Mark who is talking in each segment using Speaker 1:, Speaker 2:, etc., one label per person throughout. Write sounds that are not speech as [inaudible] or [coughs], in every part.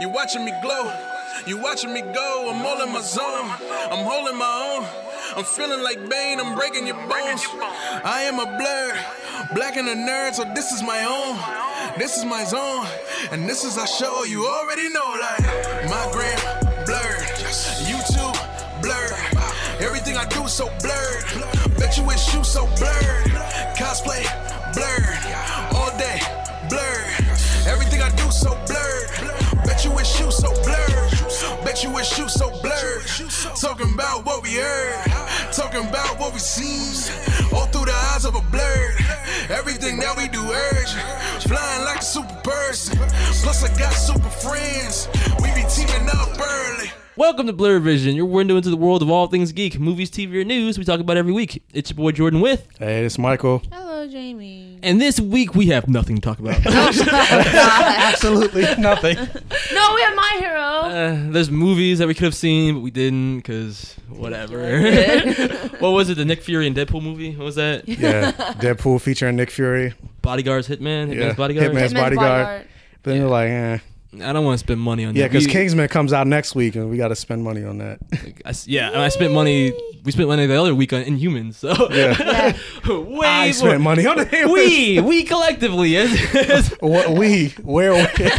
Speaker 1: You watching me glow, you watching me go. I'm all in my zone, I'm holding my own. I'm feeling like Bane, I'm breaking your bones. I am a blur, black and a nerd, so this is my own. This is my zone, and this is our show. You already know, like my gram blurred, YouTube blurred, everything I do so blurred. Bet you wish you so blurred. Cosplay blurred, all day blurred, everything I do so blurred. Bet you wish you so blurred. Bet you wish you so blurred. Talking about what we heard. Talking about what we seen. All through the eyes of a blur. Everything that we do urge. Flying like a super person. Plus, I got super friends. We be teaming up early.
Speaker 2: Welcome to Blur Vision, your window into the world of all things geek, movies, TV, and news we talk about every week. It's your boy Jordan with,
Speaker 3: Hey, it's Michael.
Speaker 4: Hello,
Speaker 2: [laughs]
Speaker 4: [laughs] Jamie.
Speaker 2: and this week we have nothing to talk [laughs] about.
Speaker 3: Absolutely nothing.
Speaker 4: No, we have my hero.
Speaker 2: Uh, there's movies that we could have seen, but we didn't because whatever. [laughs] what was it? The Nick Fury and Deadpool movie? What was that?
Speaker 3: yeah, Deadpool featuring Nick Fury.
Speaker 2: Bodyguards, Hitman, Hitman's
Speaker 3: Yeah,
Speaker 2: Bodyguard.
Speaker 3: Hitman's bodyguard. But then they're like, eh.
Speaker 2: I don't want to spend money on
Speaker 3: yeah,
Speaker 2: that.
Speaker 3: because
Speaker 2: We-
Speaker 3: Kingsman comes out next week, and we got to spend money on that. [laughs]
Speaker 2: I s- yeah, and I spent money. We spent money the other week on Inhumans. So
Speaker 3: Yeah.
Speaker 2: [laughs] way
Speaker 3: I
Speaker 2: more-
Speaker 3: spent money on it.
Speaker 2: We we collectively. [laughs] as-
Speaker 3: [laughs] what we where we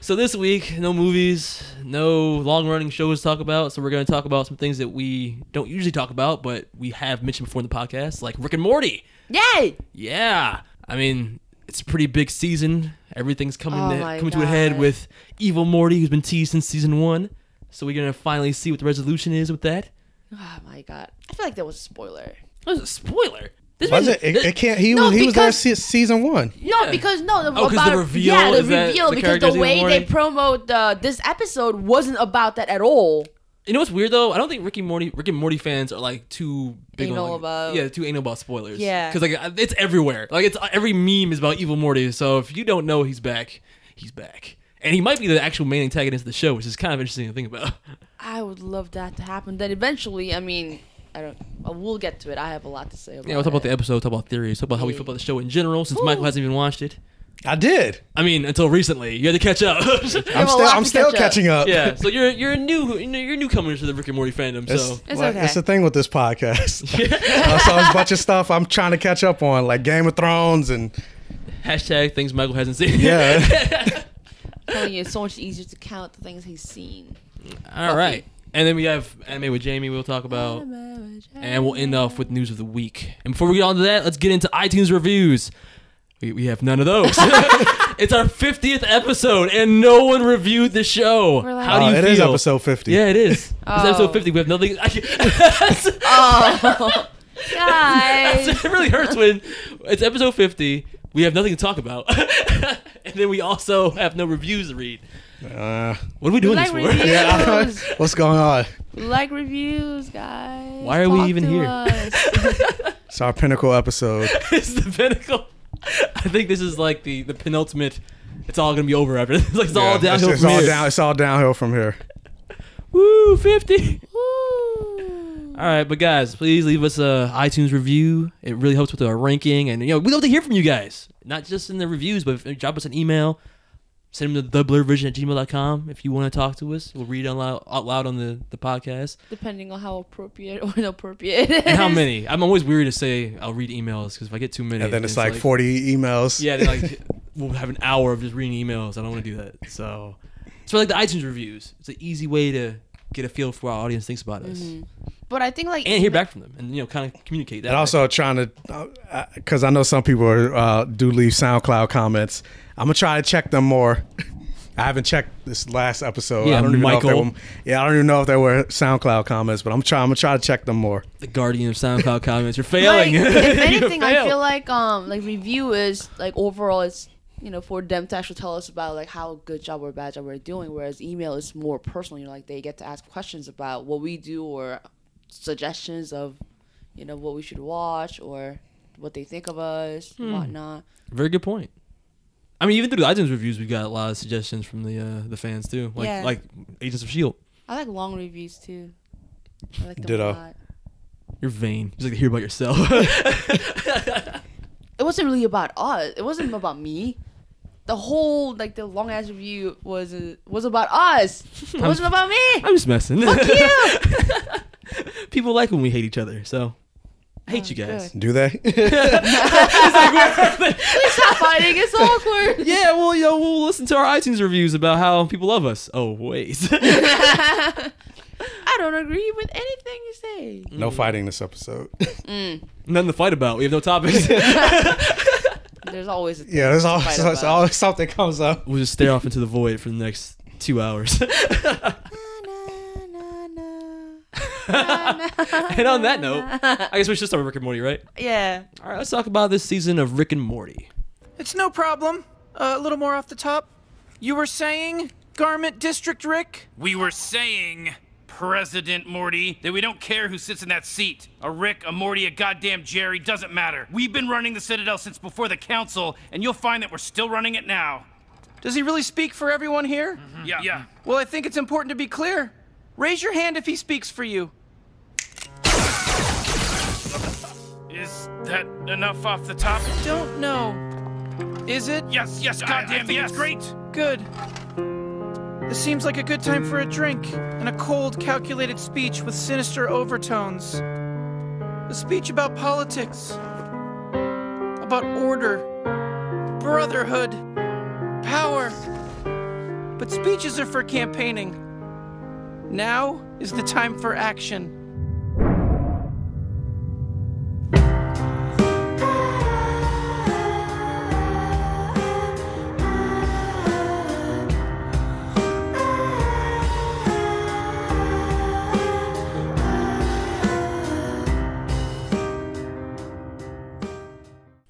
Speaker 2: So this week, no movies, no long-running shows to talk about. So we're going to talk about some things that we don't usually talk about, but we have mentioned before in the podcast, like Rick and Morty.
Speaker 4: Yay!
Speaker 2: Yeah, I mean it's a pretty big season. Everything's coming
Speaker 4: Oh
Speaker 2: to,
Speaker 4: my
Speaker 2: coming to a head
Speaker 4: God.
Speaker 2: with evil Morty, who's been teased since season one. So we're gonna finally see what the resolution is with that.
Speaker 4: Oh my god. I feel like that was a spoiler.
Speaker 2: That was a spoiler. This
Speaker 3: was
Speaker 2: means-
Speaker 3: it? It,
Speaker 2: this-
Speaker 3: it can't. He
Speaker 4: No,
Speaker 3: was he was there
Speaker 4: because-
Speaker 3: se- season one.
Speaker 2: Yeah.
Speaker 4: No, because no, the,
Speaker 2: Oh, 'cause the reveal
Speaker 4: yeah, the
Speaker 2: is that
Speaker 4: reveal
Speaker 2: the
Speaker 4: because
Speaker 2: characters
Speaker 4: the
Speaker 2: in
Speaker 4: way
Speaker 2: the
Speaker 4: they
Speaker 2: morning?
Speaker 4: promote the this episode wasn't about that at all.
Speaker 2: You know what's weird though? I don't think Ricky Morty, Rick and Morty fans are like too big on,
Speaker 4: Anal
Speaker 2: like-
Speaker 4: about-
Speaker 2: yeah, too anal about spoilers.
Speaker 4: Yeah.
Speaker 2: because like it's everywhere. Like it's every meme is about evil Morty. So if you don't know he's back, he's back, and he might be the actual main antagonist of the show, which is kind of interesting to think about. [laughs]
Speaker 4: I would love that to happen. Then eventually, I mean, I don't. uh, We'll get to it. I have a lot to say about.
Speaker 2: Yeah, we'll talk about the
Speaker 4: it.
Speaker 2: episode, talk about theories, talk about how we feel about the show in general, since
Speaker 4: Ooh.
Speaker 2: Michael hasn't even watched it.
Speaker 3: I did.
Speaker 2: I mean, until recently, you had to catch up. [laughs]
Speaker 3: I'm
Speaker 4: have a
Speaker 3: still
Speaker 4: lot
Speaker 3: I'm
Speaker 4: to
Speaker 3: still
Speaker 4: catch up.
Speaker 3: catching up.
Speaker 2: yeah, so you're you're a new you're a newcomer to the Rick and Morty fandom.
Speaker 3: It's,
Speaker 2: So
Speaker 4: It's
Speaker 3: like,
Speaker 4: okay.
Speaker 3: it's the thing with this podcast. I saw a bunch of stuff I'm trying to catch up on, like Game of Thrones, and
Speaker 2: hashtag things Michael hasn't seen.
Speaker 3: yeah,
Speaker 4: I'm telling you, it's so much easier to count the things he's seen.
Speaker 2: [laughs] All right. And then we have anime with Jamie. We'll talk about. Oh. [laughs] And we'll end off with news of the week. And before we get on to that, let's get into iTunes reviews. We, we have none of those. [laughs] it's our 50th episode, and no one reviewed the show.
Speaker 4: We're like-
Speaker 2: How do
Speaker 3: Uh,
Speaker 2: you
Speaker 3: it
Speaker 2: feel?
Speaker 3: is episode fifty.
Speaker 2: Yeah, it
Speaker 4: [laughs]
Speaker 2: is. It's
Speaker 4: Oh.
Speaker 2: episode 50. We have nothing. [laughs]
Speaker 4: Oh, guys.
Speaker 2: it really hurts when it's episode 50. We have nothing to talk about. [laughs] and then we also have no reviews to read.
Speaker 3: Uh,
Speaker 2: What are we doing this [laughs]
Speaker 4: like
Speaker 2: for?
Speaker 4: reviews.
Speaker 3: [laughs] yeah.
Speaker 4: Yes.
Speaker 3: What's going on?
Speaker 4: like reviews, guys.
Speaker 2: Why are we
Speaker 4: Talk
Speaker 2: even
Speaker 4: to
Speaker 2: here? [laughs]
Speaker 4: [laughs] us.
Speaker 3: It's our pinnacle episode.
Speaker 2: it's the pinnacle. I think this is like the the penultimate. It's all gonna be over after this. [laughs] like it's
Speaker 3: Yeah,
Speaker 2: all downhill
Speaker 3: It's, it's
Speaker 2: from
Speaker 3: all
Speaker 2: here.
Speaker 3: down. It's all downhill from here.
Speaker 2: Woo, fifty.
Speaker 4: Woo.
Speaker 2: All right, but guys, please leave us a iTunes review. It really helps with our ranking, and you know we love to hear from you guys, not just in the reviews, but if, uh, drop us an email. Send them to theblurvision at gmail.com if you want to talk to us. We'll read it out loud, out loud on the, the podcast.
Speaker 4: Depending on how appropriate [laughs] or inappropriate it is. [laughs]
Speaker 2: And how many? I'm always weary to say I'll read emails because if I get too many,
Speaker 3: And then it's, like, 40 emails.
Speaker 2: Yeah,
Speaker 3: [laughs]
Speaker 2: they like we'll have an hour of just reading emails. I don't want to do that. So it's for like the iTunes reviews. It's an easy way to get a feel for what our audience thinks about us
Speaker 4: But I think like
Speaker 2: and hear back from them, and you know, kind of communicate that.
Speaker 3: and also trying to, because I know some people are, uh, do leave SoundCloud comments. I'm gonna try to check them more. I haven't checked this last episode.
Speaker 2: Yeah,
Speaker 3: I don't even know
Speaker 2: Michael.
Speaker 3: if they were, Yeah, I don't even know if they were SoundCloud comments, but I'm trying. I'm gonna try to check them more.
Speaker 2: the guardian of SoundCloud comments. [laughs] You're
Speaker 4: like,
Speaker 2: failing.
Speaker 4: if
Speaker 2: You
Speaker 4: anything, I
Speaker 2: failed.
Speaker 4: feel like um like review is like overall it's you know for them to actually tell us about like how good job or bad job we're doing, whereas email is more personal. You know, like they get to ask questions about what we do or suggestions of you know what we should watch or what they think of us,
Speaker 2: Hmm.
Speaker 4: whatnot.
Speaker 2: very good point. I mean, even through the iTunes reviews, we got a lot of suggestions from the uh, the fans too, like
Speaker 4: Yeah.
Speaker 2: like Agents of Shield.
Speaker 4: I like long reviews too. I like them
Speaker 3: Ditto.
Speaker 4: a lot.
Speaker 2: You're vain. You just like to hear about
Speaker 4: [laughs]
Speaker 2: yourself. [laughs]
Speaker 4: It wasn't really about us. It wasn't about me. the whole like the long ass review was was about us. It wasn't about me.
Speaker 2: [laughs] I'm just messing.
Speaker 4: Fuck you.
Speaker 2: [laughs] People like when we hate each other, so I
Speaker 4: Oh,
Speaker 2: hate you guys.
Speaker 4: [laughs]
Speaker 3: Do they?
Speaker 4: Please stop fighting. It's
Speaker 2: [laughs]
Speaker 4: awkward.
Speaker 2: Yeah, well, yo, we'll listen to our iTunes reviews about how people love us. Oh, wait. [laughs]
Speaker 4: I don't agree with anything you say.
Speaker 3: no fighting this episode.
Speaker 2: Nothing to fight about. We have no topics. [laughs]
Speaker 4: There's always a
Speaker 3: yeah, there's always, [laughs]
Speaker 4: Fight
Speaker 3: there's
Speaker 4: about.
Speaker 3: always something comes up.
Speaker 2: we'll just stare off into the void for the next two hours. [laughs] and on that
Speaker 4: [laughs]
Speaker 2: note, I guess we should start with Rick and Morty, right?
Speaker 4: [laughs] yeah.
Speaker 2: All right, let's talk about this season of Rick and Morty.
Speaker 5: It's no problem. Uh, a little more off the top. You were saying, Garment District Rick?
Speaker 6: We were saying, President Morty, that we don't care who sits in that seat. A Rick, a Morty, a goddamn Jerry, doesn't matter. We've been running the Citadel since before the Council, and you'll find that we're still running it now.
Speaker 5: Does he really speak for everyone here?
Speaker 6: Yeah. Hmm, Yeah.
Speaker 5: Well, I think it's important to be clear. Raise your hand if he speaks for you.
Speaker 6: Is that enough off the top?
Speaker 5: Don't know. Is it?
Speaker 6: Yes, yes, goddamn, I, yes. great.
Speaker 5: Good. This seems like a good time for a drink and a cold, calculated speech with sinister overtones. A speech about politics, about order, brotherhood, power. But speeches are for campaigning. Now is the time for action.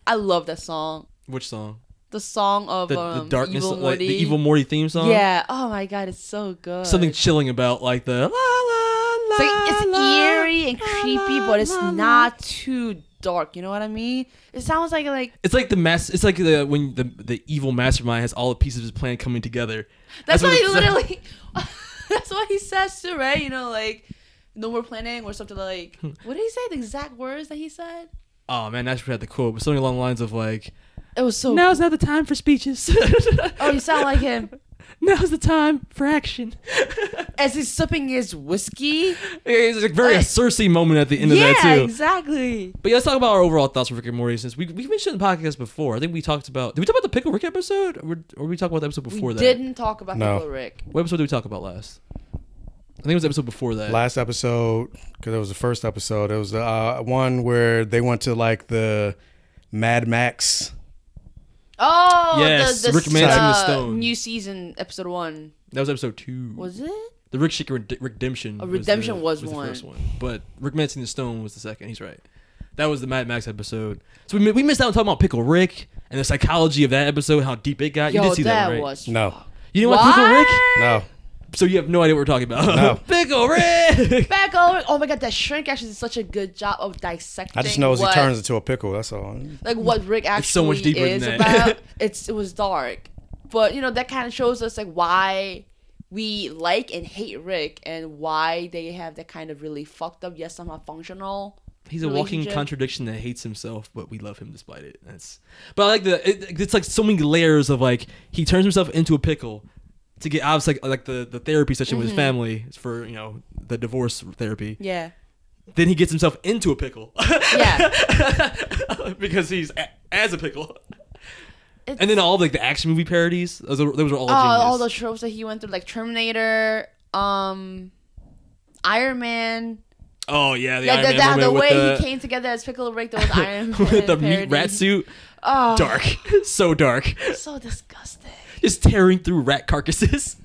Speaker 4: I love that song.
Speaker 2: Which song?
Speaker 4: The song of
Speaker 2: The,
Speaker 4: um,
Speaker 2: the darkness,
Speaker 4: Evil
Speaker 2: like
Speaker 4: Morty.
Speaker 2: the evil Morty theme song.
Speaker 4: Yeah. Oh my god, it's so good.
Speaker 2: something chilling about like the la la la.
Speaker 4: It's, like, it's e-
Speaker 2: la,
Speaker 4: eerie and
Speaker 2: la,
Speaker 4: creepy,
Speaker 2: la,
Speaker 4: but it's
Speaker 2: la, la.
Speaker 4: not too dark. You know what I mean? It sounds like like
Speaker 2: It's like the mess. It's like the when the the evil mastermind has all the pieces of his plan coming together.
Speaker 4: that's,
Speaker 2: what
Speaker 4: what he
Speaker 2: it's-
Speaker 4: literally. [laughs] that's what he says too, right? You know, like no more planning or something like. What did he say? The exact words that he said.
Speaker 2: Oh man, that's had the quote, but something along the lines of like,
Speaker 4: It was so.
Speaker 2: "Now's not the time for speeches.
Speaker 4: [laughs]
Speaker 2: [laughs]
Speaker 4: Oh, you sound like him
Speaker 2: Now's the time for action."
Speaker 4: [laughs]
Speaker 2: [laughs]
Speaker 4: as he's sipping his whiskey.
Speaker 2: It's like very a
Speaker 4: Like-
Speaker 2: Cersei moment at the end of
Speaker 4: yeah,
Speaker 2: that too.
Speaker 4: exactly.
Speaker 2: But yeah, let's talk about our overall thoughts on Rick and Morty since we we've mentioned the podcast before. I think we talked about did we talk about the Pickle Rick episode or, or we talked about the episode before
Speaker 4: we
Speaker 2: that?
Speaker 4: didn't talk about
Speaker 3: No.
Speaker 4: Pickle Rick.
Speaker 2: What episode did we talk about last? I think it was the episode before that.
Speaker 3: Last episode, because it was the first episode, it was uh, one where they went to like the Mad Max.
Speaker 4: Oh,
Speaker 2: Yes,
Speaker 4: the, the
Speaker 2: Rick
Speaker 4: s-
Speaker 2: Man's in the
Speaker 4: uh,
Speaker 2: Stone.
Speaker 4: New season, episode one.
Speaker 2: that was episode two.
Speaker 4: Was it?
Speaker 2: the Rick Shaker Red- Redemption?
Speaker 4: Oh,
Speaker 2: was
Speaker 4: Redemption
Speaker 2: the-
Speaker 4: was
Speaker 2: the
Speaker 4: one.
Speaker 2: first one, but Rick Manson the Stone was the second. He's right. That was the Mad Max episode. So we mi- we missed out on talking about Pickle Rick and the psychology of that episode, how deep it got.
Speaker 4: Yo,
Speaker 2: you did see that,
Speaker 4: that
Speaker 2: right?
Speaker 4: was
Speaker 3: No,
Speaker 2: You didn't watch Pickle Rick,
Speaker 4: What?
Speaker 3: no.
Speaker 2: so you have no idea what we're talking about.
Speaker 3: No.
Speaker 2: [laughs] Pickle Rick.
Speaker 4: back over. Oh my god, that shrink actually did such a good job of dissecting.
Speaker 3: I just know as he
Speaker 4: what-
Speaker 3: turns into a pickle. That's all.
Speaker 4: like what Rick actually
Speaker 2: so much deeper than
Speaker 4: is
Speaker 2: that.
Speaker 4: about.
Speaker 2: [laughs]
Speaker 4: it's it was dark, but you know that kind of shows us like why we like and hate Rick and why they have that kind of really fucked up yet somehow functional.
Speaker 2: He's a walking
Speaker 4: Relationship.
Speaker 2: contradiction that hates himself, but we love him despite it. That's, but I like the it, it's like so many layers of like he turns himself into a pickle to get out of like like the, the therapy session with his family for you know the divorce therapy.
Speaker 4: Mm-hmm. Yeah,
Speaker 2: Then he gets himself into a pickle [laughs]
Speaker 4: yeah.
Speaker 2: because he's a, as a pickle.
Speaker 4: It's-
Speaker 2: And then all like the action movie parodies, those are, those are all
Speaker 4: oh, all the
Speaker 2: genius.
Speaker 4: tropes that he went through, like Terminator, um, Iron Man.
Speaker 2: oh yeah, the
Speaker 4: Yeah,
Speaker 2: Iron
Speaker 4: that,
Speaker 2: Man
Speaker 4: that- the
Speaker 2: moment
Speaker 4: way
Speaker 2: with [laughs]
Speaker 4: he came together as Piccolo Rick, there was Iron Man
Speaker 2: with the meat
Speaker 4: parody.
Speaker 2: rat suit,
Speaker 4: Oh,
Speaker 2: dark, [laughs] so dark,
Speaker 4: so disgusting.
Speaker 2: just tearing through rat carcasses.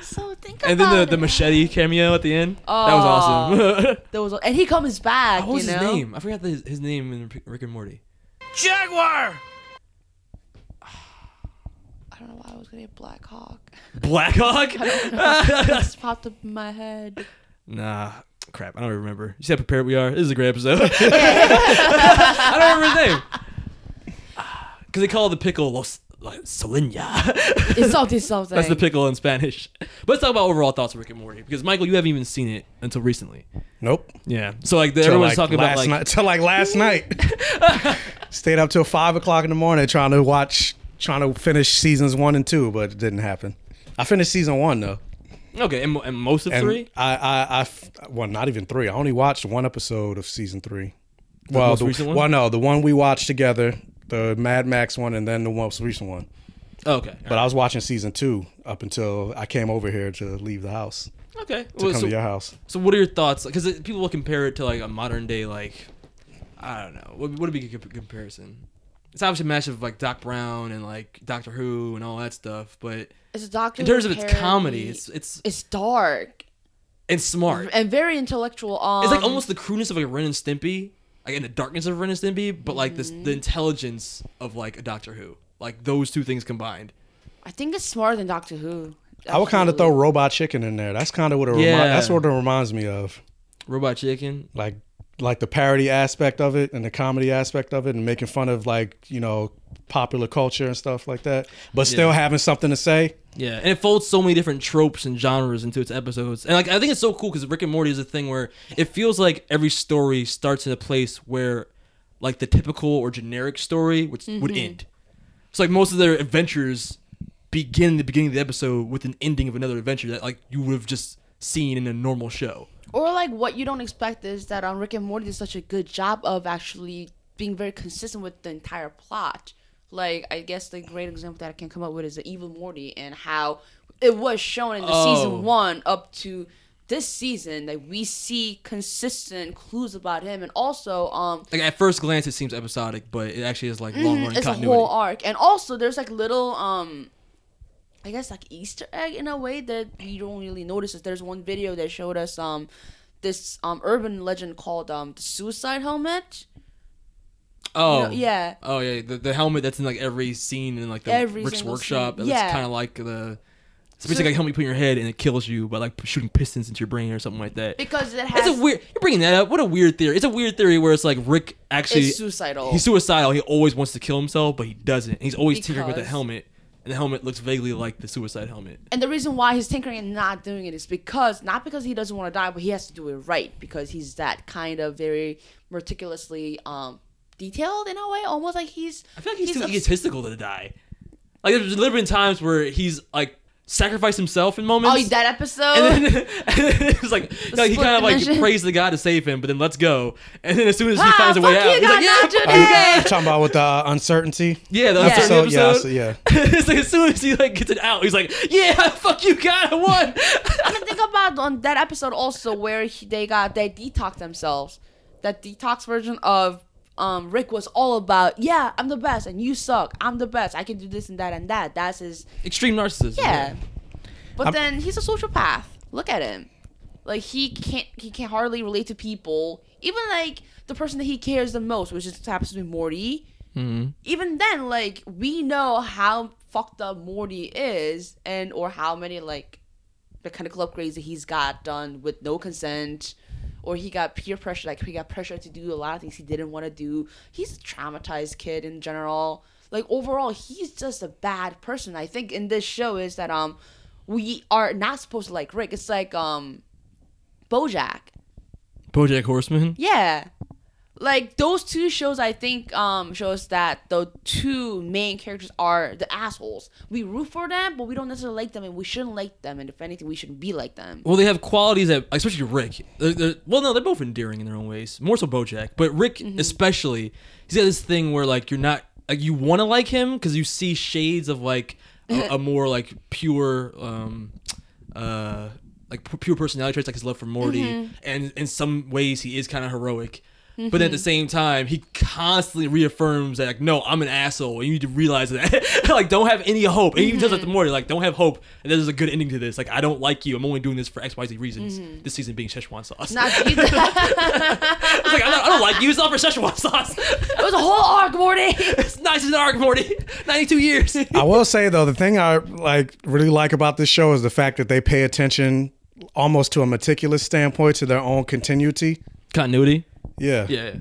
Speaker 4: So think
Speaker 2: and
Speaker 4: about
Speaker 2: then the,
Speaker 4: it.
Speaker 2: the machete cameo at the end. that was awesome. [laughs]
Speaker 4: There was, and he comes back.
Speaker 2: what was
Speaker 4: you
Speaker 2: his
Speaker 4: know?
Speaker 2: name? I forgot the, his name in Rick- Rick and Morty.
Speaker 6: Jaguar!
Speaker 4: I don't know why I was gonna get
Speaker 2: [laughs]
Speaker 4: Black Hawk. [laughs]
Speaker 2: Black Hawk.
Speaker 4: It's popped up in my head.
Speaker 2: [laughs] nah, crap. I don't even remember. You see how prepared we are. This is a great
Speaker 4: [laughs]
Speaker 2: episode. [laughs] I don't remember his name. [sighs] Because they call the pickle Los like, Solinya.
Speaker 4: It's something,
Speaker 2: [laughs]
Speaker 4: something.
Speaker 2: That's the pickle in Spanish. But let's talk about overall thoughts of Rick and Morty because Michael, you haven't even seen it until recently.
Speaker 3: Nope.
Speaker 2: Yeah. So like the,
Speaker 3: Till
Speaker 2: everyone's
Speaker 3: like
Speaker 2: talking about
Speaker 3: last
Speaker 2: like
Speaker 3: night. Till like last night. Stayed up till five o'clock in the morning trying to watch trying to finish seasons one and two, but it didn't happen. I finished season one though.
Speaker 2: Okay, and, mo- and most of
Speaker 3: And
Speaker 2: three.
Speaker 3: I, I, I f- well, not even three. I only watched one episode of season three. well,
Speaker 2: most
Speaker 3: the,
Speaker 2: recent one?
Speaker 3: well, no, the one we watched together, the Mad Max one, and then the most recent one.
Speaker 2: Okay,
Speaker 3: But I was watching season two up until I came over here to leave the house
Speaker 2: okay.
Speaker 3: to
Speaker 2: Well,
Speaker 3: come
Speaker 2: so,
Speaker 3: to your house.
Speaker 2: so what are your thoughts? Because people will compare it to like a modern day like, I don't know. What what would be a good comparison? It's obviously a mash of like Doc Brown and like Doctor Who and all that stuff, but
Speaker 4: It's a doctor.
Speaker 2: in terms of its
Speaker 4: parody.
Speaker 2: comedy, it's it's
Speaker 4: it's dark
Speaker 2: it's smart.
Speaker 4: and very intellectual. Um,
Speaker 2: It's like almost the crudeness of like Ren and Stimpy, like in the darkness of Ren and Stimpy, but like this
Speaker 4: Mm-hmm.
Speaker 2: the intelligence of like a Doctor Who, like those two things combined.
Speaker 4: I think it's smarter than Doctor Who.
Speaker 3: I would kind of
Speaker 4: Absolutely.
Speaker 3: throw Robot Chicken in there. That's kind of what it. Remi-
Speaker 2: Yeah.
Speaker 3: that's what it reminds me of,
Speaker 2: Robot Chicken.
Speaker 3: like like the parody aspect of it and the comedy aspect of it, and making fun of like you know popular culture and stuff like that, but still having something to say.
Speaker 2: Yeah, and it folds so many different tropes and genres into its episodes, and like I think it's so cool because Rick and Morty is a thing where it feels like every story starts in a place where, like the typical or generic story would would
Speaker 4: Mm-hmm.
Speaker 2: end. So like most of their adventures begin the beginning of the episode with an ending of another adventure that like you would have just seen in a normal show.
Speaker 4: Or like what you don't expect is that on Rick and Morty does such a good job of actually being very consistent with the entire plot. Like I guess the great example that I can come up with is the Evil Morty and how it was shown in the
Speaker 2: Oh.
Speaker 4: season one up to this season that we see consistent clues about him and also um
Speaker 2: Like at first glance, it seems episodic, but it actually is like long running
Speaker 4: Mm-hmm. it's
Speaker 2: continuity.
Speaker 4: a whole arc and also there's like little um i guess like easter egg in a way that you don't really notice is there's one video that showed us um this um urban legend called um the suicide helmet
Speaker 2: oh
Speaker 4: No, yeah
Speaker 2: Oh yeah, the, the helmet that's in like every scene in like the
Speaker 4: Every
Speaker 2: Rick's
Speaker 4: single
Speaker 2: workshop.
Speaker 4: scene.
Speaker 2: It's
Speaker 4: Yeah.
Speaker 2: kind of like the. It's basically like a helmet you put in your head and it kills you by like p- shooting pistons into your brain or something like that.
Speaker 4: because it has
Speaker 2: It's a weird. You're bringing that up. What a weird theory. It's a weird theory where it's like Rick actually
Speaker 4: it's suicidal
Speaker 2: he's suicidal. He always wants to kill himself, but he doesn't. He's always tinkering with the
Speaker 4: Because-
Speaker 2: helmet, and the helmet looks vaguely like the suicide helmet.
Speaker 4: and the reason why he's tinkering and not doing it is because not because he doesn't want to die but he has to do it right because he's that kind of very meticulously um detailed in a way almost like he's
Speaker 2: I feel like he's, too
Speaker 4: obs-
Speaker 2: egotistical to die. Like there's literally been times where he's like sacrificed himself in moments.
Speaker 4: oh that episode
Speaker 2: And then,
Speaker 4: [laughs]
Speaker 2: and then it's like, no, he
Speaker 4: split
Speaker 2: kind of like
Speaker 4: dimension.
Speaker 2: prays to God to save him, but then let's go. And then as soon as he
Speaker 4: Ah,
Speaker 2: finds a way
Speaker 4: fuck
Speaker 2: out,
Speaker 4: you,
Speaker 2: he's
Speaker 4: God,
Speaker 2: like, yeah,
Speaker 4: not
Speaker 2: fuck-
Speaker 4: today.
Speaker 3: You're talking about with the uh, uncertainty.
Speaker 2: yeah, the
Speaker 4: Yeah.
Speaker 2: uncertainty
Speaker 3: So, yeah,
Speaker 2: episode. [laughs]
Speaker 3: so, yeah.
Speaker 2: it's like as soon as he like gets it out, he's like, yeah, [laughs] fuck you, God, I won. [laughs]
Speaker 4: I mean, think about on that episode also where he, they got they detox themselves. That detox version of um, Rick was all about, yeah, I'm the best, and you suck. I'm the best. I can do this and that and that. That's his,
Speaker 2: Extreme narcissism.
Speaker 4: yeah. But then he's a sociopath. Look at him. Like he can't, he can hardly relate to people. Even like the person that he cares the most, which just happens to be Morty. Even then, like we know how fucked up Morty is, and or how many like mechanical upgrades that he's got done with no consent or he got peer pressure like he got pressure to do a lot of things he didn't want to do he's a traumatized kid in general like overall he's just a bad person i think in this show is that um we are not supposed to like rick it's like um bojack
Speaker 2: Bojack Horseman.
Speaker 4: yeah like those two shows i think um shows that the two main characters are the assholes we root for them but we don't necessarily like them and we shouldn't like them and if anything we shouldn't be like them
Speaker 2: Well, they have qualities that, especially Rick. They're, they're- well, no, they're both endearing in their own ways. More so Bojack, but Rick
Speaker 4: Mm-hmm.
Speaker 2: especially. He's got this thing where like you're not like you want to like him because you see shades of like
Speaker 4: [laughs]
Speaker 2: a, a more like pure, um, uh, like pu- pure personality traits, like his love for Morty, and in some ways he is kind of heroic. But at the same time, he constantly reaffirms that, like, no, I'm an asshole. And you need to realize that. [laughs] like, don't have any hope. And he even tells that to Morty, like, don't have hope. And there's a good ending to this. Like, I don't like you. I'm only doing this for XYZ reasons. This season being Szechuan sauce.
Speaker 4: not to do
Speaker 7: [laughs]
Speaker 2: [laughs]
Speaker 4: that.
Speaker 2: it's like, I don't, I don't like you. It's all for Szechuan sauce. [laughs]
Speaker 4: It was a whole arc, Morty.
Speaker 2: it's nice as an arc, Morty. [laughs] 92 years.
Speaker 3: I will say though, the thing I like really like about this show is the fact that they pay attention almost to a meticulous standpoint to their own continuity.
Speaker 2: Continuity.
Speaker 3: Yeah.
Speaker 2: Yeah.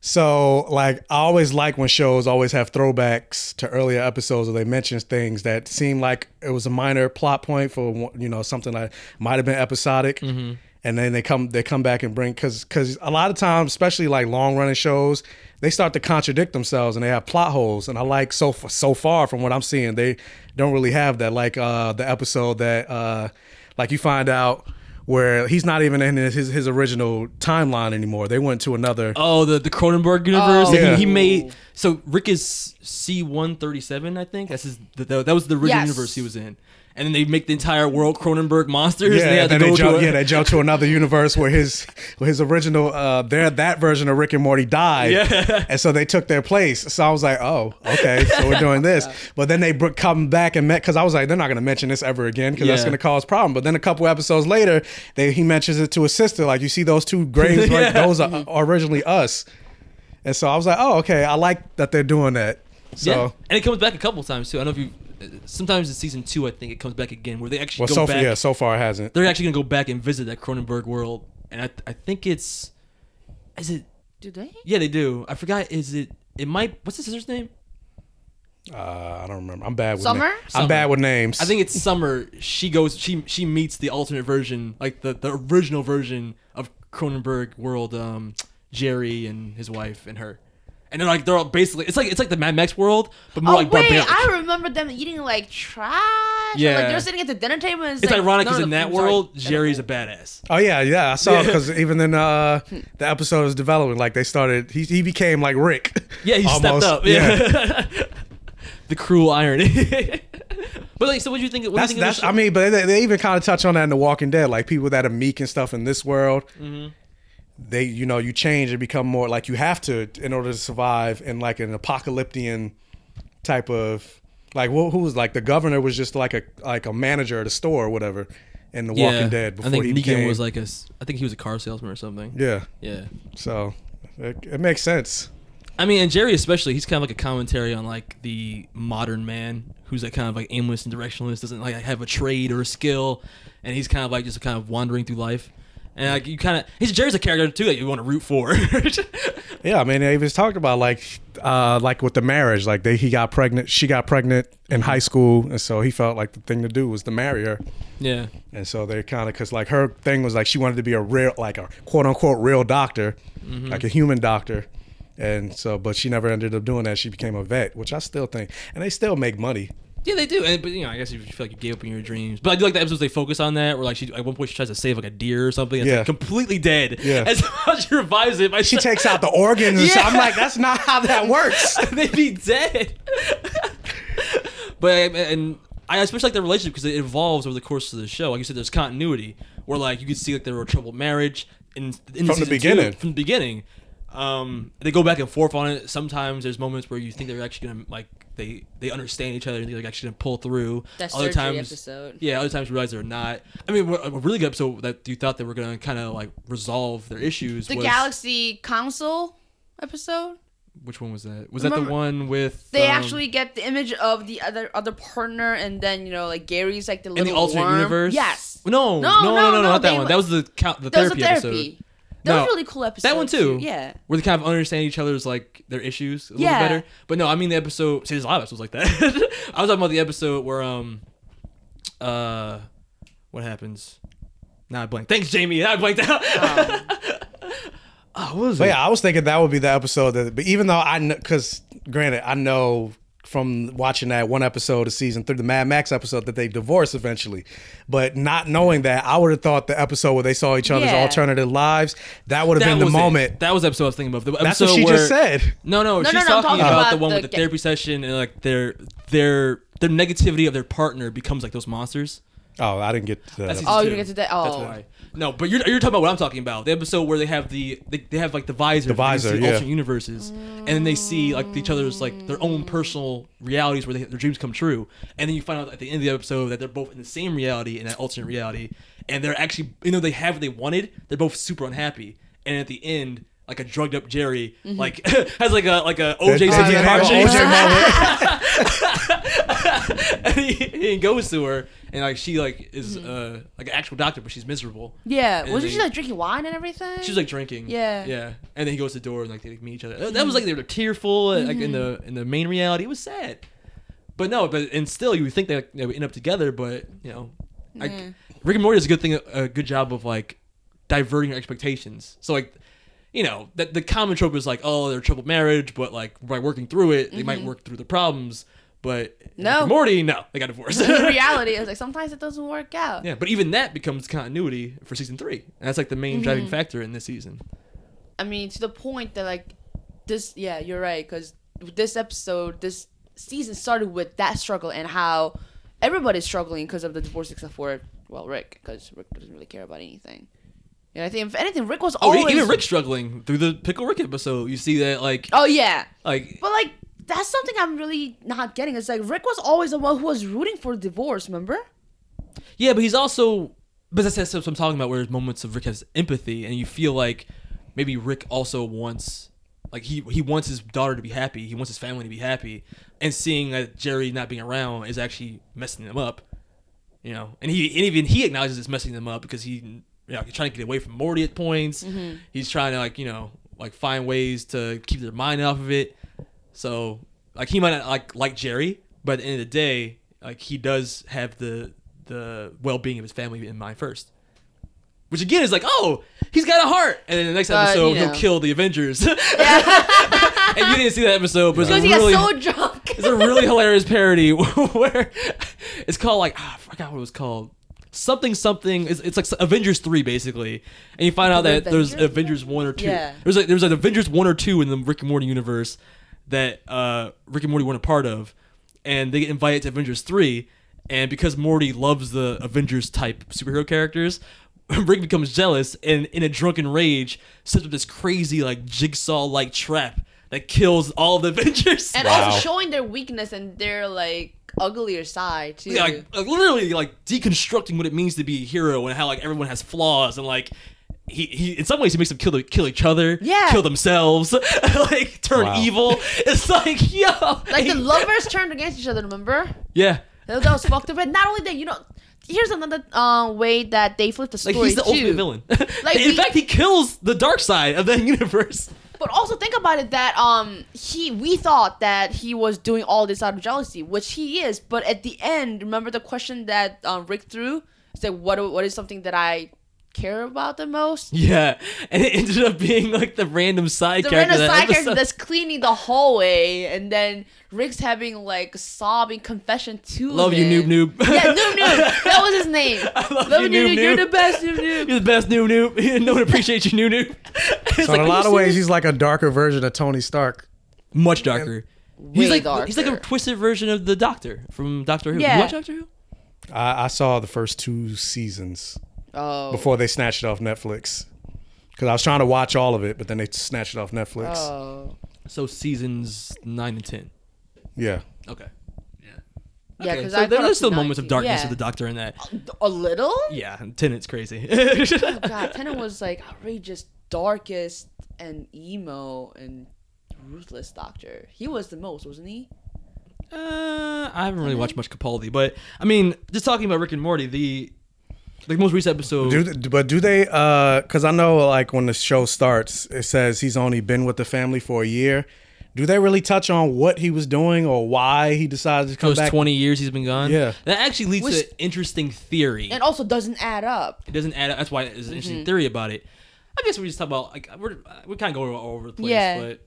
Speaker 3: So like I always like when shows always have throwbacks to earlier episodes where they mention things that seem like it was a minor plot point for one- you know something that might have been episodic. And then they come they come back and bring cuz cuz a lot of times especially like long running shows they start to contradict themselves and they have plot holes. And I like so f- so far from what I'm seeing, they don't really have that. Like uh, the episode that uh, like you find out where he's not even in his his, his original timeline anymore. They went to another.
Speaker 2: Oh, the the Cronenberg universe.
Speaker 7: Oh.
Speaker 2: that he-
Speaker 3: Yeah.
Speaker 2: He, made so Rick is C one thirty seven. I think that's his. The, that was the original
Speaker 7: Yes.
Speaker 2: universe he was in. And then they make the entire world Cronenberg monsters.
Speaker 3: yeah,
Speaker 2: and they had
Speaker 3: and
Speaker 2: to
Speaker 3: then they
Speaker 2: go
Speaker 3: jump.
Speaker 2: to a-
Speaker 3: Yeah, they jump to another universe where his where his original uh, their that version of Rick and Morty died,
Speaker 2: Yeah.
Speaker 3: and so they took their place. So I was like, oh, okay, so we're doing
Speaker 2: [laughs]
Speaker 3: this. But then they br- come back and met because I was like, they're not gonna mention this ever again because that's
Speaker 2: Yeah.
Speaker 3: gonna cause problem. But then a couple episodes later, they he mentions it to his sister. Like you see those
Speaker 2: [laughs]
Speaker 3: two graves, right? those are, are originally us. And so I was like, oh, okay, I like that they're doing that. So.
Speaker 2: Yeah. And it comes back a couple times too. I don't know if you. uh, Sometimes in season two, I think it comes back again, where they actually
Speaker 3: Well,
Speaker 2: go
Speaker 3: so far,
Speaker 2: back.
Speaker 3: yeah, so far it hasn't.
Speaker 2: They're actually gonna go back and visit that Cronenberg world, and I I think it's, is it?
Speaker 7: Do they?
Speaker 2: Yeah, they do. I forgot. Is it? It might. What's his sister's name?
Speaker 3: Uh, I don't remember. I'm bad with
Speaker 7: Summer?
Speaker 3: names.
Speaker 2: Summer.
Speaker 3: I'm bad with names.
Speaker 2: I think it's Summer. She goes. She she meets the alternate version, like the the original version of Cronenberg world. Um, Jerry and his wife and her, and they're like they're all basically. It's like it's like the Mad Max world, but more
Speaker 7: Oh
Speaker 2: like
Speaker 7: wait,
Speaker 2: barbaric.
Speaker 7: I remember them eating like trash. Yeah,
Speaker 2: Yeah.
Speaker 7: like they're sitting at the dinner table. And it's
Speaker 2: it's
Speaker 7: like,
Speaker 2: ironic
Speaker 7: none
Speaker 2: because
Speaker 7: of
Speaker 2: in
Speaker 7: the
Speaker 2: that
Speaker 7: foods are, like,
Speaker 2: world, Jerry's a badass.
Speaker 3: Oh yeah, yeah. I saw because even in uh, the episode was developing, like they started. He, he became like Rick.
Speaker 2: Yeah, he stepped
Speaker 3: Almost.
Speaker 2: up. Yeah. [laughs] the cruel irony. [laughs] but like, so what do you think? What do you
Speaker 3: [laughs] That's
Speaker 2: think of
Speaker 3: that's.
Speaker 2: this show?
Speaker 3: I mean, but they, they even kind of touch on that in The Walking Dead, like people that are meek and stuff in this world.
Speaker 2: Mm-hmm.
Speaker 3: They, you know, you change and become more like you have to in order to survive in like an apocalyptic type of like who, who was like the governor was just like a like a manager at a store or whatever in The Walking Dead
Speaker 2: I
Speaker 3: before
Speaker 2: think
Speaker 3: he
Speaker 2: Negan
Speaker 3: became
Speaker 2: was like a. s- I think he was a car salesman or something.
Speaker 3: yeah.
Speaker 2: Yeah.
Speaker 3: So it, it makes sense.
Speaker 2: I mean, and Jerry especially, he's kind of like a commentary on like the modern man who's like kind of like aimless and directionless, doesn't like have a trade or a skill, and he's kind of like just kind of wandering through life. And like you kind of, he's Jerry's a character too that you want to root for. [laughs]
Speaker 3: Yeah, I mean, they even talked about like, uh, like with the marriage, like they he got pregnant, she got pregnant in high school, and so he felt like the thing to do was to marry her,
Speaker 2: yeah.
Speaker 3: and so they kind of because like her thing was like she wanted to be a real, like a quote unquote real doctor, like a human doctor, and so but she never ended up doing that. She became a vet, which I still think, and they still make money.
Speaker 2: Yeah, they do. And, but you know, I guess you feel like you gave up on your dreams. But I do like the episodes they focus on that, where like she at one point she tries to save like a deer or something. It's
Speaker 3: Yeah.
Speaker 2: like completely dead. [laughs]
Speaker 3: Yeah.
Speaker 2: And somehow she revives it. By [laughs]
Speaker 3: She takes out the organs. and so I'm like, that's not how that works.
Speaker 2: [laughs] they'd be dead. but I- and I especially like their relationship because it evolves over the course of the show. Like you said, there's continuity where like you could see like there were a troubled marriage in, in
Speaker 3: From the
Speaker 2: season two-
Speaker 3: beginning.
Speaker 2: from the beginning. Um, they go back and forth on it. Sometimes there's moments where you think they're actually gonna like they they understand each other and they're like, actually gonna pull through.
Speaker 7: That surgery episode.
Speaker 2: yeah, other times you realize they're not. I mean, a really good episode that you thought they were gonna kind of like resolve their issues.
Speaker 7: the
Speaker 2: was,
Speaker 7: Galaxy Council episode.
Speaker 2: Which one was that? Was that the
Speaker 7: Remember-
Speaker 2: one with
Speaker 7: They
Speaker 2: um,
Speaker 7: actually get the image of the other other partner, and then you know, like Gary's like the
Speaker 2: in
Speaker 7: little
Speaker 2: the alternate
Speaker 7: worm.
Speaker 2: universe.
Speaker 7: Yes,
Speaker 2: No, no, no, no, not that
Speaker 7: they-
Speaker 2: one. That was the count, the
Speaker 7: that was
Speaker 2: therapy,
Speaker 7: a therapy.
Speaker 2: episode.
Speaker 7: That was
Speaker 2: No,
Speaker 7: a really cool episode.
Speaker 2: That one too.
Speaker 7: Yeah.
Speaker 2: Where they kind of understand each other's like their issues a little
Speaker 7: Yeah.
Speaker 2: better. But no, I mean the episode. See, there's a lot of episodes like that. [laughs] I was talking about the episode where um, uh, what happens? Now I blank. Thanks, Jamie. Now I blanked out.
Speaker 7: Um.
Speaker 2: [laughs] oh, what was
Speaker 3: But
Speaker 2: it?
Speaker 3: yeah, I was thinking that would be the episode that. But even though I, because granted, I know from watching that one episode of season three, the Mad Max episode, that they divorce eventually. But not knowing that, I would have thought the episode where they saw each other's
Speaker 7: Yeah.
Speaker 3: alternative lives that would have
Speaker 2: That
Speaker 3: been the
Speaker 2: was it.
Speaker 3: moment.
Speaker 2: That was the episode I was thinking of. The
Speaker 3: That's what
Speaker 2: episode
Speaker 3: she
Speaker 2: where-
Speaker 3: just said.
Speaker 2: No, no,
Speaker 7: No,
Speaker 2: she's
Speaker 7: no, no, I'm
Speaker 2: talking,
Speaker 7: talking
Speaker 2: about,
Speaker 7: about
Speaker 2: the one
Speaker 7: the
Speaker 2: with the
Speaker 7: ga-
Speaker 2: therapy session and like their their their negativity of their partner becomes like those monsters.
Speaker 3: Oh, I didn't get to that.
Speaker 2: That's
Speaker 3: episode.
Speaker 2: season
Speaker 7: Oh, you
Speaker 2: two.
Speaker 7: didn't get to that- oh.
Speaker 2: That's why. No, but you're, you're talking about what I'm talking about. The episode where they have the they, they have like the visor, the
Speaker 3: visor, yeah.
Speaker 2: alternate universes, and then they see like each other's like their own personal realities where they, their dreams come true, and then you find out at the end of the episode that they're both in the same reality in that alternate reality, and they're actually you know they have what they wanted. They're both super unhappy, and at the end. Like a drugged up Jerry,
Speaker 7: Mm-hmm.
Speaker 2: like [laughs] has like a like a OJ
Speaker 3: They- they
Speaker 2: Simpson
Speaker 3: did
Speaker 2: car
Speaker 3: have an
Speaker 2: chase.
Speaker 3: OJ [laughs] moment.
Speaker 2: [laughs] and he, he goes to her, and like she like is uh like an actual doctor, but she's miserable.
Speaker 7: Yeah.
Speaker 2: And
Speaker 7: Wasn't
Speaker 2: they-
Speaker 7: she like drinking wine and everything?
Speaker 2: She's like drinking.
Speaker 7: Yeah.
Speaker 2: Yeah. And then he goes to the door and like they like, meet each other. That was like they were tearful uh, like in the
Speaker 4: Mm-hmm.
Speaker 2: in the main reality. It was sad. But no, but and still you would think they, like, they would end up together, but you know, like Rick and Morty does a good thing, a good job of like diverting your expectations. So like, you know that the common trope is like, oh, they're troubled marriage, but like by working through it, they might work through the problems. But in
Speaker 4: Mm-hmm. No.
Speaker 2: Rick and Morty, no, they got
Speaker 4: [laughs]
Speaker 2: divorced.
Speaker 4: The reality is like sometimes it doesn't work
Speaker 2: [laughs]
Speaker 4: out.
Speaker 2: yeah, but even that becomes continuity for season three, and that's like the
Speaker 4: Mm-hmm.
Speaker 2: main driving factor in this season.
Speaker 4: I mean, to the point that like this. Yeah, you're right. Because this episode, this season started with that struggle and how everybody's struggling because of the divorce, except for well, Rick, because Rick doesn't really care about anything. And I think if anything, Rick was
Speaker 2: Oh,
Speaker 4: always.
Speaker 2: even Rick struggling through the Pickle Rick episode. You see that like
Speaker 4: Oh yeah,
Speaker 2: like
Speaker 4: but like that's something I'm really not getting. It's like Rick was always the one who was rooting for divorce. Remember?
Speaker 2: Yeah, but he's also. But that's, that's what I'm talking about, where there's moments of Rick has empathy, and you feel like maybe Rick also wants, like he he wants his daughter to be happy, he wants his family to be happy, and seeing that Jerry not being around is actually messing them up, you know. And he and even he acknowledges it's messing them up because he, you know, he's trying to get away from Morty at points.
Speaker 4: Mm-hmm.
Speaker 2: He's trying to like you know like find ways to keep their mind off of it. So like he might not like like Jerry, but at the end of the day, like he does have the the well being of his family in mind first. Which again is like, oh, he's got a heart, and then the next
Speaker 4: But,
Speaker 2: episode
Speaker 4: you know.
Speaker 2: he'll kill the Avengers. and [laughs] you didn't see that episode, but it's
Speaker 4: Because
Speaker 2: a
Speaker 4: he got
Speaker 2: really
Speaker 4: so drunk.
Speaker 2: it's a really hilarious parody [laughs] where it's called like ah, I forgot what it was called. Something something it's, it's like Avengers three basically, and you find out that there's
Speaker 4: Avengers?
Speaker 2: Avengers one or two.
Speaker 4: Yeah.
Speaker 2: There's like there's an Avengers one or two in the Rick and Morty universe that uh, Rick and Morty weren't a part of, and they get invited to Avengers three, and because Morty loves the Avengers type superhero characters. [laughs] Rick becomes jealous and, in a drunken rage, sets up this crazy, like jigsaw-like trap that kills all the [laughs] Avengers.
Speaker 4: [laughs] and
Speaker 3: Wow.
Speaker 4: also showing their weakness and their like uglier side too.
Speaker 2: Yeah, like, like literally like deconstructing what it means to be a hero and how like everyone has flaws and like he, he in some ways he makes them kill the, kill each other,
Speaker 4: Yeah.
Speaker 2: kill themselves, [laughs] like turn
Speaker 3: Wow.
Speaker 2: evil. It's like [laughs] yo,
Speaker 4: like the lovers turned against each other. Remember?
Speaker 2: yeah.
Speaker 4: That that was fucked up. But not only that, you know, here's another uh, way that they flipped the
Speaker 2: Like
Speaker 4: story
Speaker 2: he's the
Speaker 4: too.
Speaker 2: ultimate villain. [laughs]
Speaker 4: Like,
Speaker 2: in
Speaker 4: we-
Speaker 2: fact, he kills the dark side of that [laughs] universe.
Speaker 4: But also think about it that um he we thought that he was doing all this out of jealousy, which he is. But at the end, remember the question that um, Rick threw? It's like, what what is something that I care about the most?
Speaker 2: Yeah, and it ended up being like the random side
Speaker 4: the
Speaker 2: character.
Speaker 4: random
Speaker 2: of that
Speaker 4: side character
Speaker 2: episode.
Speaker 4: that's cleaning the hallway, and then Rick's having like sobbing confession to
Speaker 2: Love you,
Speaker 4: him.
Speaker 2: noob noob.
Speaker 4: Yeah, noob noob. That was his name.
Speaker 2: [laughs] love you, noob noob.
Speaker 4: You're the best, noob
Speaker 2: [laughs]
Speaker 4: noob.
Speaker 2: You're the best new noob. [laughs] no one appreciates you, new noob. [laughs] It's
Speaker 3: So in
Speaker 2: like,
Speaker 3: a
Speaker 2: are
Speaker 3: lot
Speaker 2: you
Speaker 3: of ways,
Speaker 2: serious?
Speaker 3: he's like a darker version of Tony Stark.
Speaker 2: much darker. He's
Speaker 4: Way
Speaker 2: like he's like a
Speaker 4: darker.
Speaker 2: twisted version of the Doctor from Doctor Who.
Speaker 4: Yeah.
Speaker 2: You watch Doctor Who?
Speaker 3: I, I saw the first two seasons
Speaker 4: Oh.
Speaker 3: before they snatched it off Netflix because I was trying to watch all of it, but then they snatched it off Netflix.
Speaker 4: Oh.
Speaker 2: So seasons nine and ten.
Speaker 3: Yeah,
Speaker 2: Okay.
Speaker 4: Yeah,
Speaker 2: Okay,
Speaker 4: because
Speaker 2: so
Speaker 4: I
Speaker 2: there-
Speaker 4: caught up
Speaker 2: there's still
Speaker 4: to
Speaker 2: moments of
Speaker 4: 19.
Speaker 2: darkness
Speaker 4: yeah.
Speaker 2: of the Doctor in that.
Speaker 4: A little?
Speaker 2: [laughs] Yeah, and Tennant's crazy. [laughs] Uh,
Speaker 4: God, Tennant was like outrageous, darkest, and emo and ruthless Doctor. He was the most, wasn't he?
Speaker 2: Uh, I haven't really watched much Capaldi, but I mean, just talking about Rick and Morty, the like most recent episode.
Speaker 3: do th- but do they? Because I know, like when the show starts, it says he's only been with the family for a year. Do they really touch on what he was doing or why he decided to come
Speaker 2: Those
Speaker 3: back?
Speaker 2: twenty years he's been gone.
Speaker 3: Yeah.
Speaker 2: that actually leads
Speaker 4: Which-
Speaker 2: to an interesting theory.
Speaker 4: And also doesn't add up.
Speaker 2: it doesn't add up. That's why there's an
Speaker 4: Mm-hmm.
Speaker 2: interesting theory about it. I guess we just talk about like we're we kind of go all over the place,
Speaker 4: Yeah.
Speaker 2: but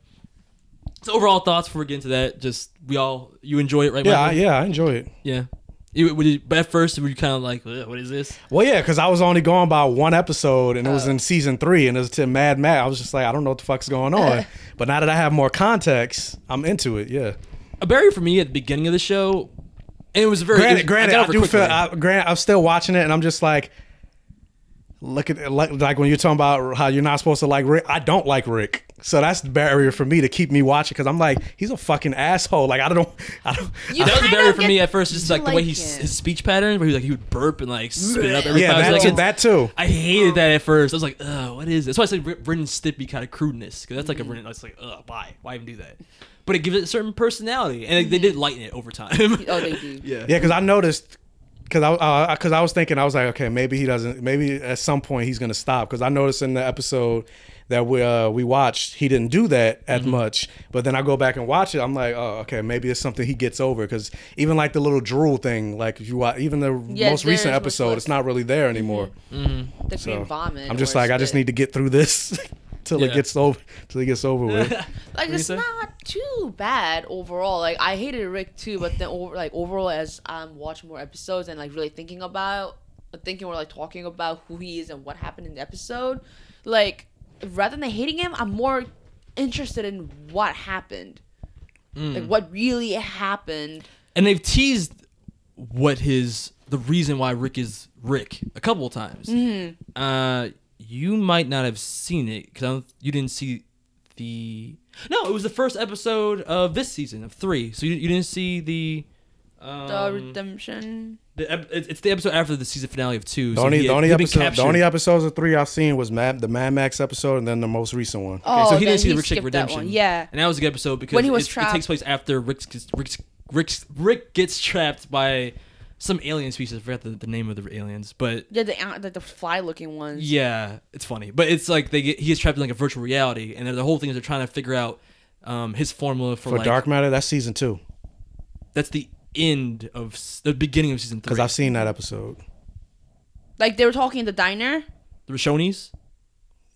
Speaker 2: so overall thoughts before we get into that. Just we all you enjoy it, right?
Speaker 3: Yeah, I,
Speaker 2: Michael?
Speaker 3: yeah, I enjoy it.
Speaker 2: yeah. You, would you- but at first, were you kind of like, "Ugh, what is this?
Speaker 3: Well, yeah, because I was only going by one episode, and it was in season three, and it was to Mad Max. I was just like, I don't know what the fuck's going on. but now that I have more context, I'm into it. Yeah.
Speaker 2: A barrier for me at the beginning of the show, and it was very
Speaker 3: Granted, granted, I,
Speaker 2: got over
Speaker 3: do
Speaker 2: quickly.
Speaker 3: feel. I, granted, I'm still watching it, and I'm just like, look at like, like when you're talking about how you're not supposed to like Rick. I don't like Rick, so that's the barrier for me to keep me watching because I'm like, he's a fucking asshole. Like I don't, I don't.
Speaker 4: You
Speaker 2: that was a
Speaker 4: kind
Speaker 2: barrier
Speaker 4: of
Speaker 2: for
Speaker 4: get
Speaker 2: me at first, just
Speaker 4: to
Speaker 2: like the way he
Speaker 4: like
Speaker 2: s-
Speaker 4: it.
Speaker 2: his speech pattern, where he was like he would burp and like spit up every
Speaker 3: yeah,
Speaker 2: five
Speaker 3: that too,
Speaker 2: seconds.
Speaker 3: that too.
Speaker 2: I hated that at first. I was like, "Ugh, what is this?" That's why I said Ren- Ren and Stimpy kind of crudeness because that's like a Ren. It's like, "Ugh, why? Why even do that?" But it gives it a certain personality, and they did lighten it over time. [laughs]
Speaker 4: Oh, they do. yeah.
Speaker 3: Yeah, because I noticed. Cause I, because I was thinking, I was like, okay, maybe he doesn't. Maybe at some point he's gonna stop. Because I noticed in the episode that we uh, we watched, he didn't do that as
Speaker 2: Mm-hmm.
Speaker 3: much. But then I go back and watch it. I'm like, oh, okay, maybe it's something he gets over. Because even like the little drool thing, like if you watch, even the
Speaker 4: Yeah,
Speaker 3: most recent
Speaker 4: there's
Speaker 3: episode,
Speaker 4: reflect-
Speaker 3: it's not really there anymore.
Speaker 4: The green
Speaker 3: So,
Speaker 4: Mm-hmm. vomit.
Speaker 3: I'm just
Speaker 4: or
Speaker 3: like, I just
Speaker 4: spit.
Speaker 3: need to get through this. [laughs] till
Speaker 2: Yeah.
Speaker 3: it gets over till it gets
Speaker 2: [laughs]
Speaker 3: over with.
Speaker 4: Like
Speaker 2: you
Speaker 4: it's
Speaker 2: say?
Speaker 4: not too bad overall. Like I hated Rick too, but then over like overall as I'm watching more episodes and like really thinking about thinking or like talking about who he is and what happened in the episode, like rather than hating him, I'm more interested in what happened.
Speaker 2: Hmm.
Speaker 4: Like what really happened.
Speaker 2: and they've teased what his the reason why Rick is Rick a couple of times. Uh, you might not have seen it because you didn't see the no. It was the first episode of this season of three, so you, you didn't see the.
Speaker 4: The
Speaker 2: Um,
Speaker 4: redemption.
Speaker 2: the ep- it's it's the episode after the season finale of two.
Speaker 3: The
Speaker 2: so
Speaker 3: only,
Speaker 2: he
Speaker 3: the
Speaker 2: had-
Speaker 3: only
Speaker 2: he'd been
Speaker 3: episode, the
Speaker 2: captured.
Speaker 3: only episodes of three I've seen was Mad, the Mad Max episode, and then the most recent one.
Speaker 4: Oh,
Speaker 2: so he
Speaker 4: then
Speaker 2: didn't see the Rick Shake
Speaker 4: skipped that
Speaker 2: Redemption.
Speaker 4: one. Yeah.
Speaker 2: and that was a good episode because
Speaker 4: When he was
Speaker 2: it's- it takes
Speaker 4: trapped.
Speaker 2: place after Rick's, Rick's, Rick's, Rick gets trapped by some alien species. I forgot the, the name of the aliens, but
Speaker 4: Yeah, the uh, the, the fly looking ones.
Speaker 2: Yeah, it's funny, but it's like they get, he is trapped in like a virtual reality, and the whole thing is they're trying to figure out um, his formula for,
Speaker 3: For
Speaker 2: like
Speaker 3: Dark Matter, that's season two
Speaker 2: That's the end of s- the beginning of season three.
Speaker 3: because I've seen that episode.
Speaker 4: Like they were talking in the diner.
Speaker 2: the Shoney's.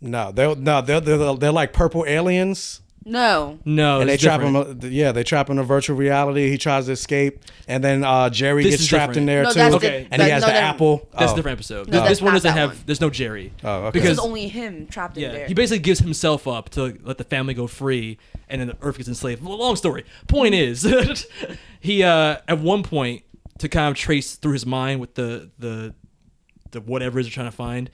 Speaker 3: No, they're no, they're they're, they're like purple aliens,
Speaker 4: No.
Speaker 2: No,
Speaker 3: and they
Speaker 2: it's
Speaker 3: trap
Speaker 2: different.
Speaker 3: him. uh, Yeah, they trap him in a virtual reality. He tries to escape, and then uh, Jerry
Speaker 2: This
Speaker 3: gets
Speaker 2: is
Speaker 3: trapped in
Speaker 2: different.
Speaker 3: there
Speaker 4: No,
Speaker 3: too.
Speaker 4: that's
Speaker 2: di- Okay.
Speaker 3: and he
Speaker 4: that-
Speaker 3: has
Speaker 4: no,
Speaker 3: the
Speaker 4: that-
Speaker 3: apple.
Speaker 2: That's
Speaker 3: Oh.
Speaker 2: a different episode.
Speaker 4: No,
Speaker 2: this
Speaker 4: that's
Speaker 2: one
Speaker 4: not
Speaker 2: doesn't
Speaker 4: that
Speaker 2: have.
Speaker 4: one.
Speaker 2: There's no Jerry.
Speaker 3: Oh, okay.
Speaker 4: This
Speaker 2: Because
Speaker 4: is only him trapped in
Speaker 2: yeah,
Speaker 4: there.
Speaker 2: he basically gives himself up to let the family go free, and then the Earth gets enslaved. Well, Long story. Point is, [laughs] he uh, at one point to kind of trace through his mind with the the the whatever it is they're trying to find.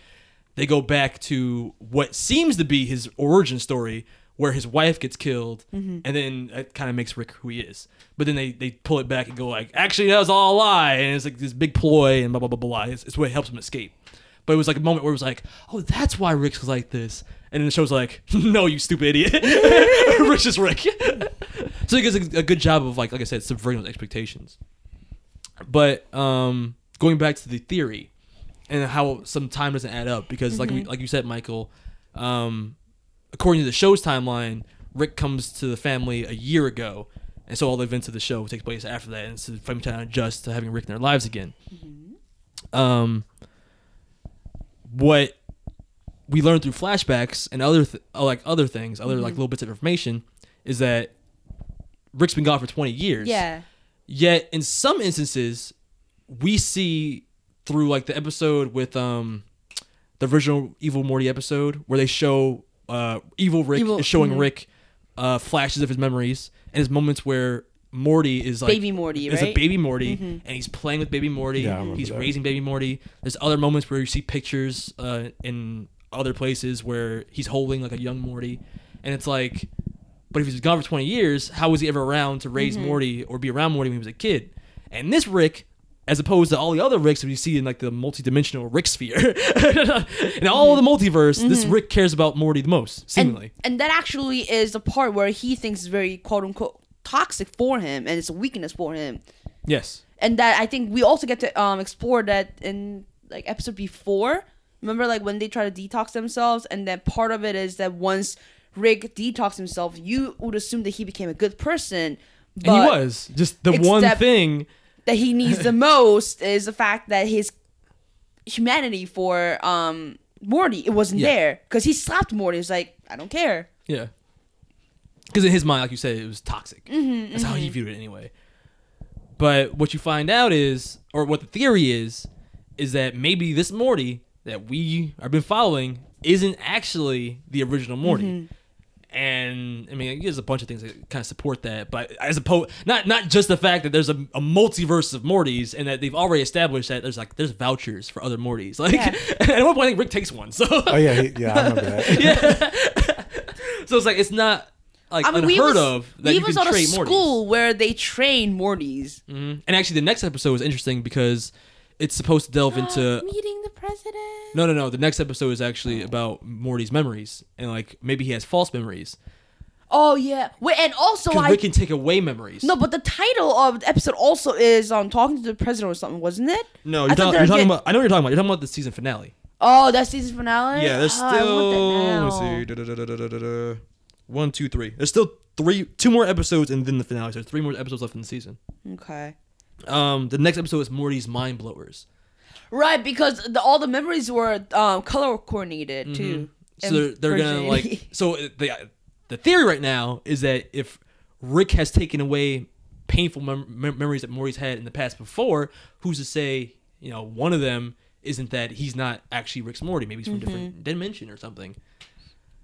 Speaker 2: They go back to what seems to be his origin story, where his wife gets killed, and then that kind of makes Rick who he is. But then they, they pull it back and go like, actually, that was all a lie, and it's like this big ploy and blah blah blah blah. It's, it's what helps him escape. But it was like a moment where it was like, oh, that's why Rick's like this, and then the show's like, [laughs] no, you stupid idiot, [laughs] Rick's just Rick. [laughs] so he does a, a good job of like, like I said, subverting those expectations. But um, going back to the theory and how some time doesn't add up because like we, like you said, Michael, um, according to the show's timeline, Rick comes to the family a year ago, and so all the events of the show take place after that, and so the family trying to adjust to having Rick in their lives again. Um, what we learned through flashbacks and other th- uh, like other things, other like little bits of information, is that Rick's been gone for twenty years.
Speaker 4: Yeah.
Speaker 2: Yet in some instances, we see through like the episode with um the original Evil Morty episode where they show uh Evil Rick
Speaker 4: Evil- mm-hmm.
Speaker 2: is showing Rick uh flashes of his memories and his moments where Morty is like
Speaker 4: Baby Morty,
Speaker 2: is a
Speaker 4: right?
Speaker 2: baby Morty
Speaker 4: Mm-hmm.
Speaker 2: and he's playing with baby Morty.
Speaker 3: Yeah, I remember
Speaker 2: he's
Speaker 3: that.
Speaker 2: raising baby Morty. There's other moments where you see pictures uh in other places where he's holding like a young Morty and it's like but if he's gone for 20 years, how was he ever around to
Speaker 4: Mm-hmm.
Speaker 2: raise Morty or be around Morty when he was a kid? And this Rick, as opposed to all the other Ricks that we see in like the multi-dimensional Rick sphere, [laughs] in all the multiverse, this Rick cares about Morty the most,
Speaker 4: Mm-hmm. And,
Speaker 2: seemingly.
Speaker 4: and that actually is the part where he thinks is very quote unquote toxic for him and it's a weakness for him.
Speaker 2: yes.
Speaker 4: And that I think we also get to um explore that in like episode before. Remember like when they try to detox themselves and then part of it is that once Rick detoxed himself, you would assume that he became a good person. But
Speaker 2: and he was just the
Speaker 4: it's
Speaker 2: one
Speaker 4: that-
Speaker 2: thing.
Speaker 4: that he
Speaker 2: [laughs]
Speaker 4: needs the most is the fact that his humanity for um Morty it wasn't
Speaker 2: Yeah.
Speaker 4: there because he slapped Morty. He's like, I don't care.
Speaker 2: Yeah. Because in his mind, like you said, it was toxic. That's how he viewed it anyway. But what you find out is, or what the theory is, is that maybe this Morty that we have been following isn't actually the original Morty. And I mean, there's a bunch of things that kind of support that, but as opposed, not not just the fact that there's a, a multiverse of Mortys and that they've already established that there's like there's vouchers for other Mortys. [laughs] Like
Speaker 4: Yeah.
Speaker 2: at one point, I think Rick takes one. So [laughs]
Speaker 3: Oh yeah, he, yeah, I remember that.
Speaker 2: so it's like it's not like
Speaker 4: I mean,
Speaker 2: unheard
Speaker 4: we even,
Speaker 2: of that
Speaker 4: we
Speaker 2: you
Speaker 4: even
Speaker 2: can Mm.
Speaker 4: saw the
Speaker 2: trade
Speaker 4: school where they train Mortys.
Speaker 2: Mortys. And actually, the next episode is interesting because it's supposed to delve
Speaker 4: [gasps]
Speaker 2: into
Speaker 4: Meeting the president.
Speaker 2: no, no, no. The next episode is actually about Morty's memories and like maybe he has false memories
Speaker 4: Oh yeah. Wait, and also
Speaker 2: because
Speaker 4: I
Speaker 2: Rick can take away memories.
Speaker 4: no, but the title of the episode also is um talking to the president or something, wasn't it?
Speaker 2: no,
Speaker 4: I
Speaker 2: you're,
Speaker 4: thought
Speaker 2: talking-
Speaker 4: they
Speaker 2: you're
Speaker 4: were
Speaker 2: talking
Speaker 4: getting-
Speaker 2: about. I know what you're talking about. You're talking about the season finale.
Speaker 4: Oh, that's season finale.
Speaker 2: Yeah, there's
Speaker 4: Oh, I want
Speaker 2: still
Speaker 4: that now.
Speaker 2: let's see, da-da-da-da-da-da. one, two, three. There's still three, two more episodes, and then the finale. So there's three more episodes left in the season.
Speaker 4: Okay.
Speaker 2: Um, the next episode is Morty's mind blowers.
Speaker 4: Right, because the, all the memories were um, color coordinated too.
Speaker 2: Mm-hmm. So they're, they're gonna
Speaker 4: [laughs]
Speaker 2: like.
Speaker 7: virginity.
Speaker 2: So the the theory right now is that if Rick has taken away painful mem- mem- memories that Morty's had in the past before, who's to say you know one of them isn't that he's not actually Rick's Morty? Maybe he's from a different dimension or something.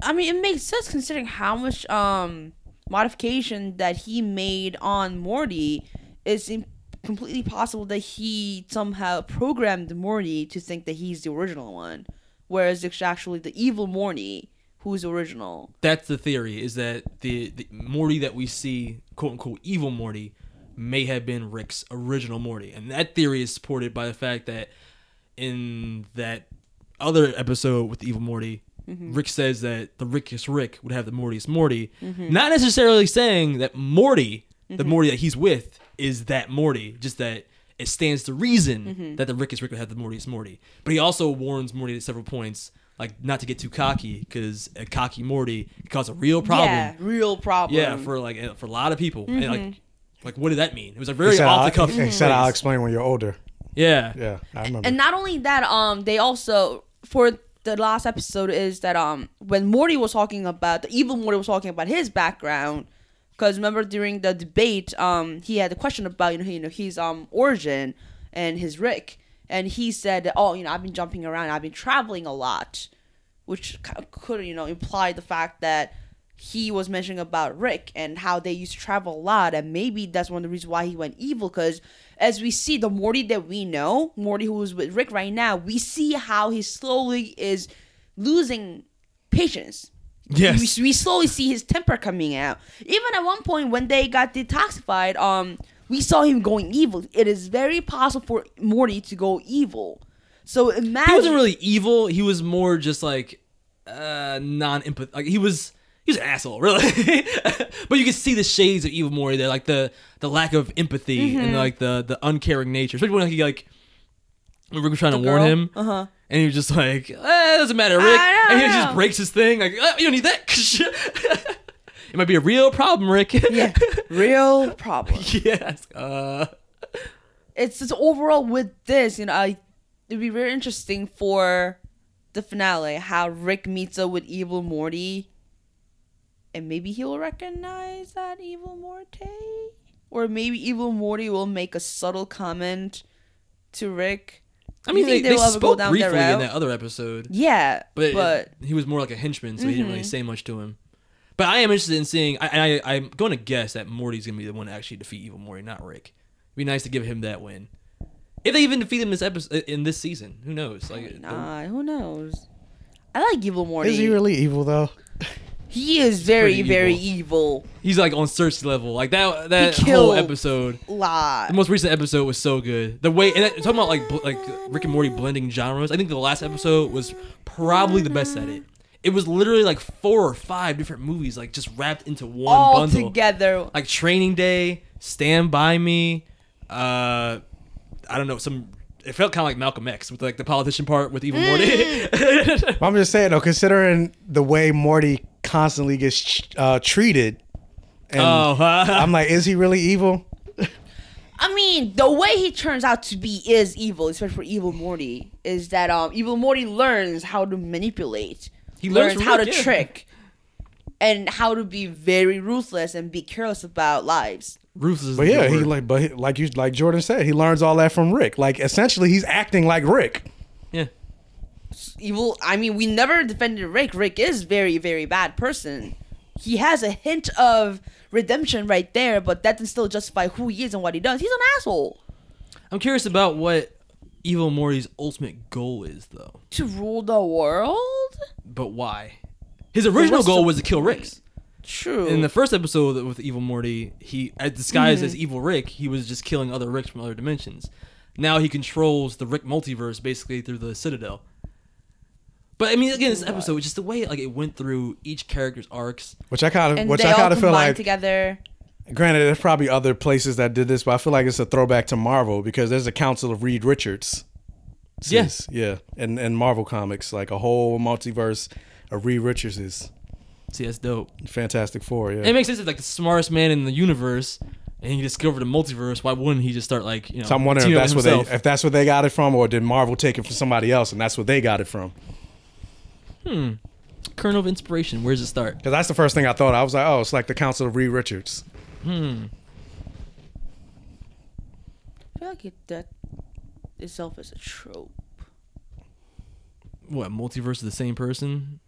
Speaker 4: I mean, it makes sense considering how much um modification that he made on Morty. It's im- completely possible that he somehow programmed Morty to think that he's the original one, whereas it's actually the evil Morty who's the original.
Speaker 2: That's the theory is that the, the Morty that we see, quote unquote, evil Morty, may have been Rick's original Morty, and that theory is supported by the fact that in that other episode with evil Morty.
Speaker 4: Mm-hmm.
Speaker 2: Rick says that the Rickiest Rick would have the Mortiest Morty,
Speaker 4: Mm-hmm.
Speaker 2: not necessarily saying that Morty, the Morty that he's with, is that Morty. Just that it stands to reason
Speaker 4: Mm-hmm.
Speaker 2: that the Rickiest Rick would have the Mortiest Morty. But he also warns Morty at several points, like not to get too cocky, because a cocky Morty could cause a real problem.
Speaker 4: Yeah, real problem. Mm-hmm.
Speaker 2: Yeah, for like uh, for a lot of people, and like. Like what did that mean? It was a very
Speaker 3: He said,
Speaker 2: off the
Speaker 3: I'll,
Speaker 2: cuff.
Speaker 3: he said I'll explain when you're older.
Speaker 2: Yeah.
Speaker 3: Yeah, I remember.
Speaker 4: and not only that, um, they also for the last episode is that um when Morty was talking about the evil Morty was talking about his background, because remember during the debate, um, he had a question about you know, you know his um origin and his Rick, and he said, oh, you know, I've been jumping around, I've been traveling a lot, which ki- could you know imply the fact that he was mentioning about Rick and how they used to travel a lot, and maybe that's one of the reasons why he went evil. Because as we see the Morty that we know, Morty who is with Rick right now, we see how he slowly is losing patience.
Speaker 2: Yes.
Speaker 4: we, we slowly see his temper coming out. Even at one point when they got detoxified, um, we saw him going evil. It is very possible for Morty to go evil. So imagine
Speaker 2: he wasn't really evil. He was more just like uh non empath like he was he was an asshole, really. [laughs] but you can see the shades of evil Mori there, like the the lack of empathy
Speaker 4: Mm-hmm.
Speaker 2: and like the the uncaring nature. Especially when he like when Rick was trying to warn
Speaker 4: girl?
Speaker 2: him. Uh-huh. And he was just like, eh, it doesn't matter, Rick.
Speaker 4: I don't
Speaker 2: and he
Speaker 4: know.
Speaker 2: just breaks his thing, like, "Ah, you don't need that. [laughs] it might be a real problem, Rick. Yeah.
Speaker 3: [laughs]
Speaker 4: real problem.
Speaker 2: [laughs] yes. Uh
Speaker 4: it's just overall with this, you know, I, it'd be very interesting for the finale how Rick meets up with evil Morty, and maybe he'll recognize that evil Morty, or maybe evil Morty will make a subtle comment to Rick.
Speaker 2: I
Speaker 4: You
Speaker 2: mean, they,
Speaker 4: think
Speaker 2: they
Speaker 4: they'll ever go
Speaker 2: spoke
Speaker 4: down that
Speaker 2: briefly in
Speaker 4: route?
Speaker 2: that other episode.
Speaker 4: Yeah,
Speaker 2: but,
Speaker 4: but, Mm-hmm.
Speaker 2: he was more like a henchman, so he didn't really say much to him. But I am interested in seeing. I, I I'm going to guess that Morty's going to be the one to actually defeat Evil Morty, not Rick. It'd be nice to give him that win. If they even defeat him this episode uh, in this season, who knows? Like, the-
Speaker 4: nah, who knows? I like evil Morty.
Speaker 3: Is he really evil though?
Speaker 4: He is very,
Speaker 2: pretty
Speaker 4: very evil.
Speaker 2: he's like on Cersei level. Like that that whole
Speaker 4: killed.
Speaker 2: episode,
Speaker 4: Lot.
Speaker 2: the most recent episode was so good. The way and that, talking about like bl- like Rick and Morty blending genres. I think the last episode was probably the best at it. It was literally like four or five different movies, like just wrapped into one
Speaker 4: all
Speaker 2: bundle.
Speaker 4: together.
Speaker 2: like Training Day, Stand By Me, uh, I don't know, some. It felt kind of like Malcolm X with like the politician part with Evil [laughs] Morty.
Speaker 3: I'm just saying though, considering the way Morty constantly gets uh, treated, and
Speaker 2: oh,
Speaker 3: I'm
Speaker 2: huh?
Speaker 3: like, is he really evil?
Speaker 4: I mean, the way he turns out to be is evil, especially for evil Morty. Is that um, evil Morty learns how to manipulate.
Speaker 2: He
Speaker 4: He
Speaker 2: learns from
Speaker 4: learns, how
Speaker 2: Rick,
Speaker 4: to
Speaker 2: yeah.
Speaker 4: trick, and how to be very ruthless and be careless about lives.
Speaker 2: ruthless. is
Speaker 3: But
Speaker 2: a
Speaker 3: yeah,
Speaker 2: good
Speaker 3: he
Speaker 2: word.
Speaker 3: like, but he, like you, like Jordan said, he learns all that from Rick. Like essentially, he's acting like Rick.
Speaker 2: yeah.
Speaker 4: Evil. I mean, we never defended Rick. Rick is very, very bad person. He has a hint of redemption right there, but that doesn't still justify who he is and what he does. He's an asshole.
Speaker 2: I'm curious about what Evil Morty's ultimate goal is though,
Speaker 4: To rule the world.
Speaker 2: but why? His original
Speaker 4: what's
Speaker 2: goal
Speaker 4: the
Speaker 2: was to kill Rick.
Speaker 4: True.
Speaker 2: In the first episode with Evil Morty, he as disguised
Speaker 3: Mm-hmm.
Speaker 2: as Evil Rick, he was just killing other Ricks from other dimensions. Now he controls the Rick multiverse basically through the Citadel. But I mean, again, this episode just the way like it went through each character's arcs.
Speaker 3: Which I kind of,
Speaker 4: and
Speaker 3: which
Speaker 4: they
Speaker 3: I
Speaker 4: all
Speaker 3: kind of feel
Speaker 4: combine
Speaker 3: like.
Speaker 4: together.
Speaker 3: Granted, there's probably other places that did this, but I feel like it's a throwback to Marvel because there's a Council of Reed Richards.
Speaker 2: Yes.
Speaker 3: yeah, and and Marvel comics, like a whole multiverse of Reed Richards is
Speaker 2: See, that's dope.
Speaker 3: Fantastic Four. Yeah,
Speaker 2: And it makes sense. It's like the smartest man in the universe, and he discovered the multiverse. Why wouldn't he just start like you know?
Speaker 3: so I'm wondering if
Speaker 2: teaming up
Speaker 3: that's
Speaker 2: with
Speaker 3: what they
Speaker 2: himself?
Speaker 3: if that's what they got it from, or did Marvel take it from somebody else and that's what they got it from?
Speaker 2: kernel of inspiration? Where does it start?
Speaker 3: Because that's the first thing I thought. I was like, oh, it's like the Council of Reed Richards.
Speaker 4: I feel like it, that itself is a trope.
Speaker 2: What multiverse of the same person?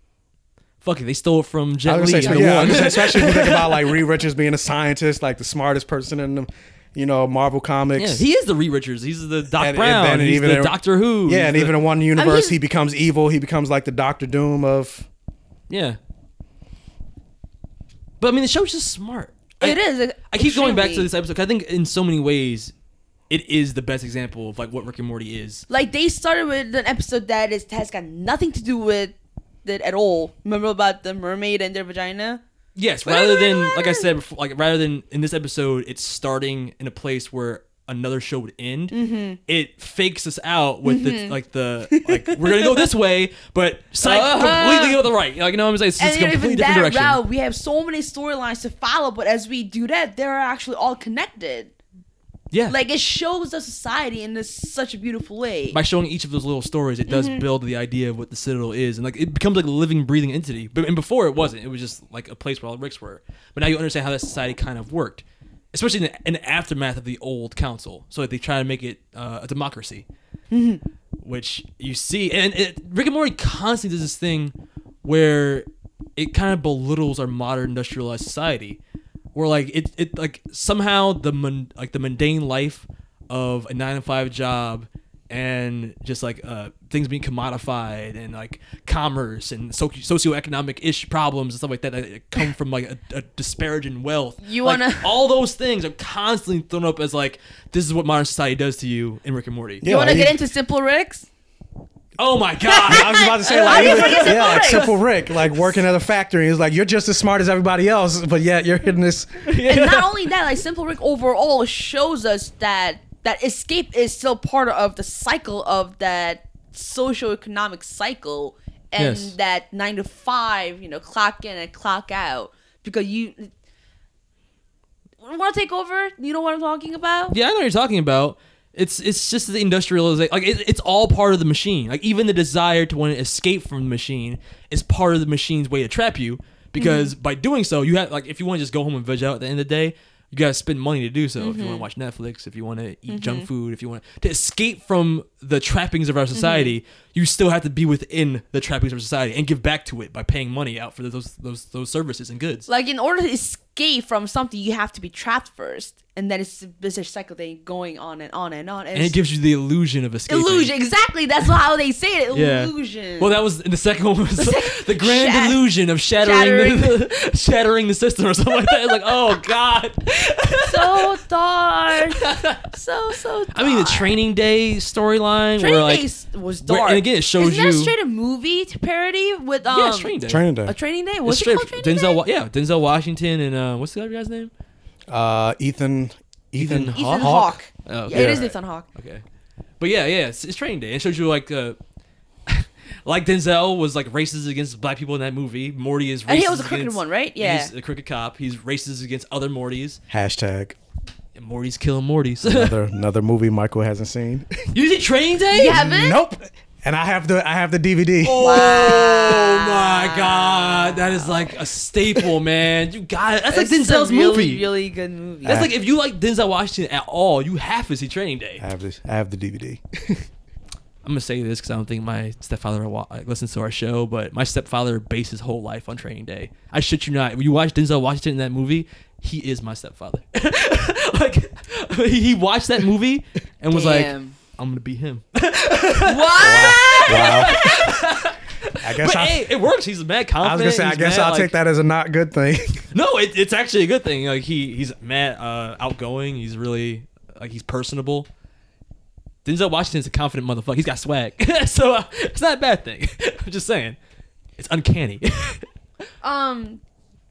Speaker 2: Fuck it, they stole it from Jet
Speaker 3: I was
Speaker 2: Li.
Speaker 3: gonna say,
Speaker 2: I
Speaker 3: yeah, I
Speaker 2: won.
Speaker 3: was
Speaker 2: [laughs]
Speaker 3: gonna say, especially if you think about like Reed Richards being a scientist, like the smartest person in the, you know, Marvel
Speaker 2: Yeah,
Speaker 3: comics.
Speaker 2: he is the Reed Richards. He's the Doc
Speaker 3: And- and
Speaker 2: Brown.
Speaker 3: then
Speaker 2: He's
Speaker 3: even
Speaker 2: the
Speaker 3: in-
Speaker 2: Doctor Who.
Speaker 3: yeah, and
Speaker 2: He's
Speaker 3: even
Speaker 2: the-
Speaker 3: in one universe,
Speaker 7: he's-
Speaker 3: he becomes evil. He becomes like the Doctor Doom of.
Speaker 2: yeah. But I mean, the show's just smart.
Speaker 4: It
Speaker 2: I,
Speaker 4: is. like,
Speaker 2: I keep going back to
Speaker 4: extremely-
Speaker 2: this episode. 'cause I think in so many ways, it is the best example of like what Rick and Morty is.
Speaker 4: Like they started with an episode that is has got nothing to do with it at all. Remember about the mermaid and their vagina?
Speaker 2: Yes, rather than like I said before, like rather than in this episode, it's starting in a place where another show would end.
Speaker 4: Mm-hmm.
Speaker 2: It fakes us out with the like the like we're gonna go this way, but psych
Speaker 4: Uh-huh.
Speaker 2: completely go to the right. Like you know what I'm saying? It's just
Speaker 4: and
Speaker 2: a completely
Speaker 4: even
Speaker 2: different
Speaker 4: that
Speaker 2: direction.
Speaker 4: route, we have so many storylines to follow. But as we do that, they're actually all connected.
Speaker 2: yeah,
Speaker 4: Like it shows the society in this such a beautiful way.
Speaker 2: by showing each of those little stories, it does build the idea of what the Citadel is, and like it becomes like a living, breathing entity. But and before it wasn't; it was just like a place where all the ricks were. But now you understand how that society kind of worked, especially in the, in the aftermath of the old council. So like, they try to make it uh, a democracy, which you see. And it, Rick and Morty constantly does this thing where it kind of belittles our modern industrialized society, where like it, it like somehow the mun- like the mundane life of a nine to five job and just like uh, things being commodified and like commerce and so- socioeconomic ish problems and stuff like that that come from like a, a disparage in wealth.
Speaker 4: You
Speaker 2: Like,
Speaker 4: wanna-
Speaker 2: all those things are constantly thrown up as like this is what modern society does to you in Rick and Morty.
Speaker 4: you want to
Speaker 3: like,
Speaker 4: get
Speaker 3: he-
Speaker 4: into simple Ricks?
Speaker 2: Oh my god.
Speaker 3: I was about to say
Speaker 4: [laughs]
Speaker 3: like, yeah, like simple Rick, like working at a factory. He's like, you're just as smart as everybody else, but yet you're
Speaker 2: [laughs]
Speaker 3: hitting this. [laughs]
Speaker 4: and not only that, like Simple Rick overall shows us that that escape is still part of the cycle of that socioeconomic cycle and
Speaker 2: Yes.
Speaker 4: that nine to five, you know, clock in and clock out because you want to take over. You know what I'm talking about?
Speaker 2: Yeah, I know what you're talking about. It's it's just the industrialization. Like it, it's all part of the machine. Like even the desire to want to escape from the machine is part of the machine's way to trap you. Because by doing so, you have like if you want to just go home and veg out at the end of the day, you gotta spend money to do so. If you want to watch Netflix, if you want to eat junk food, if you want to escape from the trappings of our society, you still have to be within the trappings of society and give back to it by paying money out for those those those services and goods.
Speaker 4: Like in order to escape from something, you have to be trapped first, and then it's a vicious cycle thing going on and on and on.
Speaker 2: and it
Speaker 4: it's
Speaker 2: gives you the illusion of escaping.
Speaker 4: illusion. Exactly. That's how they say it.
Speaker 2: Yeah.
Speaker 4: Illusion.
Speaker 2: Well, that was the second one
Speaker 4: [laughs]
Speaker 2: was the grand
Speaker 4: Shat-
Speaker 2: illusion of shattering the, [laughs] shattering the system or something like that. It's like,
Speaker 4: [laughs]
Speaker 2: oh god.
Speaker 4: so dark. So so. Dark.
Speaker 2: [laughs] I mean, the training day storyline
Speaker 4: Training
Speaker 2: where like
Speaker 4: Day was
Speaker 2: where-
Speaker 4: dark.
Speaker 2: and again, it shows
Speaker 4: Isn't
Speaker 2: you-
Speaker 4: that straight a movie to parody with um?
Speaker 2: yeah, it's training day.
Speaker 3: Training day.
Speaker 4: A training day.
Speaker 2: It's
Speaker 4: What's it
Speaker 2: straight
Speaker 4: called? Training
Speaker 2: Denzel,
Speaker 4: Day?
Speaker 2: Wa- yeah, Denzel Washington and uh, what's the other guy's name?
Speaker 3: Uh, Ethan.
Speaker 2: Ethan
Speaker 3: Ethan.
Speaker 2: Hawke?
Speaker 4: Ethan Hawke.
Speaker 2: Oh,
Speaker 4: Yeah, it
Speaker 2: okay.
Speaker 4: is Ethan Hawke.
Speaker 2: Okay, but yeah, yeah, it's, it's training day. It shows you like. Uh, [laughs] like Denzel was like racist against black people in that movie. Morty is racist.
Speaker 4: And he was a crooked
Speaker 2: against-
Speaker 4: one, right? Yeah.
Speaker 2: He's a crooked cop. He's racist against other Mortys.
Speaker 3: Hashtag.
Speaker 2: And Morty's killing Mortys. [laughs]
Speaker 3: Another another movie Michael hasn't seen.
Speaker 2: you see Training Day?
Speaker 4: You haven't?
Speaker 3: nope. And I have the I have the DVD.
Speaker 2: Oh my god, that is like a staple, man. You got it. That's like
Speaker 4: It's a
Speaker 2: Denzel's
Speaker 4: really,
Speaker 2: movie.
Speaker 4: Really good movie.
Speaker 2: That's like if you like Denzel Washington at all, you have to see Training Day.
Speaker 3: I have this. I have the DVD.
Speaker 2: I'm gonna say this because I don't think my stepfather wa- like, listens to our show, but my stepfather based his whole life on Training Day. I shit you not. When you watch Denzel Washington in that movie, he is my stepfather. [laughs] like he watched that movie and was like, [laughs]
Speaker 4: Damn.
Speaker 2: "I'm gonna be him."
Speaker 3: wow. I
Speaker 2: [laughs]
Speaker 3: guess
Speaker 2: But
Speaker 3: I.
Speaker 2: hey, it works. He's mad confident.
Speaker 3: I was gonna say, I
Speaker 2: He's
Speaker 3: guess
Speaker 2: mad,
Speaker 3: I'll
Speaker 2: like-
Speaker 3: take that as a not good thing.
Speaker 2: No, it, it's actually a good thing. Like he he's mad, uh, outgoing. He's really like he's personable. Denzel Washington's a confident motherfucker. He's got swag, [laughs] so uh, it's not a bad thing. [laughs] I'm just saying, it's uncanny. [laughs]
Speaker 4: um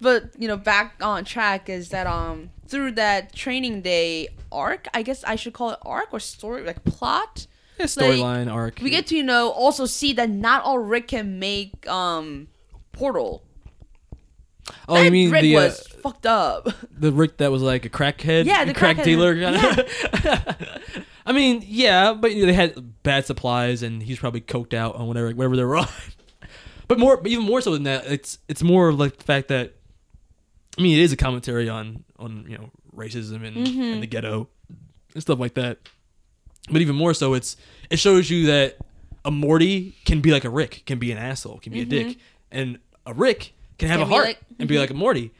Speaker 4: but you know back on track is that um through that training day arc i guess i should call it arc or story like plot
Speaker 2: Storyline arc.
Speaker 4: we get to you know also see that not all rick can make um portal
Speaker 2: oh, you
Speaker 4: That
Speaker 2: mean
Speaker 4: rick
Speaker 2: the uh,
Speaker 4: was fucked [laughs] up
Speaker 2: the Rick that was like a crackhead?
Speaker 4: Yeah, the
Speaker 2: crack
Speaker 4: crackhead.
Speaker 2: dealer. [laughs] I mean, yeah, but you know, they had bad supplies, and he's probably coked out [laughs] on whatever whatever they were on. But more, but even more so than that, it's it's more like the fact that, I mean, it is a commentary on on you know racism and,
Speaker 4: Mm-hmm.
Speaker 2: and the ghetto and stuff like that. But even more so, it's it shows you that a Morty can be like a Rick, can be an asshole, can be a dick, and a Rick can have a
Speaker 4: Mm-hmm. Can be
Speaker 2: heart
Speaker 4: like- Mm-hmm.
Speaker 2: and be like a Morty.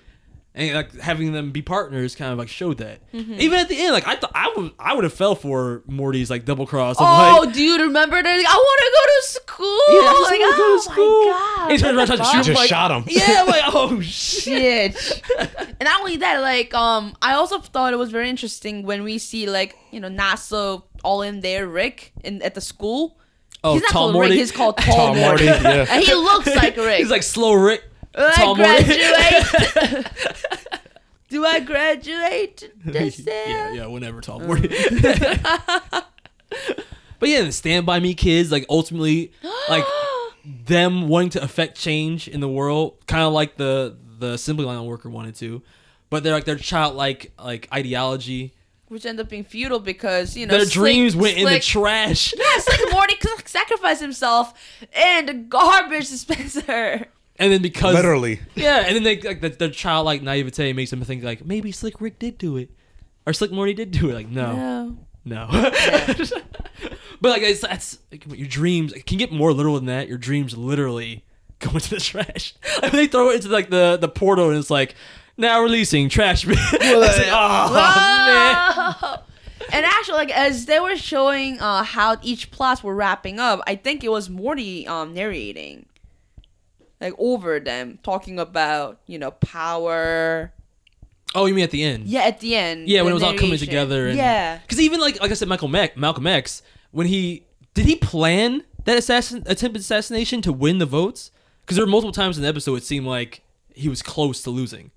Speaker 2: And like having them be partners kind of like showed that. Even at the end, like I thought I would I would have fell for Morty's like double cross. of,
Speaker 7: Oh,
Speaker 2: like,
Speaker 7: do you remember that? Like, I want to go to school.
Speaker 2: yeah, I just
Speaker 7: Like,
Speaker 2: wanna go
Speaker 7: oh
Speaker 2: to school.
Speaker 7: my god.
Speaker 2: And he turns around and tries to shoot
Speaker 3: Just
Speaker 2: him, like,
Speaker 3: shot him.
Speaker 2: yeah, I'm like, oh shit.
Speaker 4: Shit.
Speaker 7: And
Speaker 4: And not only that, like, um, I also thought it was very interesting when we see like, you know, not so all in there Rick in at the school.
Speaker 2: Oh,
Speaker 4: he's not
Speaker 2: Tall
Speaker 4: called
Speaker 2: Morty.
Speaker 4: Rick,
Speaker 2: [laughs]
Speaker 4: he's called Tall,
Speaker 3: Tom
Speaker 4: Morty.
Speaker 3: Morty. Yeah.
Speaker 4: And he looks like Rick.
Speaker 2: He's like slow Rick.
Speaker 4: I
Speaker 2: Tall Morty.
Speaker 4: graduate. [laughs] Do I
Speaker 2: [laughs]
Speaker 4: graduate this year?
Speaker 2: yeah, yeah, whenever Tom Morty. [laughs] but yeah, the Stand By Me kids, like ultimately, like them wanting to affect change in the world, kind of like the the assembly line worker wanted to, but they're like their childlike like ideology.
Speaker 4: Which ended up being futile because, you know,
Speaker 2: Their
Speaker 4: Slick-
Speaker 2: dreams went in the
Speaker 4: Slick-
Speaker 2: trash.
Speaker 4: Yeah, Slick Morty c- [laughs] sacrificed himself in the garbage dispenser.
Speaker 2: And then because
Speaker 3: [laughs] Literally.
Speaker 2: Yeah, and then they like the, their childlike naivete makes them think like maybe Slick Rick did do it, or Slick Morty did do it. Like no, no. [laughs] but like it's, that's like, your dreams it can get more literal than that. Your dreams literally go into the trash. [laughs] Like, they throw it into like the the portal, and it's like now releasing trash. [laughs] bin." it's like, oh, man.
Speaker 4: And actually, like as they were showing uh, how each plots were wrapping up, I think it was Morty um, narrating, like over them, talking about you know power.
Speaker 2: Oh, you mean at the end?
Speaker 4: Yeah, at the end.
Speaker 2: Yeah,
Speaker 4: the
Speaker 2: when it was all coming
Speaker 4: narration.
Speaker 2: together. And,
Speaker 4: yeah,
Speaker 2: because even like like I said, Michael Mac, Malcolm X, when he did he plan that assassin attempted assassination to win the votes? Because there were multiple times in the episode it seemed like he was close to losing.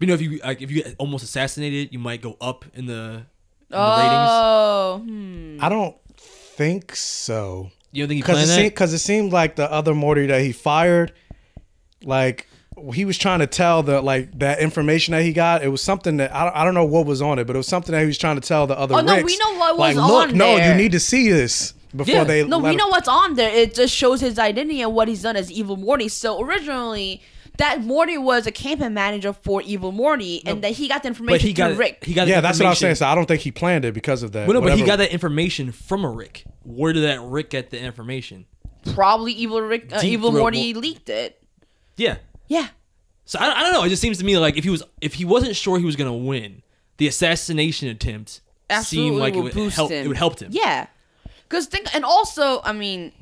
Speaker 2: You know, if you like, if you get almost assassinated, you might go up in the, in the ratings.
Speaker 4: Oh, hmm.
Speaker 3: I don't think so.
Speaker 2: You don't think he
Speaker 3: Because
Speaker 2: planned
Speaker 3: it,
Speaker 2: that?
Speaker 3: seemed, because it seemed like the other Morty that he fired, like he was trying to tell the like that information that he got. It was something that I don't, I don't know what was on it, but it was something that he was trying to tell the other.
Speaker 4: Oh, no, we
Speaker 3: Ricks.
Speaker 4: know what
Speaker 3: like,
Speaker 4: was
Speaker 3: Look,
Speaker 4: on
Speaker 3: no,
Speaker 4: there."
Speaker 3: you need to see this before
Speaker 2: Yeah.
Speaker 3: they.
Speaker 4: No,
Speaker 3: let
Speaker 4: we know
Speaker 3: him-
Speaker 4: what's on there. It just shows his identity and what he's done as Evil Morty. So originally, that Morty was a campaign manager for Evil Morty, and that he got the
Speaker 2: but
Speaker 4: information
Speaker 2: he got
Speaker 4: through Rick.
Speaker 2: He got
Speaker 3: Yeah, that's what I was
Speaker 2: information-
Speaker 3: saying. So I don't think he planned it because of that.
Speaker 2: Well, no, but he
Speaker 3: Whatever-
Speaker 2: got that information from a Rick. Where did that Rick get the information?
Speaker 4: Probably Evil Rick, uh,
Speaker 2: Deep
Speaker 4: Evil
Speaker 2: throat
Speaker 4: Morty
Speaker 2: will-
Speaker 4: leaked it.
Speaker 2: Yeah,
Speaker 4: Yeah.
Speaker 2: So I, I don't know. It just seems to me like if he was if he wasn't sure he was gonna win, the assassination attempt seemed
Speaker 4: absolutely
Speaker 2: like it
Speaker 4: would
Speaker 2: would
Speaker 4: boost
Speaker 2: help.
Speaker 4: him.
Speaker 2: It would help him.
Speaker 4: Yeah, because think and also I mean,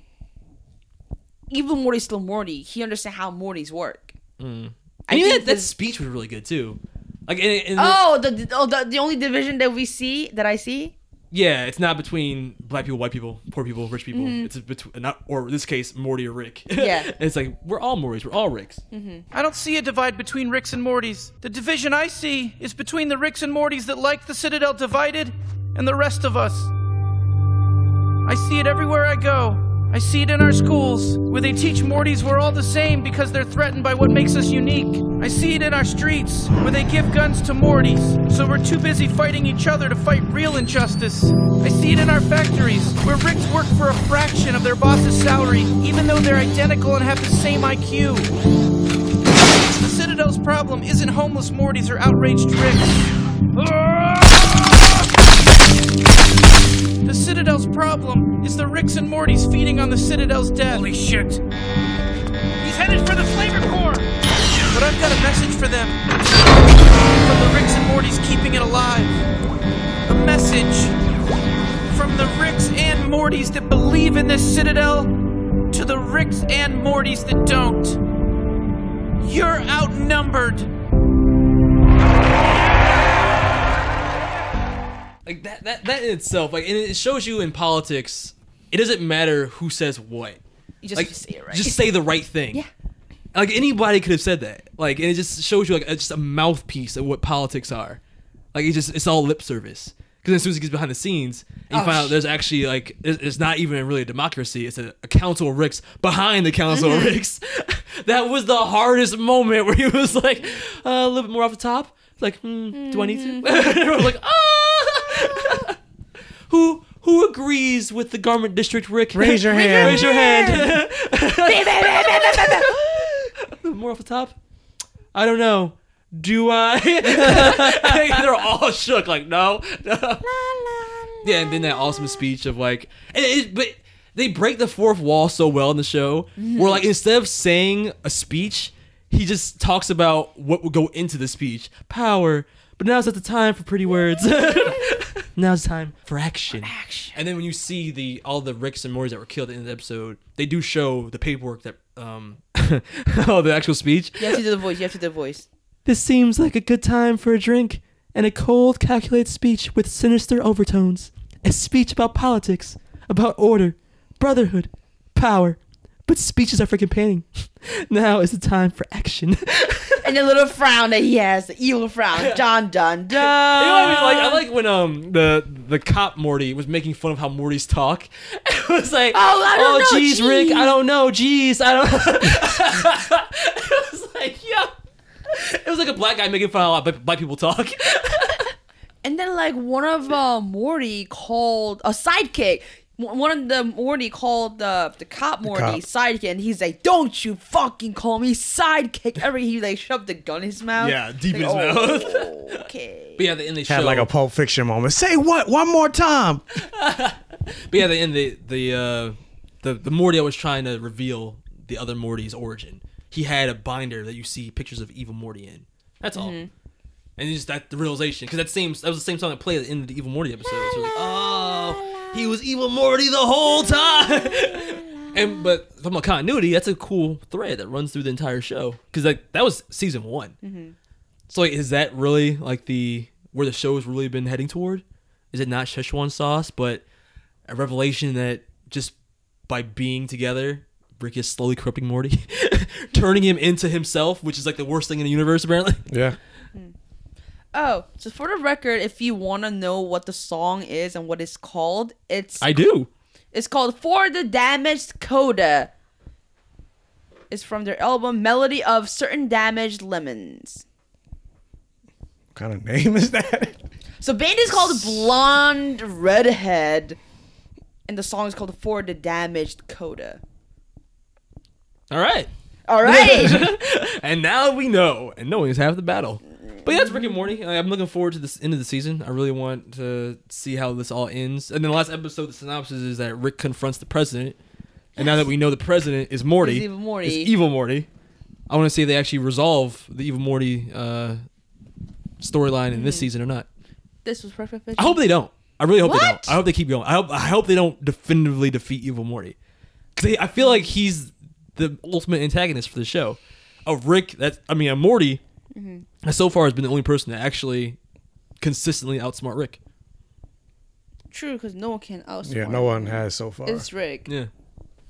Speaker 4: even Morty's still Morty. He understands how Morty's work.
Speaker 2: I mean
Speaker 4: think
Speaker 2: that, that
Speaker 4: this-
Speaker 2: speech was really good too. Like and, and
Speaker 4: Oh, the, oh the the only division that we see that I see.
Speaker 2: yeah, it's not between black people, white people, poor people, rich people. It's between not or in this case Morty or Rick.
Speaker 4: Mm-hmm.
Speaker 2: [laughs]
Speaker 4: Yeah. Mm-hmm.
Speaker 2: it's like we're all Mortys, we're all Ricks.
Speaker 5: I don't see a divide between Ricks and Mortys. The division I see is between the Ricks and Mortys that like the Citadel divided and the rest of us. I see it everywhere I go. I see it in our schools, where they teach Mortys we're all the same because they're threatened by what makes us unique. I see it in our streets, where they give guns to Mortys, so we're too busy fighting each other to fight real injustice. I see it in our factories, where Ricks work for a fraction of their boss's salary, even though they're identical and have the same IQ. The Citadel's problem isn't homeless Mortys or outraged Ricks. The Citadel's problem is the Ricks and Mortys feeding on the Citadel's death.
Speaker 6: Holy shit! He's headed for the flavor core!
Speaker 5: But I've got a message for them. From the Ricks and Mortys keeping it alive. A message from the Ricks and Mortys that believe in this citadel to the Ricks and Mortys that don't. You're outnumbered.
Speaker 2: Like that that that in itself, like and it shows you in politics, it doesn't matter who says what.
Speaker 4: You just
Speaker 2: like
Speaker 4: have to say it right.
Speaker 2: just say the right thing. Yeah. Like anybody could have said that. Like and it just shows you like it's just a mouthpiece of what politics are. Like it just it's all lip service. Because as soon as it gets behind the scenes, and
Speaker 3: Oh,
Speaker 2: you find out there's actually like it's, it's not even really a democracy. It's a, a council of ricks behind the council of
Speaker 3: Mm-hmm.
Speaker 2: ricks. [laughs] that was the hardest moment where he was like uh, a little bit more off the [laughs]
Speaker 3: Mm.
Speaker 2: top. Like, hmm, do I need to? Everyone's like, ah. who Who agrees with the garment district, Rick?
Speaker 3: Raise your
Speaker 2: [laughs]
Speaker 3: hand.
Speaker 2: Raise your
Speaker 3: [laughs]
Speaker 2: hand. [laughs] More off the top? I don't know. Do I? [laughs] They're all shook, like, no. [laughs] no. Yeah, and then that awesome speech of like, and it, but they break the fourth wall so well in the show. Where like instead of saying a speech, he just talks about what would go into the speech, power. But now's not the time for pretty words. [laughs] now's it's time for action. action. And then when you see the all the Ricks and Mortys that were killed in the episode, they do show the paperwork that um, [laughs] oh the actual speech.
Speaker 4: You have to do the voice. You have to do the voice.
Speaker 2: This seems like a good time for a drink and a cold, calculated speech with sinister overtones. A speech about politics, about order, brotherhood, power. But speeches are for campaigning. [laughs] Now is the time for action.
Speaker 4: And the little frown that he has, the
Speaker 2: [laughs]
Speaker 4: evil frown. John Dun Dun.
Speaker 2: You know what I mean? Like [laughs] I like when um the the cop Morty was making fun of how Morty's talk. [laughs] It was like,
Speaker 4: Oh, I don't know,
Speaker 2: geez, Rick, I don't know, jeez, I don't. [laughs] it was like, yo, it was like a black guy making fun of how black- black people talk. [laughs]
Speaker 4: And then like one of uh, Morty called a sidekick. One one of the Morty called the the cop Morty
Speaker 3: cop.
Speaker 4: sidekick, and he's like, "Don't you fucking call me sidekick!" Every he like shoved the gun in his mouth.
Speaker 2: deep
Speaker 4: Like, oh, okay.
Speaker 2: But yeah, the end they
Speaker 3: Had
Speaker 2: show.
Speaker 3: like a Pulp Fiction moment. Say what? One more time.
Speaker 2: but yeah, the end the the uh, the the Morty that was trying to reveal the other Morty's origin. He had a binder that you see pictures of evil Morty in. That's all. And it's just that the realization because that same that was the same song that played at the end of the Evil Morty episode. So like, oh, he was Evil Morty the whole time. [laughs] and but from a continuity, that's a cool thread that runs through the entire show because like that was season one. So like, is that really like the where the show has really been heading toward? Is it not Szechuan sauce, but a revelation that just by being together, Rick is slowly corrupting Morty, [laughs] turning him into himself, which is like the worst thing in the universe apparently.
Speaker 3: Yeah.
Speaker 4: Oh, so for the record, if you want to know what the song is and what it's called, it's
Speaker 2: I do.
Speaker 4: it's called "For the Damaged Coda." It's from their album "Melody of Certain Damaged Lemons."
Speaker 3: What kind of name is that?
Speaker 4: So band is called Blonde Redhead, and the song is called For the Damaged Coda.
Speaker 2: All right.
Speaker 4: All right. [laughs]
Speaker 2: and now we know, and knowing is half the battle. But yeah, it's Rick and Morty. I- I'm looking forward to this end of the season. I really want to see how this all ends. And then the last episode, the synopsis is that Rick confronts the president, and now that we know the president is Morty,
Speaker 4: Is evil Morty.
Speaker 2: is evil Morty. I want to see if they actually resolve the evil Morty uh, storyline
Speaker 4: Mm-hmm.
Speaker 2: in this season or not.
Speaker 4: this was perfect. Fiction.
Speaker 2: I hope they don't. I really hope they
Speaker 4: What?
Speaker 2: don't. I hope they keep going. I hope I hope they don't definitively defeat Evil Morty. 'Cause they- I feel like he's the ultimate antagonist for the show. A Rick that I mean a Morty
Speaker 4: Mm-hmm.
Speaker 2: that so far has been the only person to actually consistently outsmart Rick.
Speaker 4: True, because no one can outsmart.
Speaker 3: Yeah, no one has so far.
Speaker 4: It's Rick.
Speaker 2: Yeah.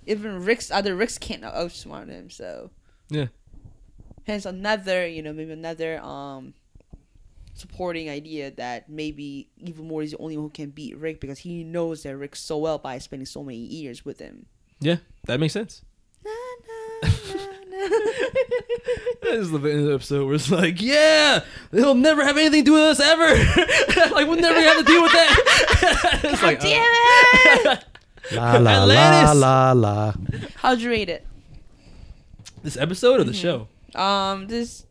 Speaker 4: Even Rick's other Ricks can't outsmart him. So
Speaker 2: Yeah.
Speaker 4: hence another, you know, maybe another um supporting idea that maybe even Morty's the only one who can beat Rick because he knows that Rick so well by spending so many years with him.
Speaker 2: Yeah. That makes sense.
Speaker 4: [laughs]
Speaker 2: [laughs] This is the end of the episode where it's like, yeah, they'll never have anything to do with us ever. [laughs] like we'll never have to deal with [laughs] that. it's like, uh,
Speaker 3: La Ah, la la
Speaker 2: Atlantis.
Speaker 3: la la.
Speaker 4: How'd you rate it?
Speaker 2: this episode or the show?
Speaker 4: Um, this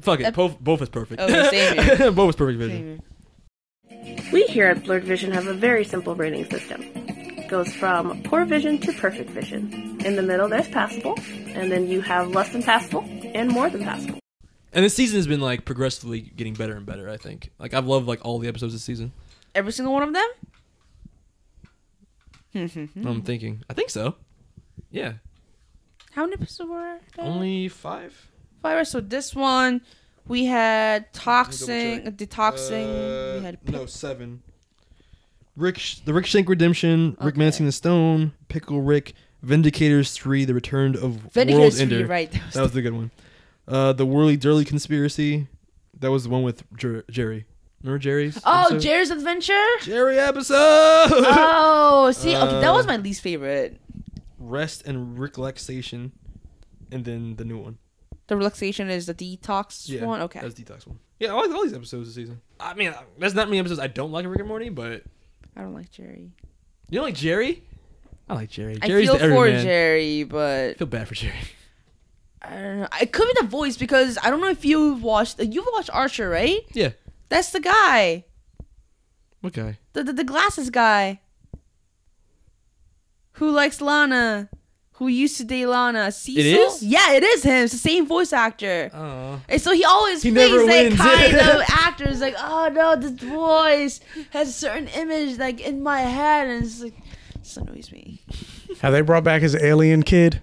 Speaker 2: Fuck it,
Speaker 4: Mm-hmm. Ep-
Speaker 2: both both is perfect.
Speaker 4: Okay, same here.
Speaker 2: [laughs] both is perfect vision.
Speaker 8: We here at Blurred Vision have a very simple rating system. It goes from poor vision to perfect vision. In the middle, there's passable, and then you have less than passable and more than passable.
Speaker 2: And this season has been like progressively getting better and better. I think. Like I've loved like all the episodes this season.
Speaker 4: every single one of them. Mm.
Speaker 2: I'm thinking. I think so. Yeah.
Speaker 4: How many episodes were there?
Speaker 2: Only five.
Speaker 4: five. So this one we had toxin, uh, detoxing. we had
Speaker 2: Uh,
Speaker 4: Oh,
Speaker 2: no seven. Rick, the Rick Shank Redemption, Rick Mancing the Stone, Pickle Rick, Vindicators Three, The Return of
Speaker 4: Vindicators World 3, Ender. right, that was
Speaker 2: That was the good one. Uh, the Whirly Durly Conspiracy. That was the one with Jer- Jerry. Remember Jerry's?
Speaker 4: oh
Speaker 2: episode?
Speaker 4: Jerry's Adventure.
Speaker 2: [laughs] Jerry episode.
Speaker 4: Oh, see, okay, that was
Speaker 2: Uh,
Speaker 4: my least favorite.
Speaker 2: rest and relaxation, and then the new one.
Speaker 4: The relaxation is the detox one. Okay,
Speaker 2: that's detox one. Yeah, I like all these episodes this season. I mean, uh, there's not many episodes I don't like of Rick and Morty, but
Speaker 4: I don't like Jerry.
Speaker 2: You don't like Jerry? I like Jerry.
Speaker 4: I
Speaker 2: Jerry's
Speaker 4: feel
Speaker 2: the everyman.
Speaker 4: for Jerry, but
Speaker 2: I feel bad for Jerry.
Speaker 4: I don't know. It could be the voice because I don't know if you've watched. uh, You've watched Archer, right?
Speaker 2: [laughs] Yeah.
Speaker 4: That's the guy,
Speaker 2: What guy?
Speaker 4: the the, the glasses guy, who likes Lana, who used to date Lana. Cecil?
Speaker 2: is?
Speaker 4: Yeah, it is him. It's the same voice actor.
Speaker 2: Oh.
Speaker 4: And so he always
Speaker 2: He
Speaker 4: plays
Speaker 2: never
Speaker 4: that
Speaker 2: wins. [laughs]
Speaker 4: kind of actor. It's like, oh no, this voice has a certain image like in my head, and it's like, this annoys me.
Speaker 3: Have they brought back his alien kid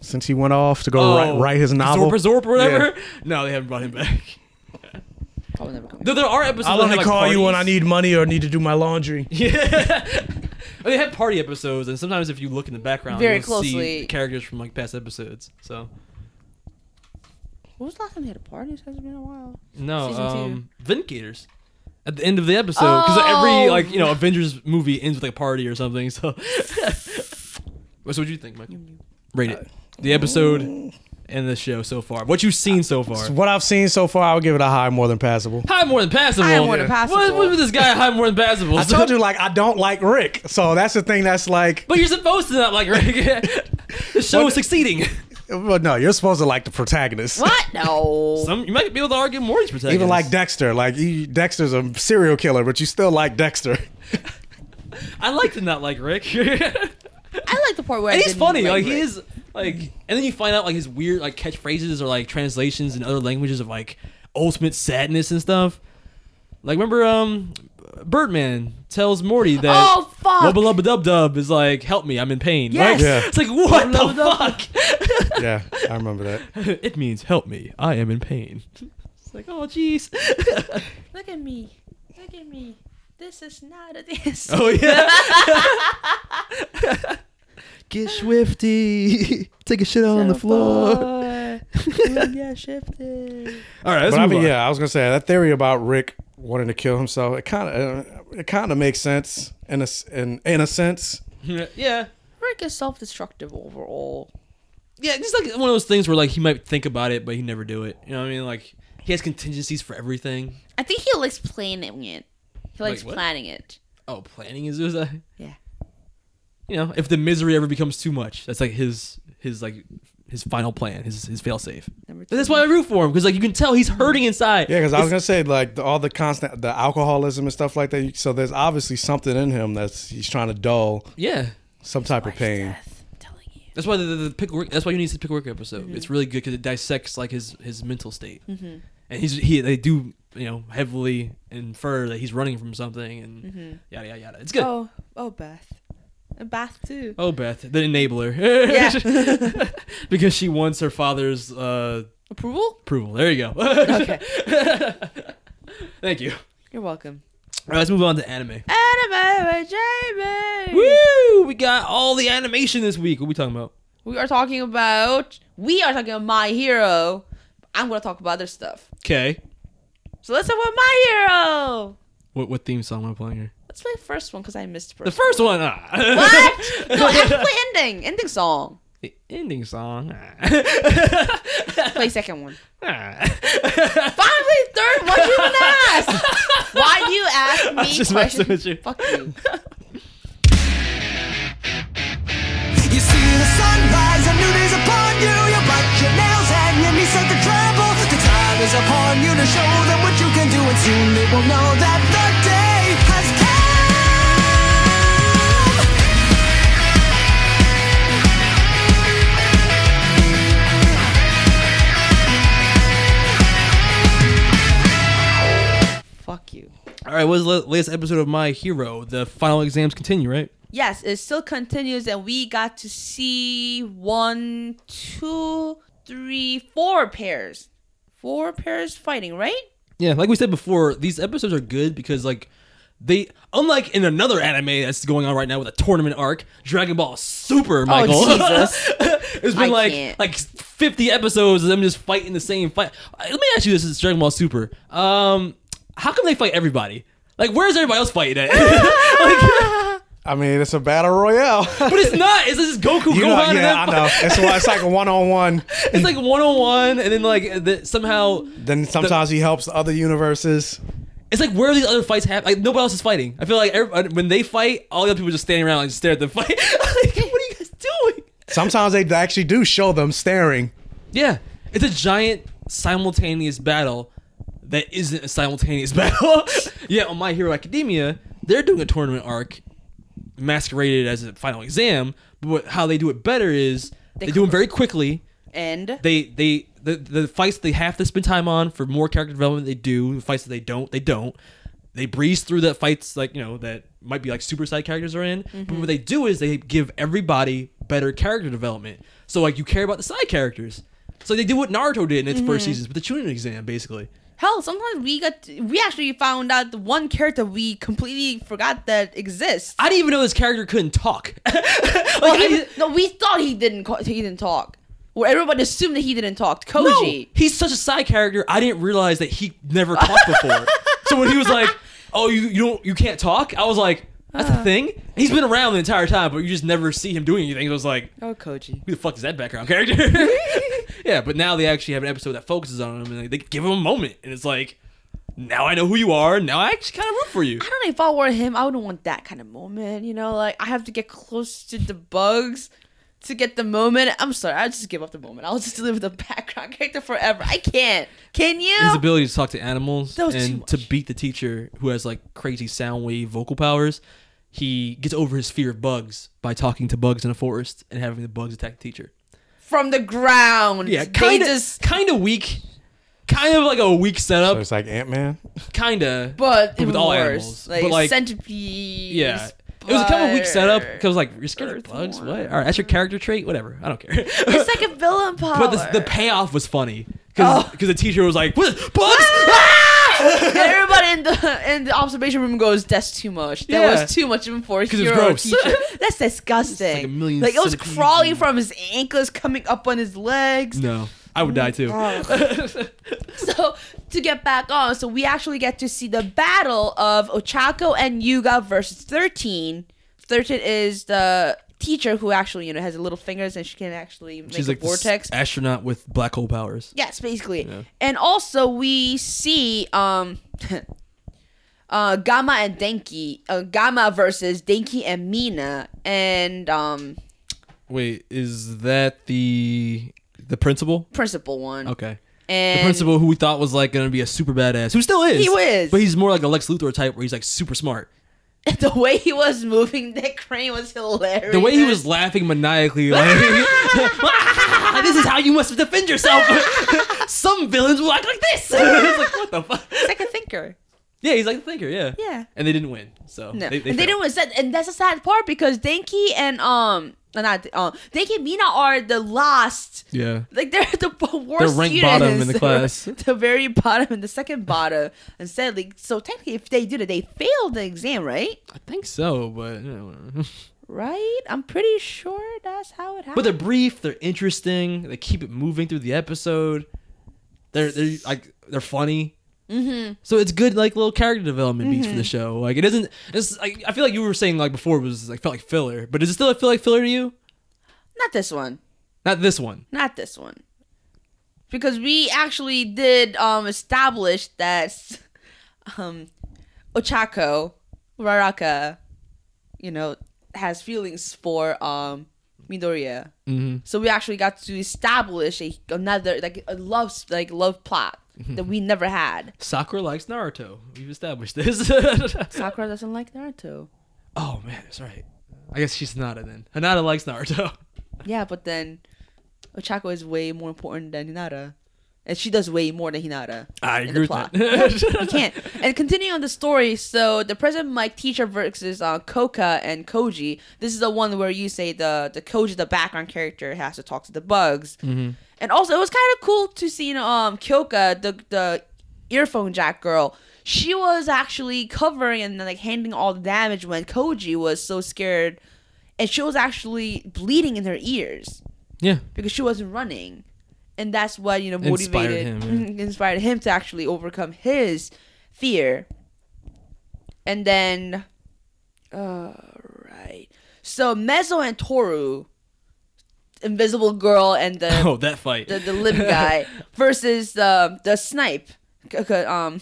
Speaker 3: since he went off to go Oh, write, write his novel?
Speaker 2: Oh. Zorp, Zorp or whatever. No, they haven't brought him back.
Speaker 4: Probably never come.
Speaker 2: Though [laughs] there are episodes.
Speaker 3: I'll
Speaker 2: that
Speaker 3: only
Speaker 2: have, like,
Speaker 3: call you when I
Speaker 2: parties.
Speaker 3: need money or need to do my laundry.
Speaker 2: [laughs] They have party episodes, and sometimes if you look in the background,
Speaker 4: Very
Speaker 2: you'll see
Speaker 4: closely.
Speaker 2: the characters from like past episodes. So
Speaker 4: What was the last time they had a party? It has been a while.
Speaker 2: no,
Speaker 4: Season two.
Speaker 2: um, Vindicators. At the end of the episode, because every
Speaker 4: Oh.
Speaker 2: like you know Avengers movie ends with like, a party or something.
Speaker 4: [laughs]
Speaker 2: So, so what do you think, Mike? Rate it. The episode and the show so far. What you've seen so far.
Speaker 3: What I've seen so far, I would give it a high more than passable.
Speaker 2: High more than passable.
Speaker 4: High more than Yeah. passable.
Speaker 2: What, what with this guy? High more than passable.
Speaker 3: I told you, like, I don't like Rick. So that's the thing that's like,
Speaker 2: But you're supposed to not like Rick.
Speaker 3: [laughs]
Speaker 2: the show
Speaker 3: What-
Speaker 2: is succeeding.
Speaker 3: well, no, you're supposed to like the protagonist.
Speaker 4: What? No.
Speaker 2: Some you might be able to argue Morty's protagonist.
Speaker 3: Even like Dexter. Like, he, Dexter's a serial killer, but you still like Dexter.
Speaker 2: I like to not like Rick. [laughs] and
Speaker 4: I like the part where I
Speaker 2: he's
Speaker 4: didn't
Speaker 2: funny. Like
Speaker 4: like
Speaker 2: he
Speaker 4: Rick.
Speaker 2: is like, and then you find out like his weird like catchphrases or like translations in other languages of like ultimate sadness and stuff. Like remember um. Birdman tells Morty that
Speaker 4: Oh, fuck.
Speaker 2: Wubba Lubba Dub Dub is like, help me, I'm in pain. Like,
Speaker 4: Yes.
Speaker 2: [laughs]
Speaker 3: Yeah.
Speaker 2: It's like, what
Speaker 4: Wubba
Speaker 2: the
Speaker 4: Lubba
Speaker 2: fuck?
Speaker 3: [laughs] yeah, I remember that.
Speaker 2: [laughs] it means help me. I am in pain. It's like, oh
Speaker 4: [laughs]
Speaker 2: jeez.
Speaker 4: Look at me. Look at me. This is not a dance.
Speaker 2: [laughs] oh
Speaker 4: [laughs]
Speaker 2: yeah. Get swifty. [laughs] Take a shit on the floor. [laughs]
Speaker 4: yeah, shifted.
Speaker 2: All right, let's
Speaker 3: but I
Speaker 2: move
Speaker 3: mean,
Speaker 2: on.
Speaker 3: yeah, I was gonna say that theory about Rick wanting to kill himself. It kind of, it kind of makes sense in a, s- in, in a sense.
Speaker 2: Yeah. yeah.
Speaker 4: Rick is self-destructive overall.
Speaker 2: Yeah, just like one of those things where like he might think about it, but he never do it. You know what I mean? Like he has contingencies for everything.
Speaker 4: I think he likes planning it. He likes
Speaker 2: what?
Speaker 4: planning it.
Speaker 2: Oh, planning is suicide.
Speaker 4: Yeah.
Speaker 2: You know, if the misery ever becomes too much, that's like his his like his final plan, his his failsafe.
Speaker 4: Number
Speaker 2: But That's why I root for him because like you can tell he's hurting inside.
Speaker 3: Yeah, because I was
Speaker 2: It's-
Speaker 3: gonna say like the, all the constant, the alcoholism and stuff like that. you- So there's obviously something in him that's he's trying to dull
Speaker 2: yeah.
Speaker 3: some type of pain.
Speaker 4: I'm telling you.
Speaker 2: That's why the, the, the pick work. That's why you need to pick work episode.
Speaker 4: Mm-hmm.
Speaker 2: It's really good because it dissects like his his mental state, and he's he they do you know heavily infer that he's running from something and yada yada yada. It's good. Oh,
Speaker 4: Mm-hmm. Oh, oh, Beth. And Beth too.
Speaker 2: Beth, the enabler.
Speaker 4: Yeah.
Speaker 2: [laughs]
Speaker 4: [laughs]
Speaker 2: because she wants her father's uh,
Speaker 4: Approval?
Speaker 2: approval. There you go.
Speaker 4: Okay.
Speaker 2: [laughs] Thank you.
Speaker 4: You're welcome.
Speaker 2: All right, let's move on to anime.
Speaker 4: Anime with Jamie.
Speaker 2: Woo! We got all the animation this week. What we talking about?
Speaker 4: We are talking about. We are talking about My Hero. I'm gonna talk about other stuff.
Speaker 2: Okay.
Speaker 4: So let's talk about My Hero.
Speaker 2: What what theme song am I playing here?
Speaker 4: Let's play the first one because I missed
Speaker 2: The
Speaker 4: first.
Speaker 2: [laughs] first one. Ah. [laughs]
Speaker 4: What? no, I have to play ending. Ending song.
Speaker 2: The ending song.
Speaker 4: Play second one.
Speaker 2: I
Speaker 4: Finally, third one. You even ask. [laughs] Why do you ask me
Speaker 2: just messing
Speaker 4: questions?
Speaker 2: with you.
Speaker 4: Fuck you.
Speaker 9: You see the sunrise, a new day's upon you. You bite your nails and your knees start to tremble. The time is upon you to show them what you can do, and soon they will know that the day has come.
Speaker 4: Fuck you.
Speaker 2: All right, what's the latest episode of My Hero? The final exams continue, right?
Speaker 4: Yes, it still continues, and we got to see one, two, three, four pairs. Four pairs fighting, right?
Speaker 2: Yeah, like we said before, these episodes are good because like they unlike in another anime that's going on right now with a tournament arc, Dragon Ball Super, Michael.
Speaker 4: Oh, Jesus.
Speaker 2: [laughs] it's been
Speaker 4: I
Speaker 2: like
Speaker 4: can't.
Speaker 2: like 50 episodes of them just fighting the same fight. Uh, Let me ask you this, this is Dragon Ball Super. Um how come they fight everybody? Like where's everybody else fighting at? [laughs] Like,
Speaker 3: I mean, it's a battle royale.
Speaker 2: [laughs] but it's not. It's just Goku,
Speaker 3: [laughs] you know,
Speaker 2: Gohan, and then
Speaker 3: yeah,
Speaker 2: [laughs]
Speaker 3: I know. It's, it's like a one on one.
Speaker 2: it's like one on one, and then like the, somehow
Speaker 3: Then sometimes he helps other universes.
Speaker 2: It's like where are these other fights happening? Like nobody else is fighting. I feel like every, uh, when they fight, all the other people just standing around and stare at them fight. [laughs] like, what are you guys doing?
Speaker 3: Sometimes they actually do show them staring.
Speaker 2: Yeah, it's a giant simultaneous battle that isn't a simultaneous [laughs] battle. yeah, on My Hero Academia, they're doing a tournament arc masqueraded as a final exam, but what, how they do it better is they, do them very quickly.
Speaker 4: And
Speaker 2: They they the the fights they have to spend time on for more character development they do. The fights that they don't, they don't. They breeze through the fights like you know that might be like super side characters are in. But what they do is they give everybody better character development. So like you care about the side characters. So they did what Naruto did in its first seasons with the Chunin exam basically.
Speaker 4: hell, sometimes we got we actually found out the one character we completely forgot that exists.
Speaker 2: I didn't even know this character couldn't talk. [laughs] like,
Speaker 4: Well,
Speaker 2: I-
Speaker 4: he- no, we thought he didn't. ca- He didn't talk. Or everybody assumed that he didn't talk.
Speaker 2: No,
Speaker 4: Koji.
Speaker 2: he's such a side character. I didn't realize that he never talked before. so when he was like, "Oh, you you don't you can't talk," I was like, "That's a thing." He's been around the entire time, but you just never see him doing anything. I was like,
Speaker 4: Oh, Koji.
Speaker 2: "Who the fuck is that background character?" [laughs] yeah, but now they actually have an episode that focuses on him, and like, they give him a moment, and it's like, "Now I know who you are. and Now I actually kind of root for you."
Speaker 4: I don't know if I were him, I wouldn't want that kind of moment. You know, like I have to get close to the bugs to get the moment. I'm sorry, I just give up the moment. I'll just live with the [laughs] background character forever. I can't. Can you?
Speaker 2: his ability to talk to animals
Speaker 4: That was too
Speaker 2: and
Speaker 4: much.
Speaker 2: to beat the teacher who has like crazy sound wave vocal powers he gets over his fear of bugs by talking to bugs in a forest and having the bugs attack the teacher
Speaker 4: From the ground.
Speaker 2: yeah
Speaker 4: They
Speaker 2: kind of
Speaker 4: just.
Speaker 2: kind of weak kind of like a weak setup
Speaker 3: It's like Ant Man.
Speaker 2: kind of
Speaker 4: But
Speaker 2: with
Speaker 4: even
Speaker 2: all
Speaker 4: worse.
Speaker 2: animals
Speaker 4: Like,
Speaker 2: but like
Speaker 4: centipedes.
Speaker 2: yeah it was a kind of weak setup
Speaker 4: spider.
Speaker 2: because I was like you're scared of bugs what all right that's your character trait whatever I don't [laughs] care
Speaker 4: It's like a villain power.
Speaker 2: but the, the payoff was funny because
Speaker 4: Oh.
Speaker 2: the teacher was like what [laughs] bugs [laughs]
Speaker 4: And everybody in the in the observation room goes, "That's too much. That
Speaker 2: Yeah.
Speaker 4: was too much even for a
Speaker 2: 'Cause it's
Speaker 4: hero or
Speaker 2: gross.
Speaker 4: teacher.
Speaker 2: [laughs]
Speaker 4: That's disgusting.
Speaker 2: It's like a million
Speaker 4: Like, it was
Speaker 2: centipedes
Speaker 4: crawling
Speaker 2: and-
Speaker 4: from his ankles, coming up on his legs.
Speaker 2: no I would die too
Speaker 4: So to get back on, so we actually get to see the battle of Ochako and Yuga versus thirteen. Thirteen is the teacher who actually you know has little fingers and she can actually make
Speaker 2: She's
Speaker 4: a
Speaker 2: like this
Speaker 4: vortex.
Speaker 2: astronaut with black hole powers.
Speaker 4: Yes, basically.
Speaker 2: Yeah.
Speaker 4: And also we see um [laughs] uh Gamma and Denki, uh, Gamma versus Denki and Mina and um
Speaker 2: Wait, is that the the principal?
Speaker 4: principal one.
Speaker 2: Okay.
Speaker 4: And
Speaker 2: the principal who we thought was like gonna be a super badass, who still is.
Speaker 4: He is.
Speaker 2: But he's more like a Lex Luthor type where he's like super smart.
Speaker 4: [laughs] the way he was moving [laughs] that crane was hilarious.
Speaker 2: The way he
Speaker 4: [laughs]
Speaker 2: was laughing maniacally, like [laughs] this is how you must defend yourself. [laughs] Some villains will act like [laughs] this. it's
Speaker 4: [laughs]
Speaker 2: like what the fuck?
Speaker 4: like a thinker.
Speaker 2: Yeah, he's like the thinker, yeah.
Speaker 4: Yeah.
Speaker 2: And they didn't win. So
Speaker 4: No,
Speaker 2: they, they,
Speaker 4: they, they
Speaker 2: failed.
Speaker 4: didn't set, and that's a sad part because Denki and um, no, not um, Denki and Mina are the last.
Speaker 2: Yeah.
Speaker 4: Like they're the [laughs] b- worst
Speaker 2: They're ranked
Speaker 4: students.
Speaker 2: bottom in the
Speaker 4: [laughs]
Speaker 2: class.
Speaker 4: the very bottom and the second bottom. And sadly, so technically, if they did it, they failed the exam, right?
Speaker 2: I think so, but you know, whatever. [laughs]
Speaker 4: Right? I'm pretty sure that's how it happened.
Speaker 2: But they're brief. They're interesting. They keep it moving through the episode. They're they're like they're funny. Mm-hmm. So it's good like little character development beats for
Speaker 4: Mm-hmm.
Speaker 2: the show. Like it isn't. It's like, I feel like you were saying like before it was like felt like filler, but does it still feel like filler to you?
Speaker 4: not this one.
Speaker 2: Not this one.
Speaker 4: Not this one. Because we actually did um establish that um Ochako Raraka, you know, has feelings for um Midoriya. Mm-hmm. So we actually got to establish a, another like a love like love plot that we never had.
Speaker 2: Sakura likes Naruto. We've established this. [laughs]
Speaker 4: Sakura doesn't like Naruto.
Speaker 2: oh man, that's right. I guess she's Hinata then. Hinata likes Naruto.
Speaker 4: Yeah, but then Ochako is way more important than Hinata. And she does way more than Hinata.
Speaker 2: I
Speaker 4: in
Speaker 2: agree
Speaker 4: the
Speaker 2: with
Speaker 4: plot.
Speaker 2: that.
Speaker 4: you can't. And continuing on the story, so the present Mike teacher versus uh, Koka and Koji. This is the one where you say the the Koji, the background character, has to talk to the bugs.
Speaker 2: Mm-hmm.
Speaker 4: And also, it was kind of cool to see you know, um Kyoka, the the earphone jack girl. She was actually covering and like handling all the damage when Koji was so scared, and she was actually bleeding in her ears
Speaker 2: yeah.
Speaker 4: because she wasn't running, and that's what you know
Speaker 2: Inspired
Speaker 4: motivated [laughs]
Speaker 2: him,
Speaker 4: inspired him to actually overcome his fear. And then, all right, so Mezzo and Toru, Invisible Girl, and the
Speaker 2: [laughs] [laughs] Oh, that fight. [laughs]
Speaker 4: uh, the, the limb guy versus the the snipe, c- c- um,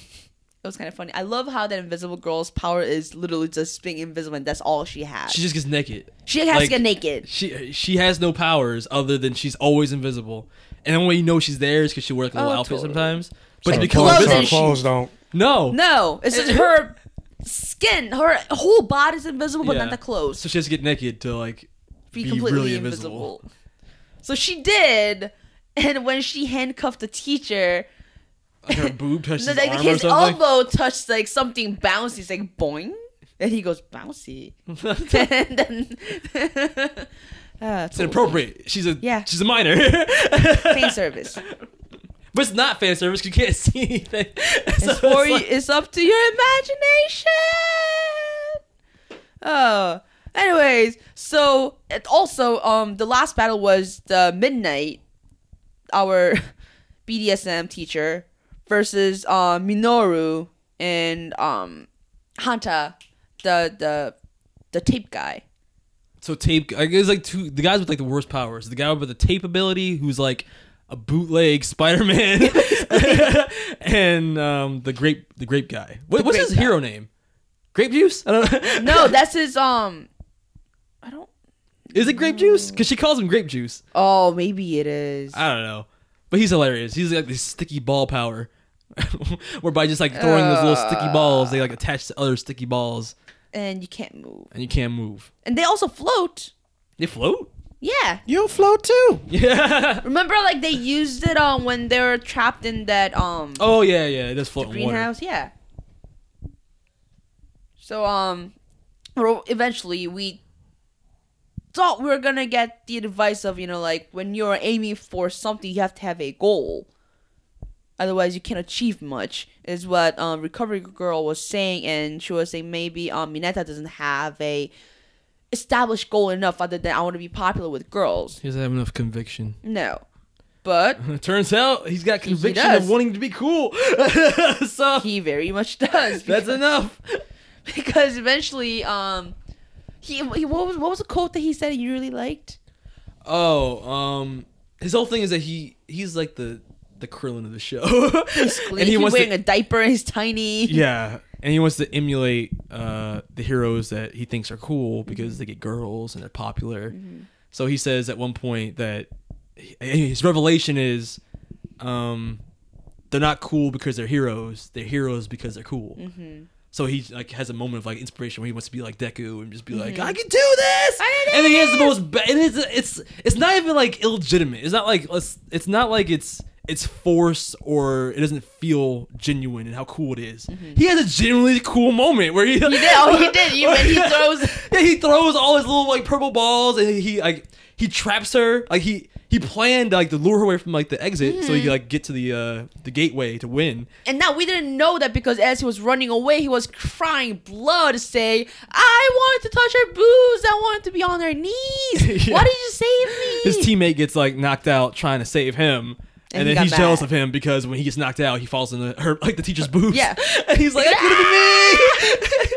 Speaker 4: It was kind of funny. I love how that Invisible Girl's power is literally just being invisible, and that's all she has.
Speaker 2: She just gets naked.
Speaker 4: She has to
Speaker 2: Like,
Speaker 4: get naked.
Speaker 2: She she has no powers other than she's always invisible. And the only way you know she's there is because she wears like a little
Speaker 4: Oh,
Speaker 2: outfit
Speaker 4: totally.
Speaker 2: sometimes. But
Speaker 4: Like
Speaker 2: because of
Speaker 4: clothes and
Speaker 3: Her
Speaker 2: this-
Speaker 4: she-
Speaker 3: clothes don't.
Speaker 2: no,
Speaker 4: No, it's just her skin. Her whole body's invisible, but
Speaker 2: Yeah.
Speaker 4: not the clothes.
Speaker 2: So she has to get naked to like
Speaker 4: be,
Speaker 2: be
Speaker 4: completely
Speaker 2: really
Speaker 4: invisible.
Speaker 2: invisible.
Speaker 4: So she did, and when she handcuffed the teacher,
Speaker 2: like, her boob touches
Speaker 4: the,
Speaker 2: his
Speaker 4: like,
Speaker 2: arm or
Speaker 4: his
Speaker 2: something.
Speaker 4: elbow touched like something bouncy. It's like boing, and he goes
Speaker 2: [laughs]
Speaker 4: bouncy. [laughs] and then [laughs] uh,
Speaker 2: It's inappropriate. She's a
Speaker 4: Yeah.
Speaker 2: she's a minor, [laughs]
Speaker 4: fan service.
Speaker 2: but it's not fan service. 'cause You can't [laughs] see anything. [laughs] So
Speaker 4: It's for
Speaker 2: it's
Speaker 4: you.
Speaker 2: like-
Speaker 4: It's up to your imagination. Oh. Anyways, so it also um the last battle was the midnight, our [laughs] BDSM teacher versus uh, Minoru and um Hanta, the the the tape guy.
Speaker 2: So tape. I guess like two. The guys with like the worst powers. The guy with the tape ability, who's like a bootleg [laughs] Spider Man, and um, the grape the grape guy. What, what's
Speaker 4: grape
Speaker 2: his hero name? Grape juice? I don't know.
Speaker 4: No, that's his um. I don't.
Speaker 2: [laughs] Is it grape juice? Because she calls him grape juice.
Speaker 4: Oh, maybe it is.
Speaker 2: I don't know. But he's hilarious. He's like this sticky ball power, [laughs] where by just like throwing those little sticky balls, they like attach to other sticky balls,
Speaker 4: and you can't move.
Speaker 2: and you can't move.
Speaker 4: And they also float.
Speaker 2: They float.
Speaker 4: Yeah.
Speaker 3: You'll float too.
Speaker 2: [laughs] Yeah.
Speaker 4: Remember, like they used it um when they were trapped in that um
Speaker 2: Oh yeah, yeah. It does float in water.
Speaker 4: greenhouse. Yeah. So um, well, eventually we thought we were gonna get the advice of you know like when you're aiming for something, you have to have a goal. Otherwise, you can't achieve much. Is what um recovery girl was saying, and she was saying maybe um Mineta doesn't have a established goal enough other than I want to be popular with girls.
Speaker 2: He doesn't have enough conviction.
Speaker 4: No, but.
Speaker 2: It [laughs] turns out he's got conviction
Speaker 4: does.
Speaker 2: of wanting to be cool. [laughs] so
Speaker 4: he very much [laughs] does.
Speaker 2: that's enough.
Speaker 4: because eventually, um, he, he what was what was the quote that he said you really liked?
Speaker 2: Oh, um, his whole thing is that he he's like the the Krillin of the show.
Speaker 4: Basically,
Speaker 2: and he
Speaker 4: [laughs] he's
Speaker 2: wants
Speaker 4: wearing
Speaker 2: to,
Speaker 4: a diaper and he's tiny.
Speaker 2: [laughs]
Speaker 4: [laughs]
Speaker 2: yeah, and he wants to emulate uh, the heroes that he thinks are cool
Speaker 4: Mm-hmm.
Speaker 2: because they get girls and they're popular. So he says at one point that he- his revelation is um, they're not cool because they're heroes. They're heroes because they're cool. So he like has a moment of like inspiration where he wants to be like Deku and just be like, Mm-hmm. I can do this. and then he has the most. Ba- and it's it's it's not even like illegitimate. It's not like it's, it's not like it's it's forced or it doesn't feel genuine and how cool it is. He has a genuinely cool moment where Mm-hmm. he he did.
Speaker 4: oh, he did. You- [laughs]
Speaker 2: [laughs]
Speaker 4: when he throws-
Speaker 2: yeah, he throws all his little like purple balls and he like he traps her like he. He planned like to lure her away from like the exit, so he
Speaker 4: Mm-hmm.
Speaker 2: could, like get to the uh the gateway to win.
Speaker 4: And now we didn't know that because as he was running away, he was crying blood, saying, "I wanted to touch her boobs. I wanted to be on her knees.
Speaker 2: [laughs] Yeah.
Speaker 4: Why did you save me?"
Speaker 2: his teammate gets like knocked out trying to save him.
Speaker 4: he
Speaker 2: And,
Speaker 4: got
Speaker 2: then he's jealous
Speaker 4: mad.
Speaker 2: of him because when he gets knocked out, he falls in the, her like the teacher's boobs.
Speaker 4: Yeah. [laughs]
Speaker 2: and he's like, "That could have been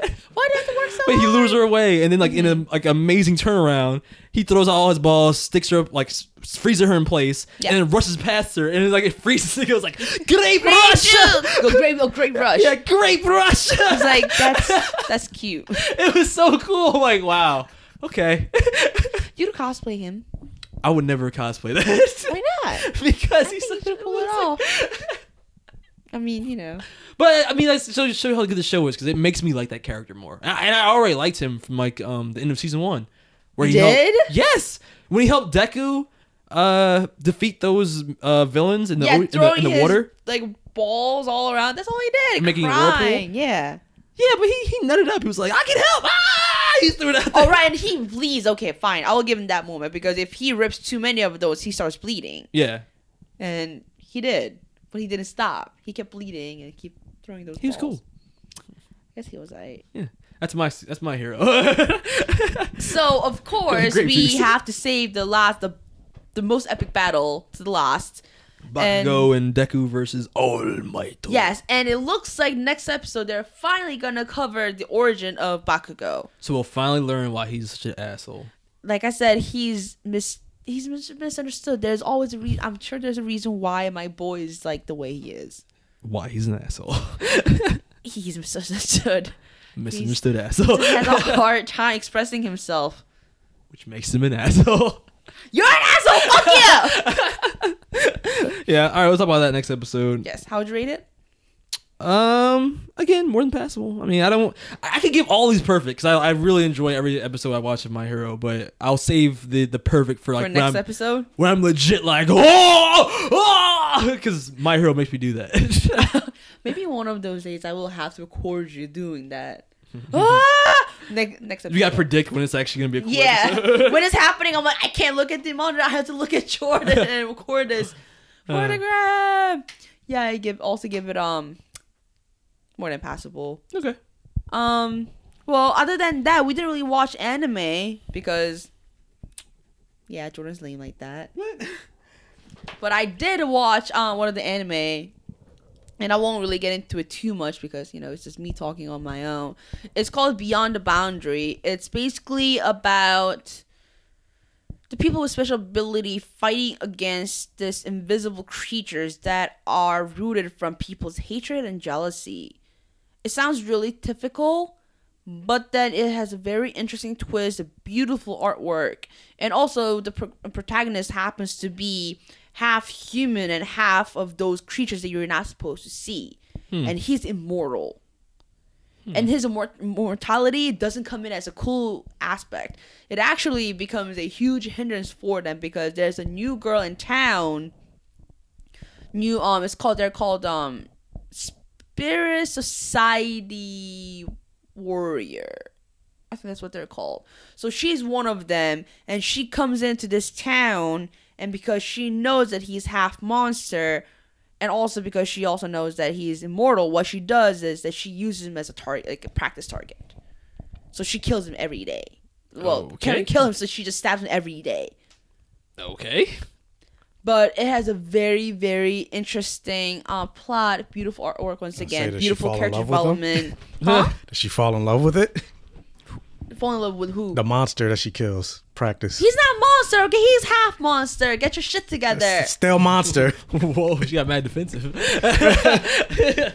Speaker 2: me." [laughs]
Speaker 4: Why did it have to work so
Speaker 2: but he
Speaker 4: hard?
Speaker 2: lures her away, and then like in a
Speaker 4: Mm-hmm.
Speaker 2: like amazing turnaround, he throws out all his balls, sticks her up, like s- freezes her in place,
Speaker 4: Yeah.
Speaker 2: and then rushes past her, and then, like it freezes. [laughs] And goes like, "Great [laughs] rush!"
Speaker 4: Rush! Go great, go
Speaker 2: [laughs]
Speaker 4: great rush.
Speaker 2: Yeah, great rush!
Speaker 4: It's like that's that's cute.
Speaker 2: [laughs] it was so cool. I'm like, wow. Okay. [laughs]
Speaker 4: You to cosplay him?
Speaker 2: I would never cosplay that.
Speaker 4: Why not?
Speaker 2: [laughs] because he's
Speaker 4: think
Speaker 2: such
Speaker 4: you
Speaker 2: a
Speaker 4: should pull it
Speaker 2: [laughs]
Speaker 4: I mean, you know.
Speaker 2: But I mean, that's so show you how good the show is because it makes me like that character more. And I, and I already liked him from like um the end of season one, where he
Speaker 4: You did?
Speaker 2: helped- yes when he helped Deku uh defeat those uh villains in the
Speaker 4: yeah,
Speaker 2: o- in the,
Speaker 4: throwing
Speaker 2: in the
Speaker 4: his,
Speaker 2: water.
Speaker 4: like balls all around. That's all he did.
Speaker 2: Making a whirlpool?
Speaker 4: crying. Yeah.
Speaker 2: Yeah, but he he nutted up. He was like, I can help. Ah! He threw it out.
Speaker 4: All
Speaker 2: there.
Speaker 4: Oh, right, and he bleeds. Okay, fine. I will give him that moment because if he rips too many of those, he starts bleeding,
Speaker 2: [laughs] Yeah,
Speaker 4: and he did, but he didn't stop. He kept bleeding and keep throwing those.
Speaker 2: he was
Speaker 4: balls.
Speaker 2: cool.
Speaker 4: I guess he was like.
Speaker 2: That's my that's my hero.
Speaker 4: [laughs]
Speaker 2: [laughs]
Speaker 4: So of course
Speaker 2: Grape
Speaker 4: we
Speaker 2: juice.
Speaker 4: have to save the last, the, the most epic battle to the last. And-
Speaker 2: Bakugo and Deku versus All Might.
Speaker 4: Yes, and it looks like next episode they're finally gonna cover the origin of Bakugo.
Speaker 2: So we'll finally learn why he's such an asshole.
Speaker 4: like I said, he's mis he's mis- misunderstood. There's always a reason. I'm sure there's a reason why my boy is like the way he is.
Speaker 2: [laughs] Why he's an asshole.
Speaker 4: he's misunderstood.
Speaker 2: Misunderstood asshole.
Speaker 4: [laughs]
Speaker 2: [laughs]
Speaker 4: He has a hard time expressing himself.
Speaker 2: Which makes him an asshole.
Speaker 4: You're an asshole. [laughs] Fuck you.
Speaker 2: yeah. All right. We'll talk about that next episode.
Speaker 4: yes. How would you rate it?
Speaker 2: Um. Again, more than passable. I mean, I don't. I I could give all these perfect because I, I really enjoy every episode I watch of My Hero, but I'll save the the perfect for like
Speaker 4: For
Speaker 2: when I'm,
Speaker 4: next episode.
Speaker 2: where I'm legit like oh because My Hero makes me do that.
Speaker 4: [laughs]
Speaker 2: [laughs]
Speaker 4: Maybe one of those days I will have to record you doing that. ah! Next next episode.
Speaker 2: you gotta predict when it's actually gonna be. A cool episode.
Speaker 4: [laughs] Yeah. when it's happening, I'm like, I can't look at the monitor. I have to look at Jordan and record this photograph. yeah, I give also give it um more than passable.
Speaker 2: Okay.
Speaker 4: Um, well, other than that, we didn't really watch anime because yeah, Jordan's lame like that. but I did watch um one of the anime. And I won't really get into it too much because, you know, it's just me talking on my own. It's called Beyond the Boundary. It's basically about the people with special ability fighting against this invisible creatures that are rooted from people's hatred and jealousy it sounds really typical, but then it has a very interesting twist, a beautiful artwork, and also the pro- protagonist happens to be half human and half of those creatures that you're not supposed to see, and he's immortal. And his immor- mortality doesn't come in as a cool aspect. It actually becomes a huge hindrance for them because there's a new girl in town. New um, it's called they're called um Spirit Society Warrior. I think that's what they're called. So she's one of them, and she comes into this town, and because she knows that he's half monster, and also because she also knows that he's immortal, what she does is that she uses him as a target, like a practice target. So she kills him every day. Well,
Speaker 2: Okay.
Speaker 4: can't kill him, so she just stabs him every day
Speaker 2: Okay.
Speaker 4: but it has a very very interesting uh, plot beautiful artwork once again
Speaker 3: does she
Speaker 4: beautiful
Speaker 3: fall in
Speaker 4: character
Speaker 3: love with [laughs]
Speaker 4: development huh
Speaker 3: Does she fall in love with it?
Speaker 4: fall in love with who
Speaker 3: The monster that she kills. Practice.
Speaker 4: he's not monster okay he's half monster get your shit together [laughs]
Speaker 3: S- Still monster.
Speaker 2: [laughs] Whoa, she got mad defensive.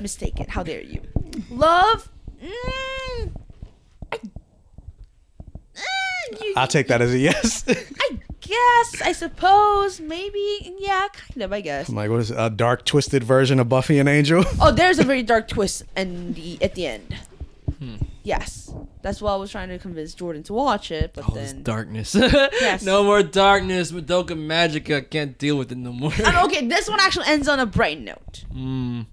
Speaker 4: mistaken how dare you love mm, I, Eh, you-
Speaker 3: [laughs] I'll take that as a yes.
Speaker 4: [laughs] I guess I suppose maybe yeah kind of I guess
Speaker 3: I'm like, what is it? a dark, twisted version of Buffy and Angel? [laughs]
Speaker 4: oh there's a very dark twist in the at the end yes that's why I was trying to convince Jordan to watch it but
Speaker 3: Oh,
Speaker 2: All this
Speaker 4: then
Speaker 2: darkness. [laughs]
Speaker 4: Yes.
Speaker 2: No more darkness. Madoka Magica can't deal with it no more.
Speaker 4: Um, okay, this one actually ends on a bright note.
Speaker 2: [laughs]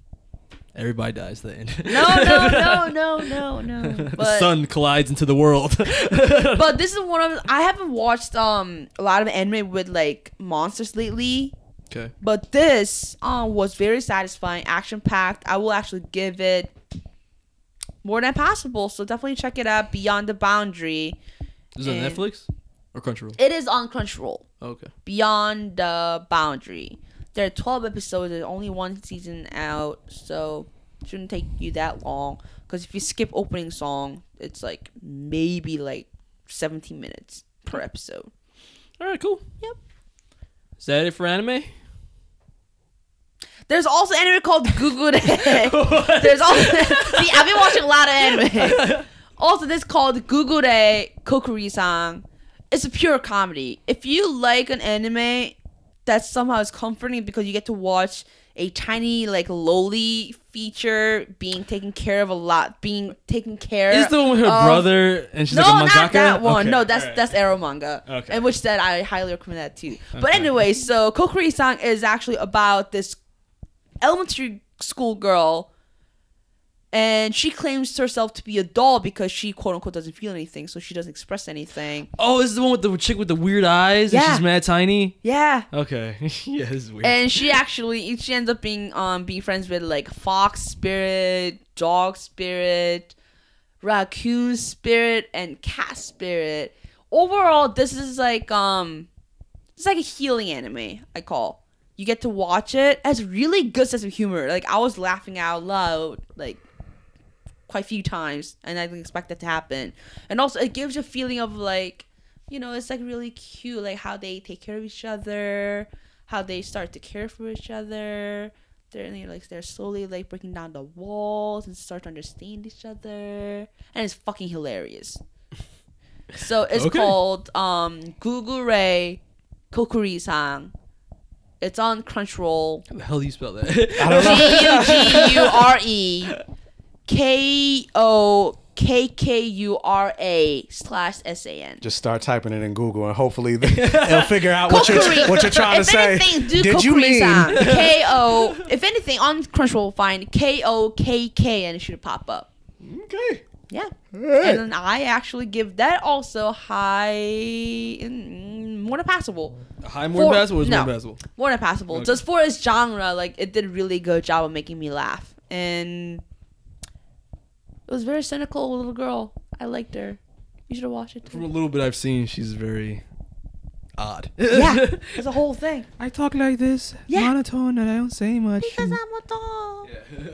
Speaker 2: Everybody dies then.
Speaker 4: No, no, no, no, no, no.
Speaker 2: the
Speaker 4: But,
Speaker 2: sun collides into the world. [laughs]
Speaker 4: but this is one of I haven't watched um a lot of anime with like monsters lately.
Speaker 2: okay.
Speaker 4: But this um was very satisfying, action packed. I will actually give it more than possible. So definitely check it out. Beyond the Boundary.
Speaker 2: Is it on
Speaker 4: Eh.
Speaker 2: Netflix or Crunchyroll? Oh,
Speaker 4: It is on Crunchyroll.
Speaker 2: Okay.
Speaker 4: Beyond the Boundary. There are 12 episodes, there's only one season out, so shouldn't take you that long. Because if you skip opening song, it's like maybe like 17 minutes per episode.
Speaker 2: All right. Cool.
Speaker 4: Yep. Uh,
Speaker 2: Is that it for anime?
Speaker 4: There's also anime
Speaker 2: [laughs]
Speaker 4: called Gugu Day. there's also [laughs] see I've been watching a lot
Speaker 2: [laughs]
Speaker 4: of anime. Also, this called Gugu Day Kokuri Song. It's a pure comedy. If you like an anime that somehow is comforting because you get to watch a tiny like lowly feature being taken care of a lot, being taken care.
Speaker 2: Is the one with her
Speaker 4: of-
Speaker 2: brother and she's
Speaker 4: um, no,
Speaker 2: like a mangaka?
Speaker 4: not that one.
Speaker 2: Okay,
Speaker 4: No, that's
Speaker 2: alright.
Speaker 4: that's Arrow manga.
Speaker 2: Okay.
Speaker 4: And which that I highly recommend that too. But anyway, so Kokuri san is actually about this elementary school girl and she claims herself to be a doll because she quote unquote doesn't feel anything, so she doesn't express anything.
Speaker 2: Oh, this is the one with the chick with the weird eyes and
Speaker 4: Yeah.
Speaker 2: she's mad tiny.
Speaker 4: Yeah.
Speaker 2: Okay. [laughs] yeah, this is weird.
Speaker 4: And she actually she ends up being um being friends with like fox spirit, dog spirit, raccoon spirit, and cat spirit. Overall, this is like um it's like a healing anime, I call. You get to watch it. It has really good sense of humor. Like I was laughing out loud, like quite a few times and I didn't expect that to happen. And also it gives you a feeling of like, you know, it's like really cute, like how they take care of each other, how they start to care for each other, they're and they're, like they're slowly like breaking down the walls and start to understand each other, and it's fucking hilarious. so it's
Speaker 2: Okay.
Speaker 4: called um Gugure Kokuri Sang. It's on [laughs] Crunchyroll.
Speaker 2: How the hell do you spell that? [laughs]
Speaker 4: G U G U R E K O K K U R A slash S A N.
Speaker 3: Just start typing it in Google, and [laughs] hopefully they, they'll figure out what you're
Speaker 4: Kokiri.
Speaker 3: what you're trying to
Speaker 4: if
Speaker 3: say.
Speaker 4: Anything, do
Speaker 3: Did you mean?
Speaker 4: [laughs] K O? If anything, on Crunchyroll, find K O K K, and it should pop up.
Speaker 3: Okay.
Speaker 4: Yeah.
Speaker 3: Alright.
Speaker 4: And then I actually give that also high, mm, more than passable.
Speaker 2: High more
Speaker 4: Four-
Speaker 2: passable or is
Speaker 4: no.
Speaker 2: more passable?
Speaker 4: More than passable. So as far as genre, like it did a really good job of making me laugh, and it was very cynical little girl. I liked her. You should have watched it.
Speaker 2: From a little bit I've seen, she's very odd.
Speaker 4: yeah, it's a whole thing.
Speaker 2: [laughs] I talk like this,
Speaker 4: Yeah.
Speaker 2: monotone, and I don't say much.
Speaker 4: [laughs] Because I'm a doll.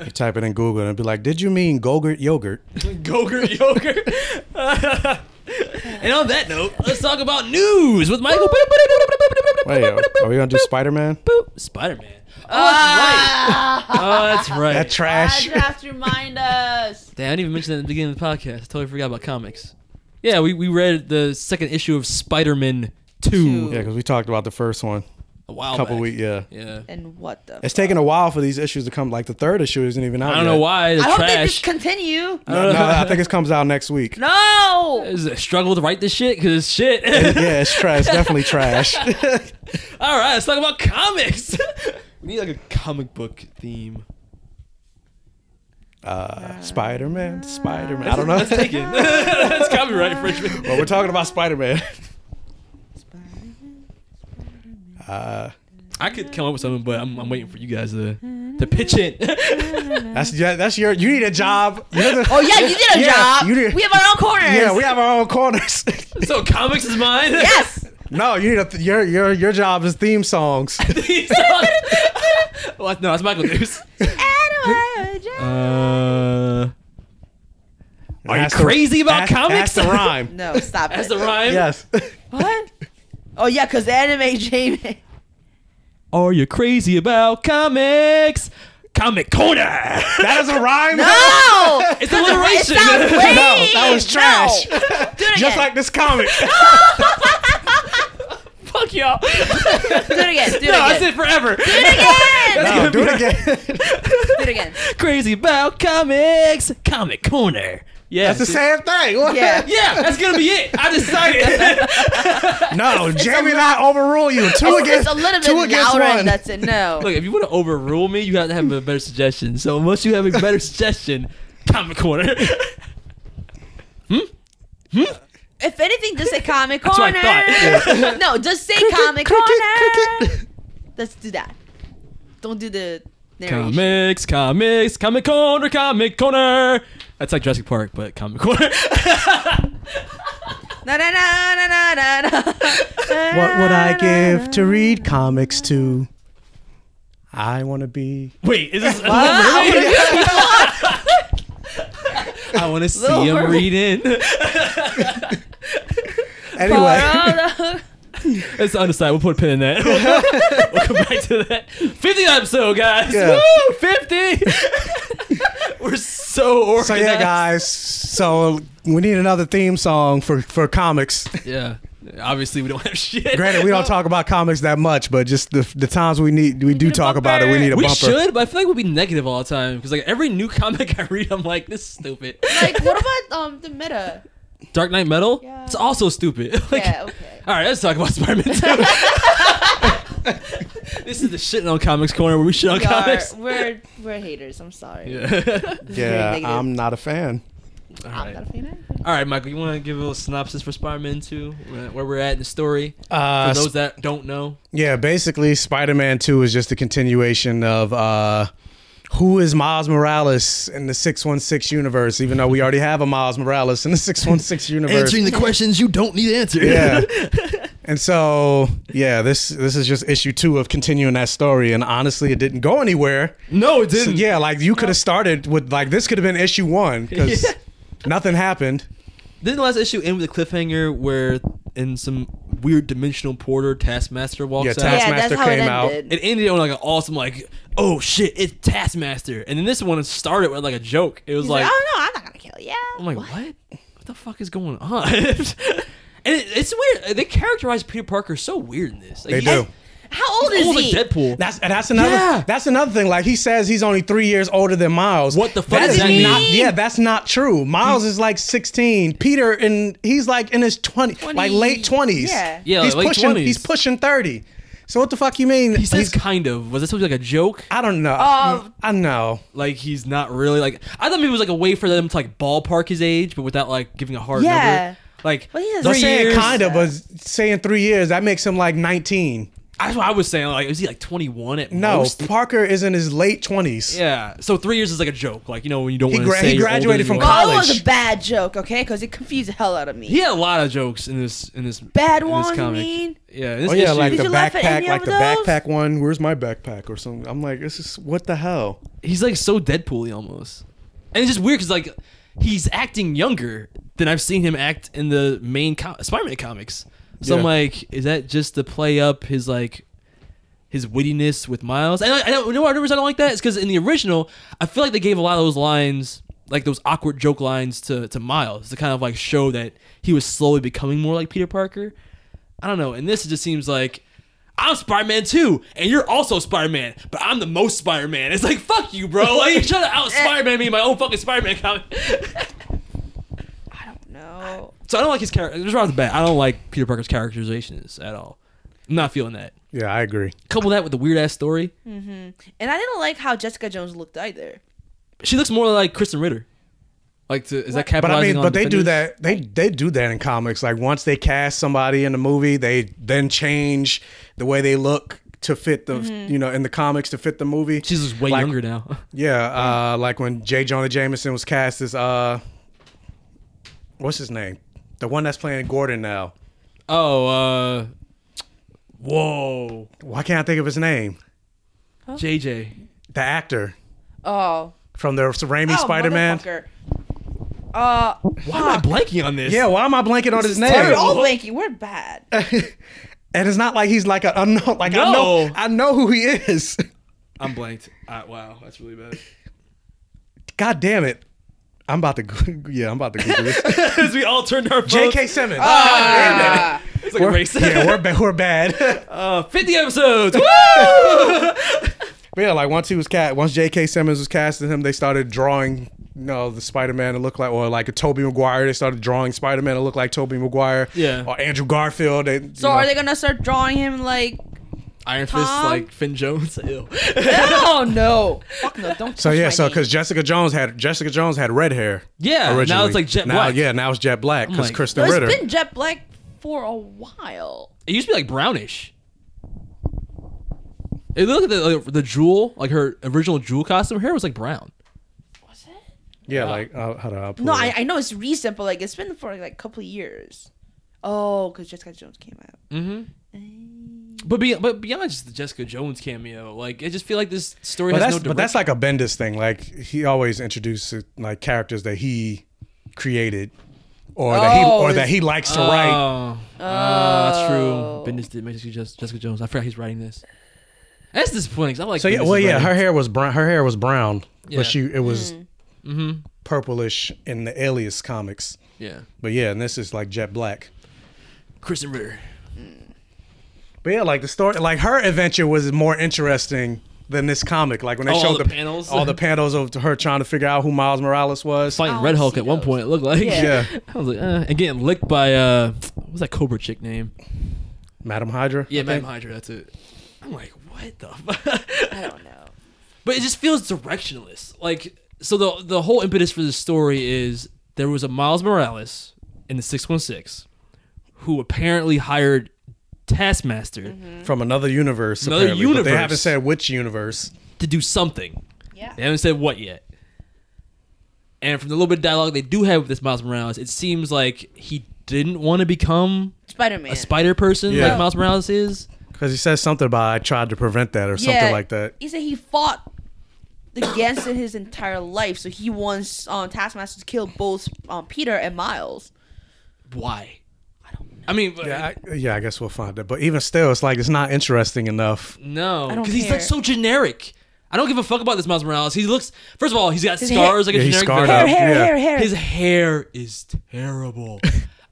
Speaker 3: You type it in Google and it'll be like, "Did you mean Gogurt yogurt?"
Speaker 2: Gogurt yogurt. [laughs] and on that note, let's talk about news with Michael.
Speaker 3: Wait, are we gonna do Spider Man?
Speaker 2: Spider Man. Oh, that's right. Oh, that's right. [laughs]
Speaker 3: That trash.
Speaker 4: have to remind us.
Speaker 2: Damn, I didn't even mention that at the beginning of the podcast. I totally forgot about comics. Yeah, we, we read the second issue of Spider Man 2
Speaker 3: [laughs] Yeah, because we talked about the first one
Speaker 2: a while
Speaker 3: a couple
Speaker 2: back.
Speaker 3: weeks. Yeah.
Speaker 2: Yeah.
Speaker 4: And what the?
Speaker 3: It's taken a while for these issues to come. Like the third issue isn't even out.
Speaker 2: I don't know why. The
Speaker 4: I hope they
Speaker 2: trash.
Speaker 4: just continue.
Speaker 3: No, no, I think it comes out next
Speaker 4: [laughs]
Speaker 3: week.
Speaker 4: No.
Speaker 2: Is it struggle to write this shit? Because it's shit.
Speaker 3: Yeah, it's trash. Definitely trash.
Speaker 2: [laughs]
Speaker 3: [laughs]
Speaker 2: All right, let's talk about comics. [laughs] we need like a comic book theme.
Speaker 3: Uh, Spider Man. Spider Man. I don't know.
Speaker 2: That's
Speaker 3: [laughs]
Speaker 2: taken. [laughs] That's copyright infringement.
Speaker 3: Well, we're talking about Spider Man. Uh,
Speaker 2: I could come up with something, but I'm, I'm waiting for you guys to to pitch in.
Speaker 3: that's yeah, that's your. You need a job. You know the-
Speaker 4: Oh yeah, you did a
Speaker 3: Yeah,
Speaker 4: job.
Speaker 3: you did-
Speaker 4: We have our own corners.
Speaker 3: yeah, we have our own corners.
Speaker 2: [laughs]
Speaker 3: [laughs]
Speaker 2: so comics is mine. [laughs]
Speaker 4: Yes.
Speaker 3: no, you need a th- your your your job is theme
Speaker 4: [laughs]
Speaker 3: songs.
Speaker 2: [laughs] well, no, that's Michael News.
Speaker 3: Uh,
Speaker 2: Are you
Speaker 3: Has to-
Speaker 2: crazy about
Speaker 3: has-
Speaker 2: comics?
Speaker 3: Has to rhyme.
Speaker 4: [laughs] no, stop.
Speaker 2: That's
Speaker 4: it.
Speaker 2: the rhyme.
Speaker 3: yes. [laughs]
Speaker 4: What? [laughs] Oh yeah, because the anime Jamie.
Speaker 2: Are you crazy about comics? Comic corner.
Speaker 3: That is a rhyme. [laughs]
Speaker 4: [laughs] No. [laughs]
Speaker 2: it's alliteration.
Speaker 4: Stop [laughs]
Speaker 3: No,
Speaker 4: waiting.
Speaker 3: that was trash.
Speaker 4: Do
Speaker 3: [laughs]
Speaker 4: it
Speaker 3: Just
Speaker 4: again.
Speaker 3: like this comic.
Speaker 2: [laughs] Fuck y'all.
Speaker 4: Do it
Speaker 3: [laughs]
Speaker 4: again. Do it
Speaker 2: No, that's
Speaker 4: again.
Speaker 2: it forever.
Speaker 4: Do it again.
Speaker 3: [laughs] no,
Speaker 4: [laughs]
Speaker 3: do it again.
Speaker 4: Do it again.
Speaker 2: crazy about comics. Comic corner. Yeah.
Speaker 4: [laughs]
Speaker 3: That's the same thing. [laughs] What?
Speaker 4: Yeah.
Speaker 2: Yeah, that's gonna be it. I
Speaker 4: [laughs]
Speaker 2: decided.
Speaker 3: No, Jamie and I overrule you. Two
Speaker 4: It's
Speaker 3: against
Speaker 4: a little
Speaker 3: two
Speaker 4: bit
Speaker 3: against
Speaker 4: louder.
Speaker 3: one.
Speaker 4: And that's
Speaker 3: [laughs]
Speaker 4: it. No.
Speaker 2: Look, if you want to overrule me, you have to have a better suggestion. So unless you have a better suggestion, comic corner. [laughs]
Speaker 4: If anything, just say comic
Speaker 2: what
Speaker 4: corner.
Speaker 2: I thought.
Speaker 4: [laughs] no, just say comic corner. [laughs] Let's do that. Don't do the
Speaker 3: [laughs]
Speaker 4: narration.
Speaker 2: comics, comics, comic corner, comic corner. That's like Jurassic Park, but comic
Speaker 3: [laughs]
Speaker 2: corner.
Speaker 4: Na na na na na na na.
Speaker 3: What would I give to read comics to? I want to be.
Speaker 2: Wait, is this? I want [laughs] to see him read in.
Speaker 3: Anyway,
Speaker 2: [laughs] It's on the side. We'll put a pin in
Speaker 3: [laughs]
Speaker 2: that. [laughs] we'll come back to that. 50 episode, guys.
Speaker 3: Yeah.
Speaker 2: Woo! 50. [laughs] We're so organized.
Speaker 3: [laughs] so yeah, guys. So we need another theme song for for comics.
Speaker 2: Yeah. Obviously, we don't have shit.
Speaker 3: Granted, [laughs] we don't talk about comics that much, but just the, the times we need we do talk about it, we need a
Speaker 2: we
Speaker 3: bumper.
Speaker 2: should, but I feel like we'll be negative all the time because like every new comic [laughs] I read, I'm like, this is stupid.
Speaker 4: [laughs] like, what about um
Speaker 3: [laughs]
Speaker 4: the meta?
Speaker 2: Dark Knight Metal,
Speaker 4: Yeah.
Speaker 2: it's also stupid. [laughs] Like-
Speaker 4: Yeah, okay.
Speaker 2: All right, let's talk about Spider-Man 2. [laughs] this is the shitting on comics corner where we shit on
Speaker 4: We are,
Speaker 2: comics. [laughs]
Speaker 4: we're we're haters. I'm sorry.
Speaker 2: Yeah.
Speaker 3: Yeah,
Speaker 4: Very negative.
Speaker 3: I'm not a fan.
Speaker 2: all
Speaker 4: I'm
Speaker 2: right.
Speaker 4: not a fan either.
Speaker 2: All right, Michael, you want to give a little synopsis for Spider-Man 2, where where we're at in the story?
Speaker 3: Uh,
Speaker 2: for those that don't know,
Speaker 3: Yeah, basically, Spider Man 2 is just a continuation of uh, who is Miles Morales in the 616 universe, even though we already have a Miles Morales in the [laughs] 616 universe.
Speaker 2: the questions you don't need answered. [laughs]
Speaker 3: yeah. And so, yeah, this this is just issue two of continuing that story. And honestly, it didn't go anywhere.
Speaker 2: No, it
Speaker 3: So,
Speaker 2: didn't.
Speaker 3: yeah, like you could have started with, like, this could have been issue one because
Speaker 2: Yeah.
Speaker 3: nothing happened.
Speaker 2: Didn't the last issue end with a cliffhanger where in some weird dimensional porter Taskmaster walks
Speaker 3: Yeah,
Speaker 2: out.
Speaker 3: Taskmaster
Speaker 4: yeah, that's how it
Speaker 3: came out.
Speaker 4: ended.
Speaker 2: It ended on like an awesome like oh shit it's Taskmaster, and then this one started with like a joke. It was
Speaker 4: He's
Speaker 2: like,
Speaker 4: like, oh no, I'm not gonna kill you.
Speaker 3: Oh
Speaker 2: I'm like what? what? the fuck is going on? [laughs] and it, it's weird. They characterize Peter Parker so weird in this. Like,
Speaker 3: They
Speaker 2: he's
Speaker 3: do.
Speaker 4: How old
Speaker 3: Oh,
Speaker 2: Almost
Speaker 4: is
Speaker 2: like
Speaker 4: he?
Speaker 2: Deadpool.
Speaker 3: That's and that's another
Speaker 2: Yeah.
Speaker 3: that's another thing. Like he says he's only three years older than Miles.
Speaker 2: What the fuck
Speaker 3: That
Speaker 2: does
Speaker 3: is
Speaker 2: that mean?
Speaker 3: not yeah, that's not true. Miles is like sixteen. Peter and he's like in his 20, like late twenties.
Speaker 4: Yeah.
Speaker 2: Yeah,
Speaker 3: he's
Speaker 2: late
Speaker 3: pushing
Speaker 2: 20s.
Speaker 3: he's pushing thirty. So what the fuck you mean?
Speaker 2: he says Um,
Speaker 3: he's,
Speaker 2: kind of. Was this supposed to be like a joke?
Speaker 3: I don't know. I know.
Speaker 2: Like he's not really like. I thought maybe it was like a way for them to like ballpark his age, but without like giving a hard
Speaker 4: Yeah.
Speaker 2: number. Like
Speaker 4: But he has
Speaker 2: three
Speaker 3: I'm saying
Speaker 2: years.
Speaker 3: kind of, but saying three years that makes him like nineteen.
Speaker 2: That's what I was saying. Like, is he like 21 at
Speaker 3: No,
Speaker 2: most?
Speaker 3: Parker is in his late twenties.
Speaker 2: Oh, Yeah. So three years is like a joke. Like you know when you don't
Speaker 3: He
Speaker 2: want
Speaker 3: gra-
Speaker 2: to say
Speaker 3: he
Speaker 2: you're older
Speaker 3: graduated
Speaker 2: than you
Speaker 3: from
Speaker 2: are.
Speaker 3: college.
Speaker 4: Oh, it was a bad joke, okay? Because it confused the hell out of me.
Speaker 2: He had a lot of jokes in this in this
Speaker 4: Bad
Speaker 2: in this
Speaker 4: one, you
Speaker 2: comic.
Speaker 4: mean?
Speaker 2: Yeah. in This
Speaker 3: Oh yeah,
Speaker 2: issue,
Speaker 3: like the
Speaker 4: you laugh at
Speaker 3: backpack,
Speaker 4: any
Speaker 3: like
Speaker 4: of
Speaker 3: the
Speaker 4: those?
Speaker 3: backpack one. Where's my backpack or something? I'm like, this is what the hell.
Speaker 2: he's like so Deadpool-y almost, and it's just weird because like he's acting younger than I've seen him act in the main co- Spider-Man comics. So I'm
Speaker 3: Yeah.
Speaker 2: like, is that just to play up his like his wittiness with Miles? And I, I don't you know why I don't like that. It's because in the original, I feel like they gave a lot of those lines, like those awkward joke lines, to to Miles to kind of like show that he was slowly becoming more like Peter Parker. I don't know. And this just seems like I'm Spider Man too, and you're also Spider Man, but I'm the most Spider Man. It's like fuck you, bro. Like you're trying to
Speaker 3: [laughs]
Speaker 2: out Spider Man me in my own fucking Spider Man comic.
Speaker 4: I don't know.
Speaker 2: so I don't like his character. Just right off the bat, I don't like Peter Parker's characterizations at all. I'm not feeling that.
Speaker 3: Yeah, I agree.
Speaker 2: Couple that with the weird ass story.
Speaker 4: And I didn't like how Jessica Jones looked either.
Speaker 2: She looks more like Kristen Ritter. Like to, is that
Speaker 3: But I
Speaker 2: capitalizing
Speaker 3: mean,
Speaker 2: on
Speaker 3: but they do
Speaker 2: Defenders?
Speaker 3: that. They they do that in comics. Like once they cast somebody in a movie, they then change the way they look to fit the
Speaker 4: Mm-hmm.
Speaker 3: you know in the comics to fit the movie.
Speaker 2: She's just way
Speaker 3: Like-
Speaker 2: younger now. [laughs]
Speaker 3: Yeah, uh, like when J. Jonah Jameson was cast as uh, what's his name? The one that's playing Gordon now.
Speaker 2: Oh, uh Whoa.
Speaker 3: Why can't I think of his name?
Speaker 2: JJ.
Speaker 3: The actor
Speaker 4: Oh,
Speaker 3: from the Raimi
Speaker 4: oh
Speaker 3: Spider-Man.
Speaker 4: motherfucker. Uh,
Speaker 2: Why am I blanking on this?
Speaker 3: Yeah, why am I blanking on his name?
Speaker 4: we're all blanking. oh, We're bad.
Speaker 3: And it's not like he's like an unknown. Like I
Speaker 2: No.
Speaker 3: know, I know who he is. [laughs]
Speaker 2: I'm blanked. Ah, wow, that's really bad. [laughs]
Speaker 3: God damn it! I'm about to. Go- [laughs] yeah, I'm about to Google this. [laughs]
Speaker 2: As we all turned our phones.
Speaker 3: J.K. Simmons.
Speaker 4: Ah,
Speaker 2: It's like a race.
Speaker 3: yeah, we're ba- we're
Speaker 4: [laughs]
Speaker 3: bad.
Speaker 2: Uh, 50 episodes. Woo!
Speaker 3: but yeah, like once he was cat, once J.K. Simmons was casting him, they started drawing. You know, the Spider Man to look like, or like a Tobey Maguire. They started drawing Spider Man to look like Tobey Maguire.
Speaker 2: Yeah.
Speaker 3: Or Andrew Garfield. They, you
Speaker 4: So
Speaker 3: know.
Speaker 4: are they gonna start drawing him
Speaker 3: [laughs]
Speaker 4: like?
Speaker 2: Iron Fist,
Speaker 4: Tom?
Speaker 2: like Finn Jones. [laughs] Ew.
Speaker 4: Oh no! Fuck no! Don't.
Speaker 3: So
Speaker 4: touch
Speaker 3: yeah,
Speaker 4: my
Speaker 3: so
Speaker 4: name.
Speaker 3: because Jessica Jones had Jessica Jones had red hair.
Speaker 2: Yeah, now
Speaker 3: originally.
Speaker 2: it's like jet
Speaker 3: now,
Speaker 2: black.
Speaker 3: Yeah, now it's jet black because
Speaker 2: like-
Speaker 3: Kristen
Speaker 4: But
Speaker 3: Ritter.
Speaker 4: it's been Jet Black for a while.
Speaker 2: It used to be like brownish. If you look at the like, the jewel, like her original jewel costume, her hair was like brown.
Speaker 4: Was it?
Speaker 3: yeah, like uh, how do I pull
Speaker 4: No,
Speaker 3: it?
Speaker 4: I, I know it's recent, but like it's been for like a couple of years. Oh, because Jessica Jones came out.
Speaker 2: [laughs] But be, but beyond just the Jessica Jones cameo, like I just feel like this story has
Speaker 3: But that's,
Speaker 2: no. Direction.
Speaker 3: but that's like a Bendis thing. Like he always introduces like characters that he created, or that he
Speaker 4: Oh,
Speaker 3: or that
Speaker 4: it's-
Speaker 3: he likes to write.
Speaker 2: Oh, Ah, that's true. Bendis did make Jessica Jessica Jones. I forgot he's writing this. That's disappointing. 'cause I like.
Speaker 3: So yeah,
Speaker 2: Bendis'
Speaker 3: well yeah,
Speaker 2: writing.
Speaker 3: her hair was brown. Her hair was brown,
Speaker 2: Yeah. Mm-hmm.
Speaker 3: but she it was purplish in the Alias comics.
Speaker 2: Yeah,
Speaker 3: But yeah, and this is like jet black.
Speaker 2: Kristen Ritter.
Speaker 3: But yeah, like the story, like her adventure was more interesting than this comic. Like when they
Speaker 2: Oh, all
Speaker 3: showed
Speaker 2: the panels?
Speaker 3: all the panels of her trying to figure out who Miles Morales was.
Speaker 2: fighting Red Hulk at one point. It looked like
Speaker 3: Oh, Yeah.
Speaker 2: [laughs] I was like, uh, and getting licked by uh, what was that Cobra chick name?
Speaker 3: Madam Hydra.
Speaker 2: Yeah,
Speaker 3: I
Speaker 2: Madam
Speaker 3: think.
Speaker 2: Hydra. That's it. I'm like, what the? Fuck?
Speaker 4: I don't know.
Speaker 2: [laughs] but it just feels directionless. Like, so the the whole impetus for this story is there was a Miles Morales in the six one six, who apparently hired Taskmaster
Speaker 4: Mm-hmm.
Speaker 3: from another universe.
Speaker 2: Another
Speaker 3: apparently, but
Speaker 2: universe.
Speaker 3: they haven't said which universe.
Speaker 2: to do something.
Speaker 4: Yeah.
Speaker 2: They haven't said what yet. And from the little bit of dialogue they do have with this Miles Morales, it seems like he didn't want to become
Speaker 4: Spider Man.
Speaker 2: a spider person
Speaker 3: Yeah.
Speaker 2: like Miles Morales is.
Speaker 3: Because he says something about I tried to prevent that or something like that.
Speaker 4: He said he fought against it his entire life, so he wants um, Taskmaster to kill both um, Peter and Miles.
Speaker 2: Why?
Speaker 4: I don't know.
Speaker 2: I mean,
Speaker 3: Yeah, I, yeah, I guess we'll find it. But even still, it's like it's not interesting enough.
Speaker 2: no,
Speaker 4: don't
Speaker 2: because he's like
Speaker 4: care.
Speaker 2: so generic. I don't give a fuck about this Miles Morales. He looks. First of all, he's got scars like a
Speaker 3: Yeah, he's
Speaker 2: generic
Speaker 3: scarred
Speaker 2: villain.
Speaker 3: up.
Speaker 4: hair,
Speaker 3: yeah.
Speaker 4: hair, hair.
Speaker 2: His hair is terrible.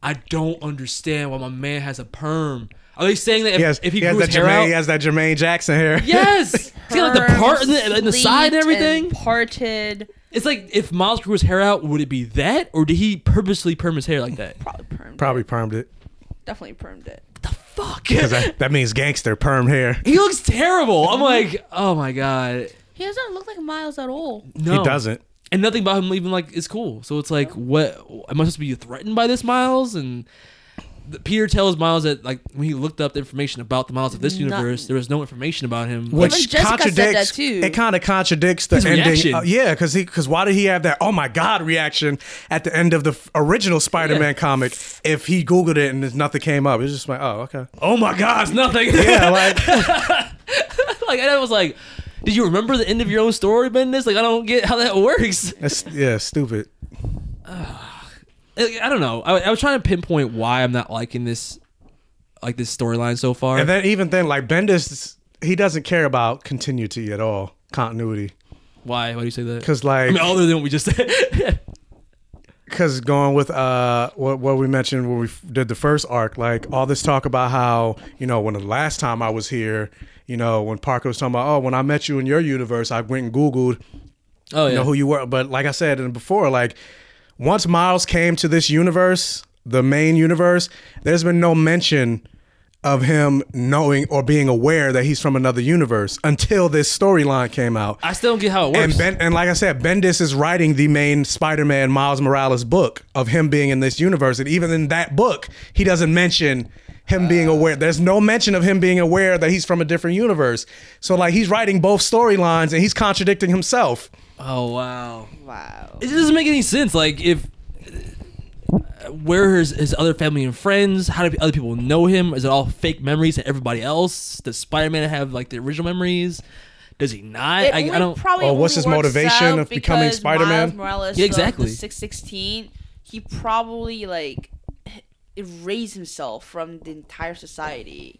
Speaker 2: I don't understand why my man has a perm. Are they saying that if,
Speaker 3: He has,
Speaker 2: if he,
Speaker 3: he has
Speaker 2: grew
Speaker 3: that
Speaker 2: his hair
Speaker 3: Jermaine,
Speaker 2: out?
Speaker 3: he has that Jermaine Jackson hair.
Speaker 4: [laughs]
Speaker 2: yes, he's got like the part in the, in the side and everything.
Speaker 4: parted.
Speaker 2: It's like if Miles grew his hair out, would it be that, or did he purposely perm his hair like that?
Speaker 4: Probably
Speaker 3: [laughs]
Speaker 4: permed.
Speaker 3: Probably permed it
Speaker 4: Definitely permed it. [laughs]
Speaker 2: Fuck. [laughs]
Speaker 3: because that, that means gangster perm hair.
Speaker 2: he looks terrible. I'm like, oh my god,
Speaker 4: He doesn't look like Miles at all.
Speaker 2: no.
Speaker 3: He doesn't.
Speaker 2: and nothing about him leaving like is cool. So it's like, what am I supposed to be threatened by this Miles? And the, Peter tells Miles that like when he looked up the information about the Miles of this universe, there was no information about him. [laughs]
Speaker 4: Even
Speaker 3: Which
Speaker 4: Jessica said
Speaker 3: contradicts.
Speaker 4: that too.
Speaker 3: It kind of contradicts the
Speaker 2: His
Speaker 3: ending.
Speaker 2: reaction.
Speaker 3: Uh, yeah, because he because why did he have that? Oh my god! Reaction at the end of the f- original Spider-Man
Speaker 2: Yeah.
Speaker 3: comic. If he googled it and there's nothing came up, it's just like oh okay.
Speaker 2: oh my God, it's nothing.
Speaker 3: Yeah,
Speaker 2: [laughs]
Speaker 3: like
Speaker 2: like and I was like, did you remember the end of your own story, Bendis? Like I don't get how that [laughs] works.
Speaker 3: that's yeah stupid.
Speaker 2: Like, I don't know. I, I was trying to pinpoint why I'm not liking this, like this storyline so far.
Speaker 3: And then even then, like Bendis, he doesn't care about continuity at all, continuity.
Speaker 2: why? Why do you say that?
Speaker 3: Because like,
Speaker 2: I mean, other than what we just [laughs] said.
Speaker 3: because going with uh what, what we mentioned when we f- did the first arc like all this talk about how you know when the last time i was here you know when parker was talking about oh when i met you in your universe i went and googled
Speaker 2: oh yeah.
Speaker 3: you know who you were but like i said and before like once miles came to this universe the main universe there's been no mention of him knowing or being aware that he's from another universe until this storyline came out
Speaker 2: I still don't get how it works.
Speaker 3: and ben, and like I said, Bendis is writing the main Spider-Man Miles Morales book of him being in this universe, and even in that book, he doesn't mention him being aware. There's no mention of him being aware that he's from a different universe. So like he's writing both storylines and he's contradicting himself.
Speaker 2: oh wow.
Speaker 4: Wow.
Speaker 2: it doesn't make any sense. Like if uh, where is his other family and friends? How do other people know him? Is it all fake memories and everybody else? Does Spider Man have like the original memories? Does he not?
Speaker 4: It
Speaker 2: I,
Speaker 4: only
Speaker 2: I [laughs] don't.
Speaker 4: Probably
Speaker 3: Or Oh, what's his
Speaker 4: only works
Speaker 3: motivation
Speaker 4: out
Speaker 3: of becoming
Speaker 4: because
Speaker 3: Spider-Man?
Speaker 4: Miles Morales,
Speaker 2: Yeah,
Speaker 4: uh,
Speaker 2: exactly.
Speaker 4: The six sixteen. He probably like h- erased himself from the entire society,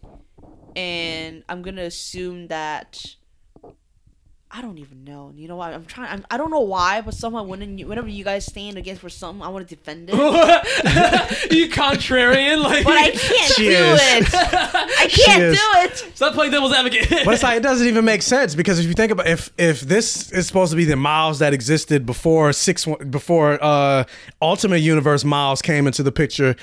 Speaker 4: and I'm gonna assume that. I don't even know. You know what? I'm trying. I'm, I don't know why, but somehow when you, whenever you guys stand against for something, I want to defend it, but
Speaker 2: [laughs] you
Speaker 4: [laughs]
Speaker 2: contrarian. Like
Speaker 4: I can't
Speaker 3: She
Speaker 4: do
Speaker 3: is.
Speaker 4: it. I can't
Speaker 3: is.
Speaker 4: do it.
Speaker 2: [laughs] stop playing devil's
Speaker 4: [laughs]
Speaker 2: advocate.
Speaker 3: But it's like it doesn't even make sense because if you think about if if this is supposed to be the Miles that existed before six one- before uh Ultimate Universe Miles came into the picture,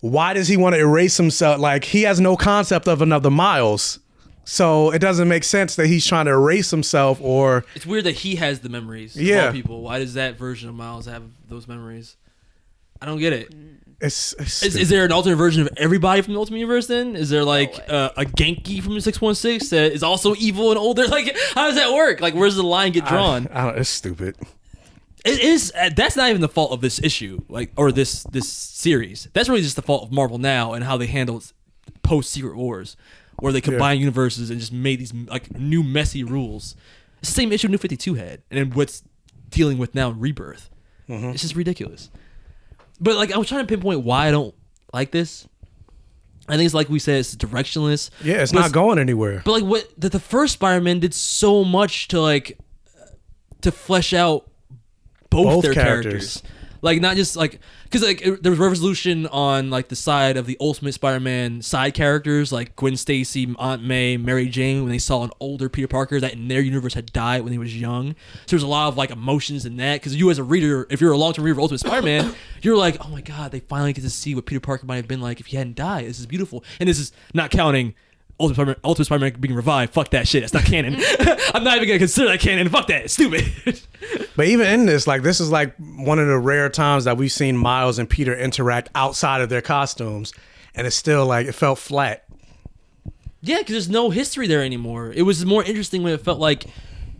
Speaker 3: why does he want to erase himself? Like he has no concept of another Miles. So it doesn't make sense that he's trying to erase himself or
Speaker 2: it's weird that he has the memories. of
Speaker 3: Yeah.
Speaker 2: all people. Why does that version of Miles have those memories? I don't get it.
Speaker 3: it's, it's
Speaker 2: Is, is there an alternate version of everybody from the Ultimate Universe? Then is there like uh, a Genki from the Six One Six that is also evil and older? Like, how does that work? Like, where does the line get drawn?
Speaker 3: [laughs] I, don't, it's stupid.
Speaker 2: it is uh, that's not even the fault of this issue, like or this this series. That's really just the fault of Marvel now and how they handle post Secret Wars, where they combine universes and just made these like new messy rules. It's the same issue New Fifty Two had, and then what's dealing with now in Rebirth.
Speaker 3: Mm-hmm.
Speaker 2: It's just ridiculous. But like I was trying to pinpoint why I don't like this. I think it's like we said, it's directionless.
Speaker 3: Yeah, it's
Speaker 2: But
Speaker 3: not going anywhere.
Speaker 2: but like what the, the first Spider-Man did so much to like to flesh out both,
Speaker 3: Both
Speaker 2: their
Speaker 3: characters.
Speaker 2: characters. Like not just like because like it- there was resolution on like the side of the Ultimate Spider-Man side characters like Gwen Stacy, Aunt May, Mary Jane when they saw an older Peter Parker that in their universe had died when he was young. So there's a lot of like emotions in that because you as a reader, if you're a long-term reader of Ultimate [coughs] Spider-Man, you're like, oh my god, they finally get to see what Peter Parker might have been like if he hadn't died. This is beautiful, and this is not counting Ultimate Spider-Man, Ultimate Spider-Man being revived. Fuck that shit. That's not [laughs] canon. I'm not even gonna consider that canon. Fuck that. It's stupid. [laughs]
Speaker 3: But even in this, like this is like one of the rare times that we've seen Miles and Peter interact outside of their costumes, and it's still like it felt flat.
Speaker 2: Yeah, because there's no history there anymore. It was more interesting when it felt like,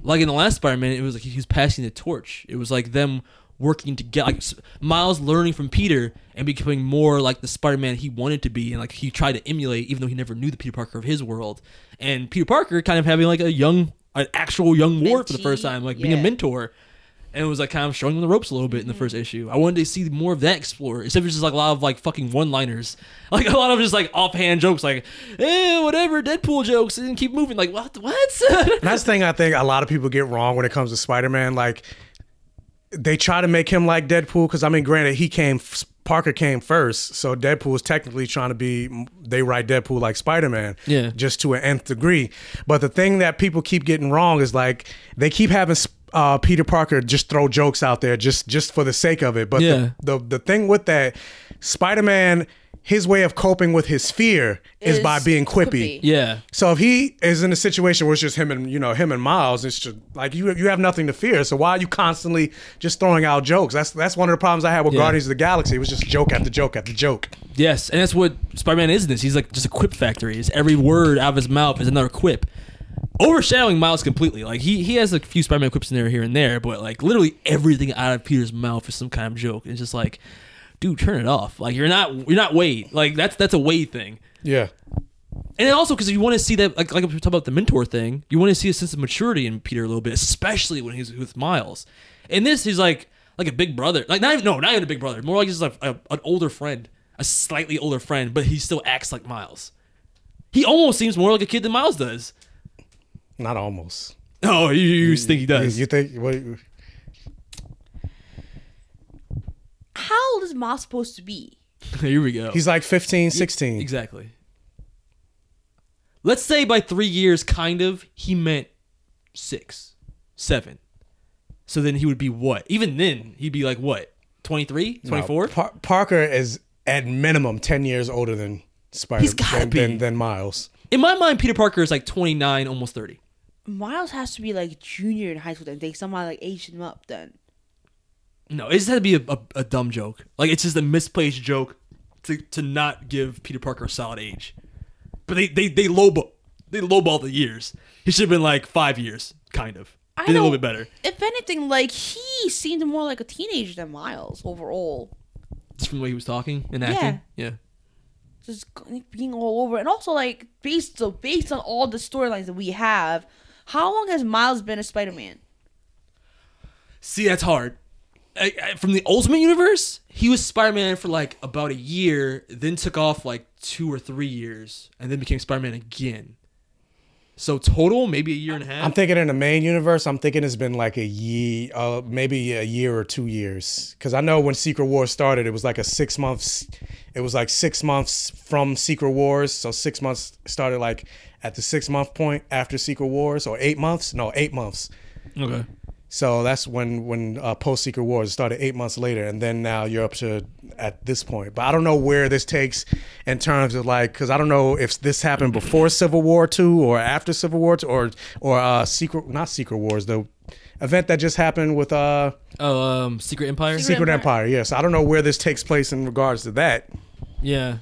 Speaker 2: like in the last Spider-Man, it was like he was passing the torch. It was like them working together, like s- Miles learning from Peter and becoming more like the Spider-Man he wanted to be, and like he tried to emulate, even though he never knew the Peter Parker of his world. And Peter Parker kind of having like a young, an actual young ward for the first
Speaker 4: Mentee,
Speaker 2: time, like being a
Speaker 4: yeah.
Speaker 2: mentor. and it was like kind of showing them the ropes a little bit in the first issue. I wanted to see more of that explored, except it's just like a lot of like fucking one-liners, [laughs] like a lot of just like offhand jokes, like eh, whatever Deadpool jokes, and keep moving. Like what? What? [laughs]
Speaker 3: And that's the thing I think a lot of people get wrong when it comes to Spider Man. Like, they try to make him like Deadpool because, I mean, granted, he came, Parker came first. So Deadpool is technically trying to be, they write Deadpool like Spider Man.
Speaker 2: Yeah.
Speaker 3: Just to an nth degree. But the thing that people keep getting wrong is like, they keep having. Uh, Peter Parker just throw jokes out there just just for the sake of it, but
Speaker 2: Yeah.
Speaker 3: the, the the thing with that, Spider Man, his way of coping with his fear is, by
Speaker 4: Is
Speaker 3: being
Speaker 4: quippy.
Speaker 3: quippy.
Speaker 2: yeah.
Speaker 3: So if he is in a situation where it's just him and you know him and Miles, it's just like you you have nothing to fear. So why are you constantly just throwing out jokes? That's that's one of the problems I had with
Speaker 2: Yeah.
Speaker 3: Guardians of the Galaxy. It was just joke after joke after joke.
Speaker 2: Yes, and that's what Spider-Man is in this. He's like just a quip factory. It's every word out of his mouth is another quip. Overshadowing Miles completely. Like he, he has a few Spider-Man quips in there here and there, but like literally everything out of Peter's mouth is some kind of joke. It's just like, dude, turn it off. Like you're not you're not Wade. Like that's that's a Wade thing.
Speaker 3: Yeah,
Speaker 2: And then also because you want to see that, like, like we talked about the mentor thing, you want to see a sense of maturity in Peter a little bit, especially when he's with Miles. In this, he's like like a big brother, like not even no, not even a big brother, more like just like a, an older friend, a slightly older friend, but he still acts like Miles. He almost seems more like a kid than Miles does.
Speaker 3: not almost.
Speaker 2: No, you, you think he does?
Speaker 3: You, you think? What,
Speaker 4: How old is Miles supposed to be?
Speaker 2: [laughs] here we go.
Speaker 3: he's like 15, 16.
Speaker 2: exactly. Let's say by three years, kind of, he meant six, seven. So then he would be what? Even then, he'd be like what? 23, 24?
Speaker 3: Par- Parker is at minimum ten years older than Spider.
Speaker 2: He's gotta
Speaker 3: than, than,
Speaker 2: be.
Speaker 3: than Miles.
Speaker 2: In my mind, Peter Parker is like 29, almost 30.
Speaker 4: Miles has to be like junior in high school then. They somehow like aged him up then.
Speaker 2: No, it just had to be a, a, a dumb joke. Like, it's just a misplaced joke to, to not give Peter Parker a solid age. But they, they, they lowball. They lowball the years. He should have been like five years, kind of.
Speaker 4: I
Speaker 2: Did a little bit
Speaker 4: don't-
Speaker 2: better.
Speaker 4: If anything, like he seemed more like a teenager than Miles overall.
Speaker 2: Just from the way he was talking and acting. yeah.
Speaker 4: just going- being all over, and also like based so based on all the storylines that we have, how long has Miles been a Spider-Man?
Speaker 2: See, that's hard. I, I, from the Ultimate Universe, he was Spider Man for like about a year, then took off like two or three years, and then became Spider Man again. So total, maybe a year and a half.
Speaker 3: I'm thinking in the main universe. I'm thinking it's been like a year, uh, maybe a year or two years. Because I know when Secret Wars started, it was like a six months. It was like six months from Secret Wars, so six months started like at the six month point after Secret Wars, or eight months. No, eight months.
Speaker 2: okay.
Speaker 3: So that's when when uh, post Secret Wars started eight months later, and then now you're up to at this point. But I don't know where this takes in terms of like, because I don't know if this happened before Civil War two or after Civil War two or or uh, Secret not Secret Wars the event that just happened with uh,
Speaker 2: Oh, um, Secret Empire.
Speaker 4: Secret-
Speaker 3: Secret
Speaker 4: Empire.
Speaker 3: Empire. Yes, I don't know where this takes place in regards to that.
Speaker 2: yeah,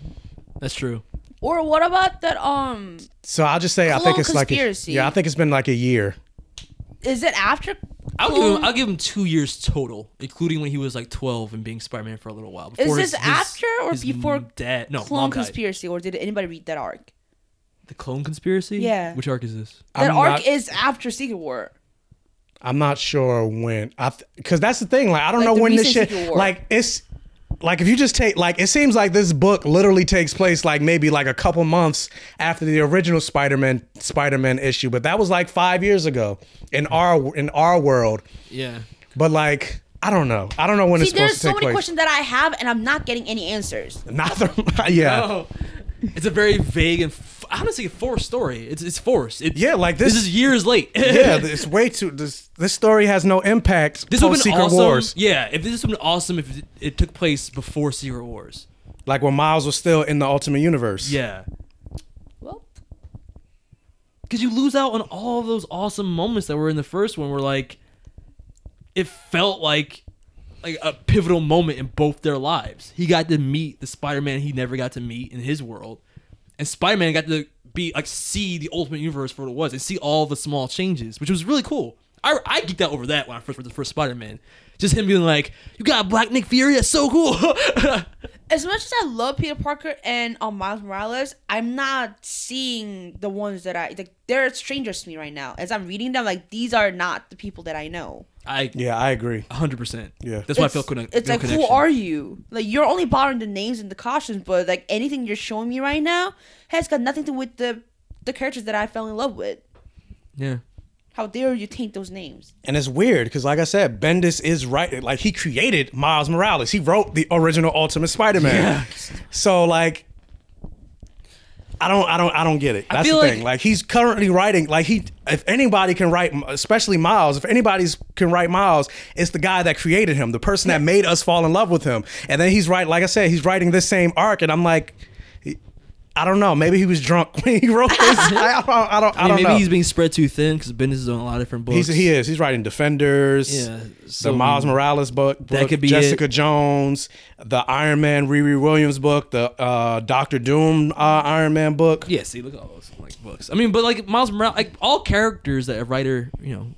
Speaker 2: that's true.
Speaker 4: Or what about that? Um,
Speaker 3: So I'll just say I think
Speaker 4: Clone
Speaker 3: it's like a,
Speaker 4: conspiracy.
Speaker 3: yeah, I think it's been like a year.
Speaker 4: is it after?
Speaker 2: I'll give him. I'll give him two years total, including when he was like twelve and being Spider Man for a little while. Before
Speaker 4: this after or before
Speaker 2: Dad? No,
Speaker 4: Clone
Speaker 2: mom died.
Speaker 4: conspiracy, or did anybody read that arc?
Speaker 2: The clone conspiracy.
Speaker 4: Yeah.
Speaker 2: Which arc is this?
Speaker 4: That
Speaker 3: I'm
Speaker 4: arc
Speaker 3: not-
Speaker 4: is after Secret War.
Speaker 3: I'm not sure when I because that's the thing. Like I don't
Speaker 4: Like,
Speaker 3: know
Speaker 4: the
Speaker 3: when this
Speaker 4: recent
Speaker 3: shit.
Speaker 4: Civil War.
Speaker 3: Like it's like if you just take like it seems like this book literally takes place like maybe like a couple months after the original Spider-Man Spider-Man issue, but that was like five years ago in our in our world.
Speaker 2: Yeah.
Speaker 3: But like I don't know. I don't know when
Speaker 4: See,
Speaker 3: it's supposed
Speaker 4: there's
Speaker 3: to
Speaker 4: so
Speaker 3: take
Speaker 4: many
Speaker 3: place.
Speaker 4: questions that I have, and I'm not getting any answers.
Speaker 3: Neither. [laughs] yeah.
Speaker 2: Oh, it's a very vague and f- honestly forced story. It's it's forced. It,
Speaker 3: Yeah, like this-
Speaker 2: is years late. [laughs]
Speaker 3: Yeah, it's way too. This this story has no impact.
Speaker 2: this would
Speaker 3: post
Speaker 2: have been
Speaker 3: Secret
Speaker 2: awesome.
Speaker 3: Wars.
Speaker 2: Yeah, if this would have been awesome if it, it took place before Secret Wars.
Speaker 3: Like when Miles was still in the Ultimate Universe.
Speaker 2: Yeah,
Speaker 4: Well,
Speaker 2: because you lose out on all of those awesome moments that were in the first one. Where like, it felt like like a pivotal moment in both their lives. He got to meet the Spider-Man he never got to meet in his world, and Spider-Man got to be like see the Ultimate Universe for what it was and see all the small changes, which was really cool. I I geeked out over that when I first read the first Spider-Man. Just him being like, "You got Black Nick Fury, that's so cool." [laughs]
Speaker 4: as much as I love Peter Parker and um, Miles Morales, I'm not seeing the ones that I like. They're strangers to me right now. As I'm reading them, like these are not the people that I know.
Speaker 2: I
Speaker 3: Yeah, I agree.
Speaker 2: 100%.
Speaker 3: Yeah.
Speaker 2: That's why I
Speaker 4: it's,
Speaker 2: feel conne-
Speaker 4: it's
Speaker 2: no
Speaker 4: like
Speaker 2: connection.
Speaker 4: who are you like you're only borrowing the names and the costumes but like anything you're showing me right now has got nothing to do with the the characters that i fell in love with
Speaker 2: Yeah.
Speaker 4: how dare you taint those names
Speaker 3: And it's weird because, like I said, Bendis is right. Like he created Miles Morales. He wrote the original Ultimate Spider-Man. So like, I don't, I don't, I don't get it. That's the
Speaker 2: feel like-
Speaker 3: thing. Like he's currently writing. Like he, if anybody can write, especially Miles, if anybody's can write Miles, it's the guy that created him, the person that made us fall in love with him. And then he's right. Like I said, he's writing this same arc, and I'm like. I don't know. Maybe he was drunk [laughs] when he
Speaker 2: [laughs]
Speaker 3: wrote this. I don't. I don't. I,
Speaker 2: I mean,
Speaker 3: don't
Speaker 2: maybe
Speaker 3: know.
Speaker 2: he's being spread too thin because Bendis is on a lot of different books.
Speaker 3: He's, he is. He's writing Defenders.
Speaker 2: Yeah,
Speaker 3: the
Speaker 2: so,
Speaker 3: Miles
Speaker 2: I mean,
Speaker 3: Morales book, book,
Speaker 2: could be
Speaker 3: Jessica
Speaker 2: it.
Speaker 3: Jones, the Iron Man Riri Williams book, the uh, Doctor Doom uh, Iron Man book.
Speaker 2: Yeah, see, look at all those like books. I mean, but like Miles Morales, like all characters that a writer, you know,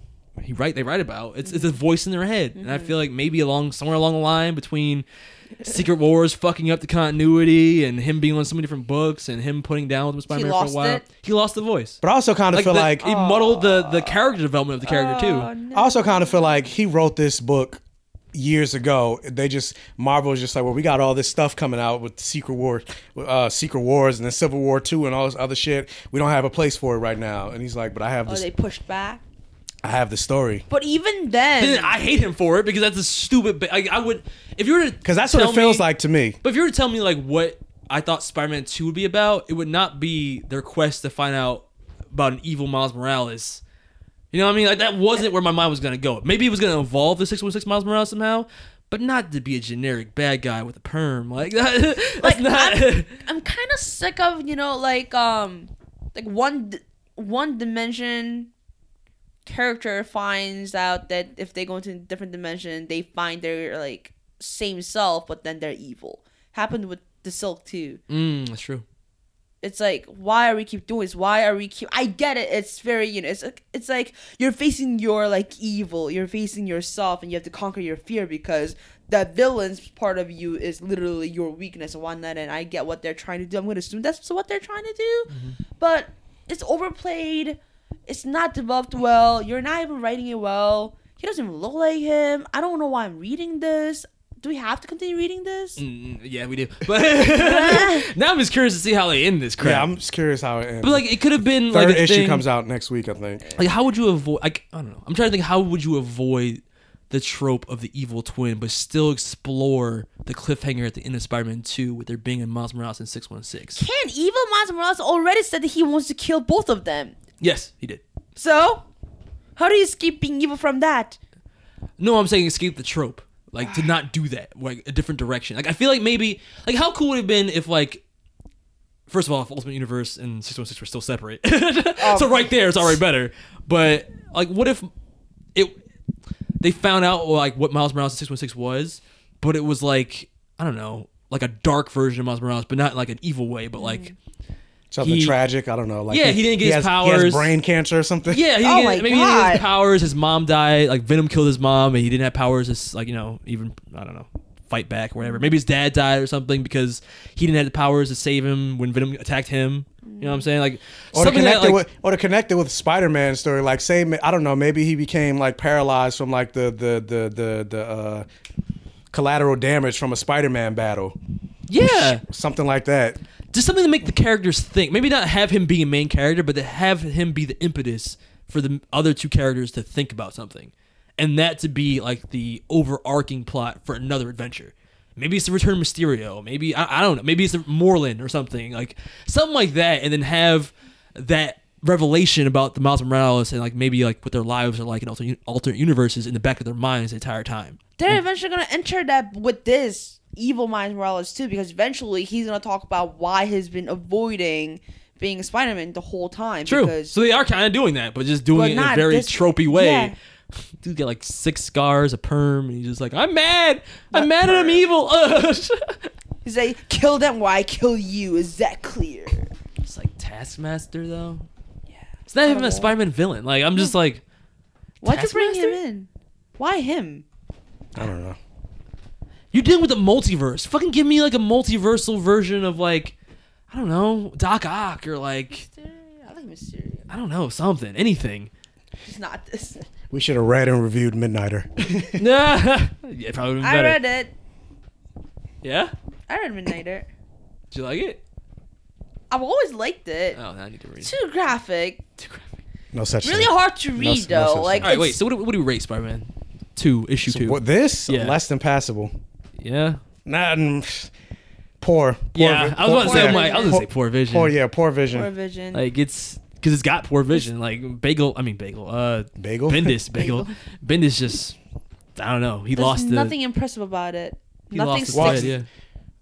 Speaker 2: he write they write about, it's it's
Speaker 4: Mm-hmm.
Speaker 2: a voice in their head, and I feel like maybe along somewhere along the line between Secret Wars fucking up the continuity and him being on so many different books and him putting down with Spider-Man for a
Speaker 4: lost
Speaker 2: while,
Speaker 4: it?
Speaker 2: he lost the voice.
Speaker 3: But I also kind of
Speaker 2: like,
Speaker 3: feel
Speaker 2: the-
Speaker 3: like
Speaker 2: he muddled the the character development of the character too.
Speaker 3: I also kind of feel like he wrote this book years ago. They just Marvel was just like, well, we got all this stuff coming out with Secret War, uh, Secret Wars, and then Civil War Two, and all this other shit. We don't have a place for it right now. And he's like, but I have
Speaker 4: oh
Speaker 3: this.
Speaker 4: they pushed back
Speaker 3: I have the story.
Speaker 4: but even then
Speaker 2: And I hate him for it because that's a stupid. ba- Like, I would if you were to
Speaker 3: Because that's what it feels
Speaker 2: like.
Speaker 3: like to me.
Speaker 2: But if you were to tell me like what I thought Spider-Man Two would be about, it would not be their quest to find out about an evil Miles Morales. You know what I mean? Like that wasn't where my mind was gonna go. Maybe it was gonna evolve the six one six Miles Morales somehow, but not to be a generic bad guy with a perm. Like [laughs] that, that's
Speaker 4: like
Speaker 2: not.
Speaker 4: I'm, I'm kind of sick of you know like um like one d- one dimension character finds out that if they go into a different dimension they find their like same self but then they're evil happened with the silk too
Speaker 2: [laughs] Mm, that's true.
Speaker 4: it's like why are we keep doing this why are we keep i get it it's very you know it's like it's like you're facing your like evil you're facing yourself and you have to conquer your fear because the villain's part of you is literally your weakness and whatnot and i get what they're trying to do i'm going to assume that's what they're trying to do but it's overplayed it's not developed well you're not even writing it well he doesn't even look like him i don't know why i'm reading this do we have to continue reading this
Speaker 2: Mm, yeah,
Speaker 4: [laughs]
Speaker 2: we do. [laughs] But now I'm just curious to see how they end this crap.
Speaker 3: Yeah, I'm just curious how it ends.
Speaker 2: but like it could have been
Speaker 3: Third
Speaker 2: like a
Speaker 3: issue
Speaker 2: thing-
Speaker 3: comes out next week, I think.
Speaker 2: Like, how would you avoid? Like, I don't know. I'm trying to think. How would you avoid the trope of the evil twin, but still explore the cliffhanger at the end of Spider-Man Two with there being a Miles Morales in Six One Six?
Speaker 4: Can evil Miles Morales already said that he wants to kill both of them.
Speaker 2: Yes, he did.
Speaker 4: So, how do you escape being evil from that?
Speaker 2: No, I'm saying escape the trope. Like to not do that. Like a different direction. Like I feel like maybe like how cool would it have been if like. First of all, if Ultimate Universe and 616 were still separate. [laughs] so right there, it's already better. But like, what if it they found out like what Miles Morales in 616 was, but it was like I don't know, like a dark version of Miles Morales, but not like an evil way, but like
Speaker 3: Something
Speaker 2: He-
Speaker 3: tragic. I don't know. Like
Speaker 2: Yeah, he didn't get his
Speaker 3: has- He has
Speaker 2: powers.
Speaker 3: brain cancer [laughs] or something.
Speaker 2: yeah, he
Speaker 4: Oh
Speaker 2: didn't
Speaker 4: my
Speaker 2: get, maybe he didn't get
Speaker 4: God.
Speaker 2: his powers. His mom died, like Venom killed his mom, and he didn't have powers. As like you know, even I don't know, fight back or whatever. Maybe his dad died or something because he didn't have the powers to save him when Venom attacked him. You know what I'm saying? Like
Speaker 3: Or to
Speaker 2: something
Speaker 3: connect
Speaker 2: that like
Speaker 3: it with, or to connect it with Spider Man story. Like say, ma- I don't know. Maybe he became like paralyzed from like the the the the the. Uh, Collateral damage from a Spider-Man battle,
Speaker 2: yeah,
Speaker 3: something like that.
Speaker 2: just something to make the characters think. Maybe not have him be a main character, but to have him be the impetus for the other two characters to think about something, and that to be like the overarching plot for another adventure. Maybe it's the Return of Mysterio. Maybe I, I don't know. Maybe it's the Moreland or something like something like that, and then have that revelation about the Miles Morales and like maybe like what their lives are like in alternate, alternate universes in the back of their minds the entire time.
Speaker 4: They're eventually gonna enter that with this evil Miles Morales too, because eventually he's gonna talk about why he's been avoiding being Spider-Man the whole time.
Speaker 2: True.
Speaker 4: Because
Speaker 2: so they are kind of doing that, but just doing
Speaker 4: But
Speaker 2: it in a
Speaker 4: not
Speaker 2: very
Speaker 4: this-
Speaker 2: tropey way. [laughs]
Speaker 4: yeah.
Speaker 2: Dude got like six scars, a perm, and he's just like, I'm mad. I'm mad and I'm evil. [laughs] Ugh."
Speaker 4: he's like, "Kill them, why I kill you?" Is that clear?
Speaker 2: it's like Taskmaster though. Yeah. It's not even a Spider-Man villain. Like I'm just like,
Speaker 4: Why'd you bring him
Speaker 2: Taskmaster?
Speaker 4: in? Why him?
Speaker 3: I don't know.
Speaker 2: you're dealing with a multiverse. Fucking give me like a multiversal version of like, I don't know, Doc Ock or like,
Speaker 4: I like Mysterio. [laughs]
Speaker 2: I don't know, something, anything. [laughs]
Speaker 4: It's not this.
Speaker 3: We should have read and reviewed Midnighter. [laughs]
Speaker 2: yeah, it probably would
Speaker 4: I
Speaker 2: better.
Speaker 4: read it.
Speaker 2: Yeah,
Speaker 4: I read Midnighter.
Speaker 2: did you like it?
Speaker 4: I've always liked it.
Speaker 2: Oh, now I need to read. it.
Speaker 4: Too graphic.
Speaker 3: No such
Speaker 4: Really
Speaker 3: thing.
Speaker 4: hard to
Speaker 3: No
Speaker 4: read
Speaker 3: s- no such
Speaker 4: though.
Speaker 3: thing.
Speaker 4: Like,
Speaker 2: All right,
Speaker 4: it's-
Speaker 2: wait. So what do, what do we rate Spider-Man? Two issue two.
Speaker 3: What this?
Speaker 2: Yeah.
Speaker 3: Less than passable.
Speaker 2: Yeah.
Speaker 3: Nah, mm, poor. poor
Speaker 2: Yeah,
Speaker 3: vi-
Speaker 2: I was about to
Speaker 3: poor-
Speaker 2: say,
Speaker 3: yeah.
Speaker 2: I'm like, I was gonna say poor vision.
Speaker 3: Poor, yeah, poor vision.
Speaker 4: Poor vision.
Speaker 2: Like it's because it's got poor vision. Like Bagel, I mean Bagel, uh,
Speaker 3: Bagel?
Speaker 2: Bendis, Bagel, Bendis just, I don't know. He
Speaker 4: There's
Speaker 2: lost
Speaker 4: nothing
Speaker 2: the,
Speaker 4: impressive about it.
Speaker 2: he
Speaker 4: nothing
Speaker 2: lost the
Speaker 4: sticks.
Speaker 2: thread, yeah.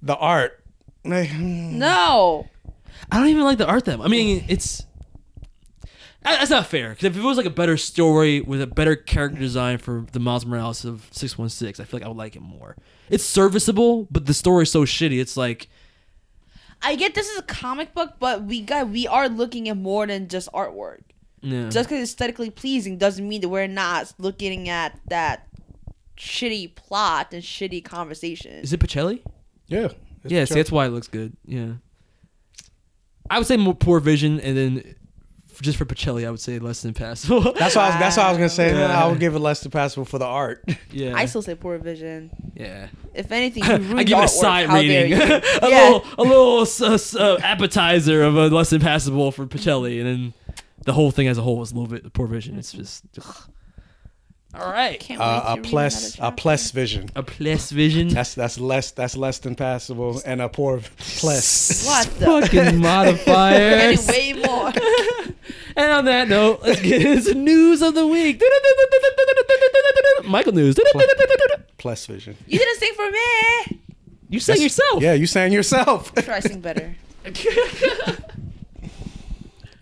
Speaker 3: The art. like, mm,
Speaker 4: No.
Speaker 2: I don't even like the art that. I mean, it's I- that's not fair. Because if it was like a better story with a better character design for the Miles Morales of Six One Six, I feel like I would like it more. It's serviceable, but the story's so shitty. It's like
Speaker 4: I get this is a comic book, but we got we are looking at more than just artwork.
Speaker 2: no.
Speaker 4: Just because it's aesthetically pleasing doesn't mean that we're not looking at that shitty plot and shitty conversation.
Speaker 2: is it Pacelli?
Speaker 3: Yeah. It's
Speaker 2: Yeah, see,
Speaker 3: mature.
Speaker 2: that's why it looks good. Yeah, I would say more poor vision, and then f- just for Pacelli, I would say less than
Speaker 4: [laughs]
Speaker 2: passable.
Speaker 3: That's why I was, that's what I was gonna say. I would give it less than passable for the art.
Speaker 2: yeah,
Speaker 4: I still say poor vision.
Speaker 2: yeah.
Speaker 4: If anything, you
Speaker 2: [laughs]
Speaker 4: ruined
Speaker 2: I give it
Speaker 4: artwork.
Speaker 2: a side
Speaker 4: How dare
Speaker 2: rating, [laughs]
Speaker 4: you. [laughs]
Speaker 2: a
Speaker 4: Yeah.
Speaker 2: little, a little s- s- uh, appetizer of a less than passable for Pacelli, and then the whole thing as a whole is a little bit poor vision. It's just ugh. all right.
Speaker 4: Can't wait
Speaker 3: Uh,
Speaker 4: to
Speaker 3: a
Speaker 4: read
Speaker 3: plus
Speaker 4: another
Speaker 3: a plus vision.
Speaker 2: A plus vision.
Speaker 3: That's that's less that's less than passable and a poor plus.
Speaker 4: chapter. What the? [laughs]
Speaker 2: Fucking modifier.
Speaker 4: Getting way
Speaker 2: [laughs]
Speaker 4: more.
Speaker 2: And on that note, let's get into news of the week. Michael news.
Speaker 3: Plus vision.
Speaker 4: You didn't sing for me.
Speaker 2: You sang yourself. [laughs]
Speaker 3: Yeah, you saying yourself.
Speaker 4: Try sing better.
Speaker 3: [laughs]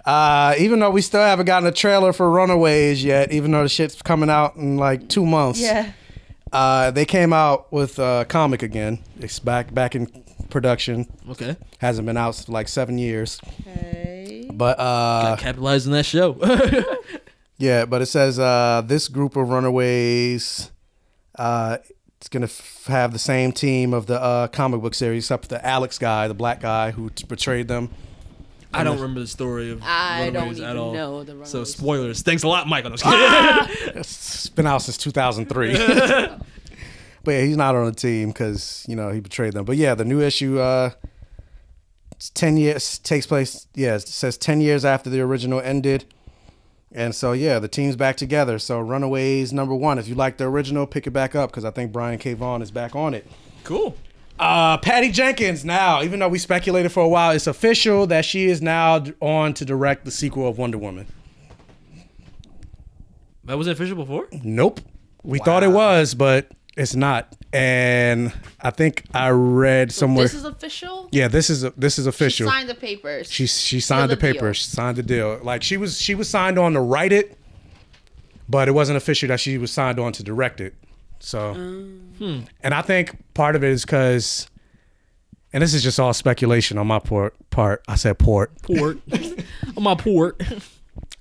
Speaker 3: Uh, even though we still haven't gotten a trailer for Runaways yet, even though the shit's coming out in like two months.
Speaker 4: Yeah.
Speaker 3: Uh, they came out with a comic again. It's back back in production.
Speaker 2: Okay.
Speaker 3: Hasn't been out for like seven years. But uh,
Speaker 2: Capitalize on that show.
Speaker 3: yeah, but it says uh, this group of Runaways. Uh, it's gonna f- have the same team of the uh, comic book series, except for the Alex guy, the black guy who t- betrayed them.
Speaker 2: [laughs] I don't remember the story of
Speaker 7: I don't
Speaker 2: Runaways at
Speaker 7: even
Speaker 2: all.
Speaker 7: know the
Speaker 2: So
Speaker 7: Runaways.
Speaker 2: spoilers. Thanks a lot, Michael. No, I'm [laughs] just kidding.
Speaker 3: It's been out since 2003. but yeah, he's not on the team because you know he betrayed them. But yeah, the new issue uh, it's ten years takes place. Yeah, it says ten years after the original ended, and so yeah, the team's back together. So Runaways number one. If you like the original, pick it back up because I think Brian K. Vaughan is back on it.
Speaker 2: cool.
Speaker 3: Uh, Patty Jenkins now, even though we speculated for a while, it's official that she is now d- on to direct the sequel of Wonder Woman.
Speaker 2: That was official before.
Speaker 3: Nope. We thought it was, but it's not. And I think I read somewhere.
Speaker 7: This is official.
Speaker 3: yeah, this is this is official.
Speaker 7: Sign the papers.
Speaker 3: She she signed the,
Speaker 7: Seal the
Speaker 3: paper.
Speaker 7: deal.
Speaker 3: She signed the deal. Like she was she was signed on to write it, but it wasn't official that she was signed on to direct it. So,
Speaker 7: Oh.
Speaker 3: hmm. and I think part of it is because, and this is just all speculation on my port, part. I said port.
Speaker 2: Port. on [laughs] my port.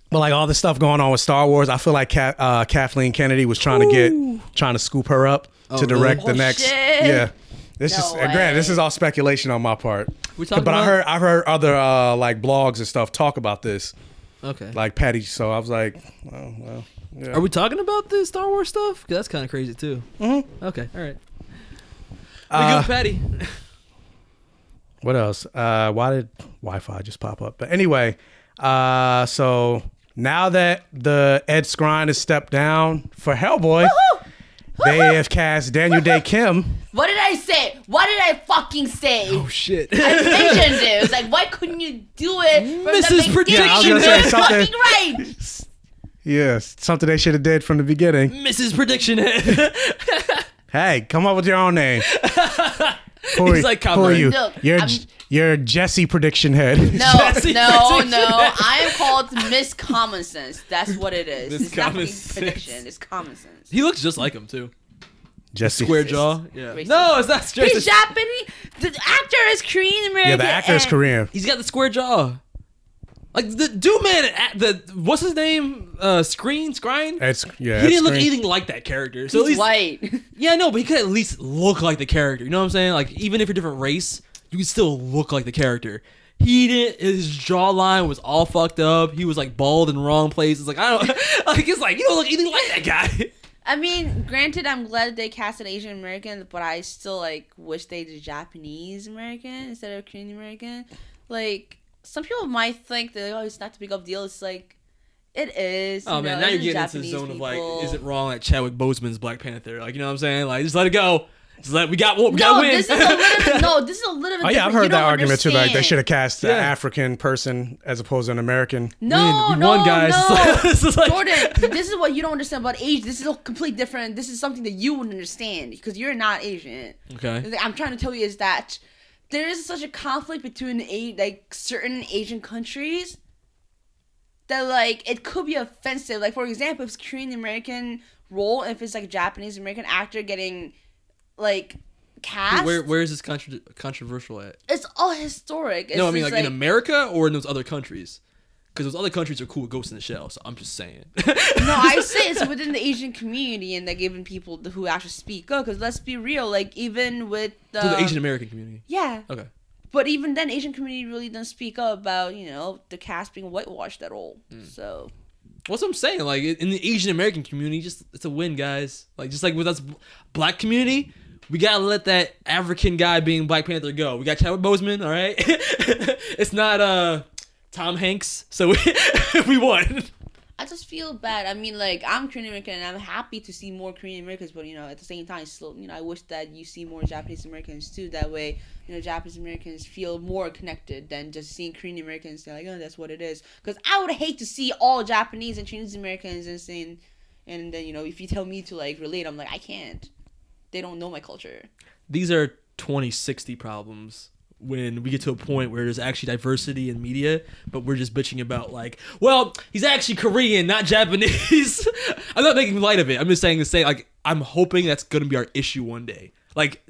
Speaker 3: But like all the stuff going on with Star Wars, I feel like Ca- uh, Kathleen Kennedy was trying to get, trying to scoop her up to
Speaker 2: really?
Speaker 3: direct
Speaker 2: Oh,
Speaker 3: the next. Yeah, this is and granted. This is all speculation on my part.
Speaker 2: We
Speaker 3: But
Speaker 2: talking
Speaker 3: I
Speaker 2: about-
Speaker 3: heard I heard other uh, like blogs and stuff talk about this,
Speaker 2: Okay.
Speaker 3: like Patty. So I was like, oh, well,
Speaker 2: Are we talking about the Star Wars stuff? 'Cause that's kind of crazy too. Mm-hmm. Okay. All right. We
Speaker 3: Uh,
Speaker 2: good,
Speaker 3: [laughs]
Speaker 2: Patty.
Speaker 3: what else? Uh, why did Wi-Fi just pop up? But anyway, uh, so now that the Ed Skrine has stepped down for Hellboy, they have cast Daniel Day Kim.
Speaker 7: What did I say? What did I fucking say?
Speaker 2: oh shit.
Speaker 7: I mentioned it. It was like, why couldn't you do it? From
Speaker 2: Mrs.
Speaker 7: The
Speaker 2: Prediction.
Speaker 7: beginning?
Speaker 2: Yeah, I was
Speaker 3: gonna say
Speaker 7: You're
Speaker 3: something.
Speaker 7: Fucking
Speaker 2: [laughs]
Speaker 7: right.
Speaker 3: Yes, something they should have did from the beginning.
Speaker 2: Mrs. Prediction. [laughs] Head.
Speaker 3: Hey, come up with your
Speaker 2: [laughs]
Speaker 3: own name. Who are,
Speaker 2: He's like,
Speaker 3: who are you?
Speaker 7: Look,
Speaker 3: you're
Speaker 7: I'm-
Speaker 3: you're Jesse prediction head.
Speaker 7: No,
Speaker 2: Jesse
Speaker 7: no,
Speaker 2: Prediction.
Speaker 7: no. I am called Miss Common Sense. That's what it is.
Speaker 2: Miss
Speaker 7: it's not
Speaker 2: Common
Speaker 7: fucking
Speaker 2: Sense.
Speaker 7: prediction. It's common sense.
Speaker 2: he looks just like him too.
Speaker 3: [laughs] Jesse.
Speaker 2: Square jaw. Yeah.
Speaker 7: Racist.
Speaker 2: No, it's not straight.
Speaker 7: He's Japanese. The actor is Korean American.
Speaker 3: Yeah, the actor is
Speaker 7: and-
Speaker 3: Korean.
Speaker 2: He's got the square jaw. Like the dude, man. At the what's his name? Uh, Screen, Scrine.
Speaker 3: It's yeah.
Speaker 2: he
Speaker 3: it's
Speaker 2: didn't look
Speaker 3: Korean.
Speaker 2: anything like that character. So at
Speaker 7: He's
Speaker 2: least,
Speaker 7: white. [laughs]
Speaker 2: yeah, no, but he could at least look like the character. You know what I'm saying? Like even if you're different race, you could still look like the character. He didn't. His jawline was all fucked up. He was like bald in wrong places. Like I don't. [laughs] Like it's like you don't look anything like that guy.
Speaker 4: I mean, granted, I'm glad they cast an Asian American, but I still like wish they did Japanese American instead of Korean American. Like some people might think that oh, it's not a big of deal. It's like it is.
Speaker 2: Oh
Speaker 4: you
Speaker 2: man,
Speaker 4: know,
Speaker 2: now
Speaker 4: it's
Speaker 2: you're
Speaker 4: just
Speaker 2: getting into the
Speaker 4: Japanese
Speaker 2: zone of
Speaker 4: people.
Speaker 2: like, is it wrong that Chadwick Boseman's Black Panther? Like you know what I'm saying? Like just let it go. Just let we got we got
Speaker 4: No,
Speaker 2: win. [laughs]
Speaker 4: this is a little bit. No, this is
Speaker 3: [laughs]
Speaker 4: a little bit.
Speaker 3: Oh yeah, I've
Speaker 4: different. You
Speaker 3: heard that
Speaker 4: don't
Speaker 3: argument too. Like they
Speaker 4: understand.
Speaker 3: should have cast an
Speaker 2: Yeah.
Speaker 3: African person as opposed to an American.
Speaker 4: No,
Speaker 2: We- we
Speaker 4: no,
Speaker 2: won, guys. [laughs]
Speaker 4: no.
Speaker 3: [laughs]
Speaker 2: This is like-
Speaker 4: Jordan,
Speaker 2: [laughs]
Speaker 4: this is what you don't understand about Asia. This is a complete different. This is something that you wouldn't understand because you're not Asian.
Speaker 2: Okay.
Speaker 4: The thing I'm trying to tell you is that there is such a conflict between a, like certain Asian countries that like it could be offensive. Like for example, if it's Korean American role, if it's like Japanese American actor getting like cast,
Speaker 2: where where is this contra- controversial at?
Speaker 4: it's all historic. It's
Speaker 2: no, I mean
Speaker 4: just,
Speaker 2: like, in America or in those other countries. Because those other countries are cool with Ghost in the Shell, so I'm just saying. [laughs]
Speaker 4: No, I say it's within the Asian community and they're giving people th- who actually speak up. Because let's be real, like even with the,
Speaker 2: to the Asian American community.
Speaker 4: yeah,
Speaker 2: Okay.
Speaker 4: but even then, Asian community really doesn't speak up about you know the cast being whitewashed at all.
Speaker 2: Hmm.
Speaker 4: So
Speaker 2: What's I'm saying? Like in the Asian American community, just it's a win, guys. Like just like with us bl- black community, we gotta let that African guy being Black Panther go. We got Chadwick Boseman, all right. [laughs] it's not uh Tom Hanks, so we, [laughs] we won.
Speaker 4: I just feel bad. I mean, like I'm Korean American and I'm happy to see more Korean Americans, but you know, at the same time, still, you know, I wish that you see more Japanese Americans too. That way, you know, Japanese Americans feel more connected than just seeing Korean Americans. They're like, oh, that's what it is. Because I would hate to see all Japanese and Chinese Americans and saying, and then you know, if you tell me to like relate, I'm like, I can't. They don't know my culture.
Speaker 2: These are 2060 problems when we get to a point where there's actually diversity in media, but we're just bitching about like, well, he's actually Korean, not Japanese. [laughs] I'm not making light of it. I'm just saying the same. Like I'm hoping that's gonna be our issue one day. Like.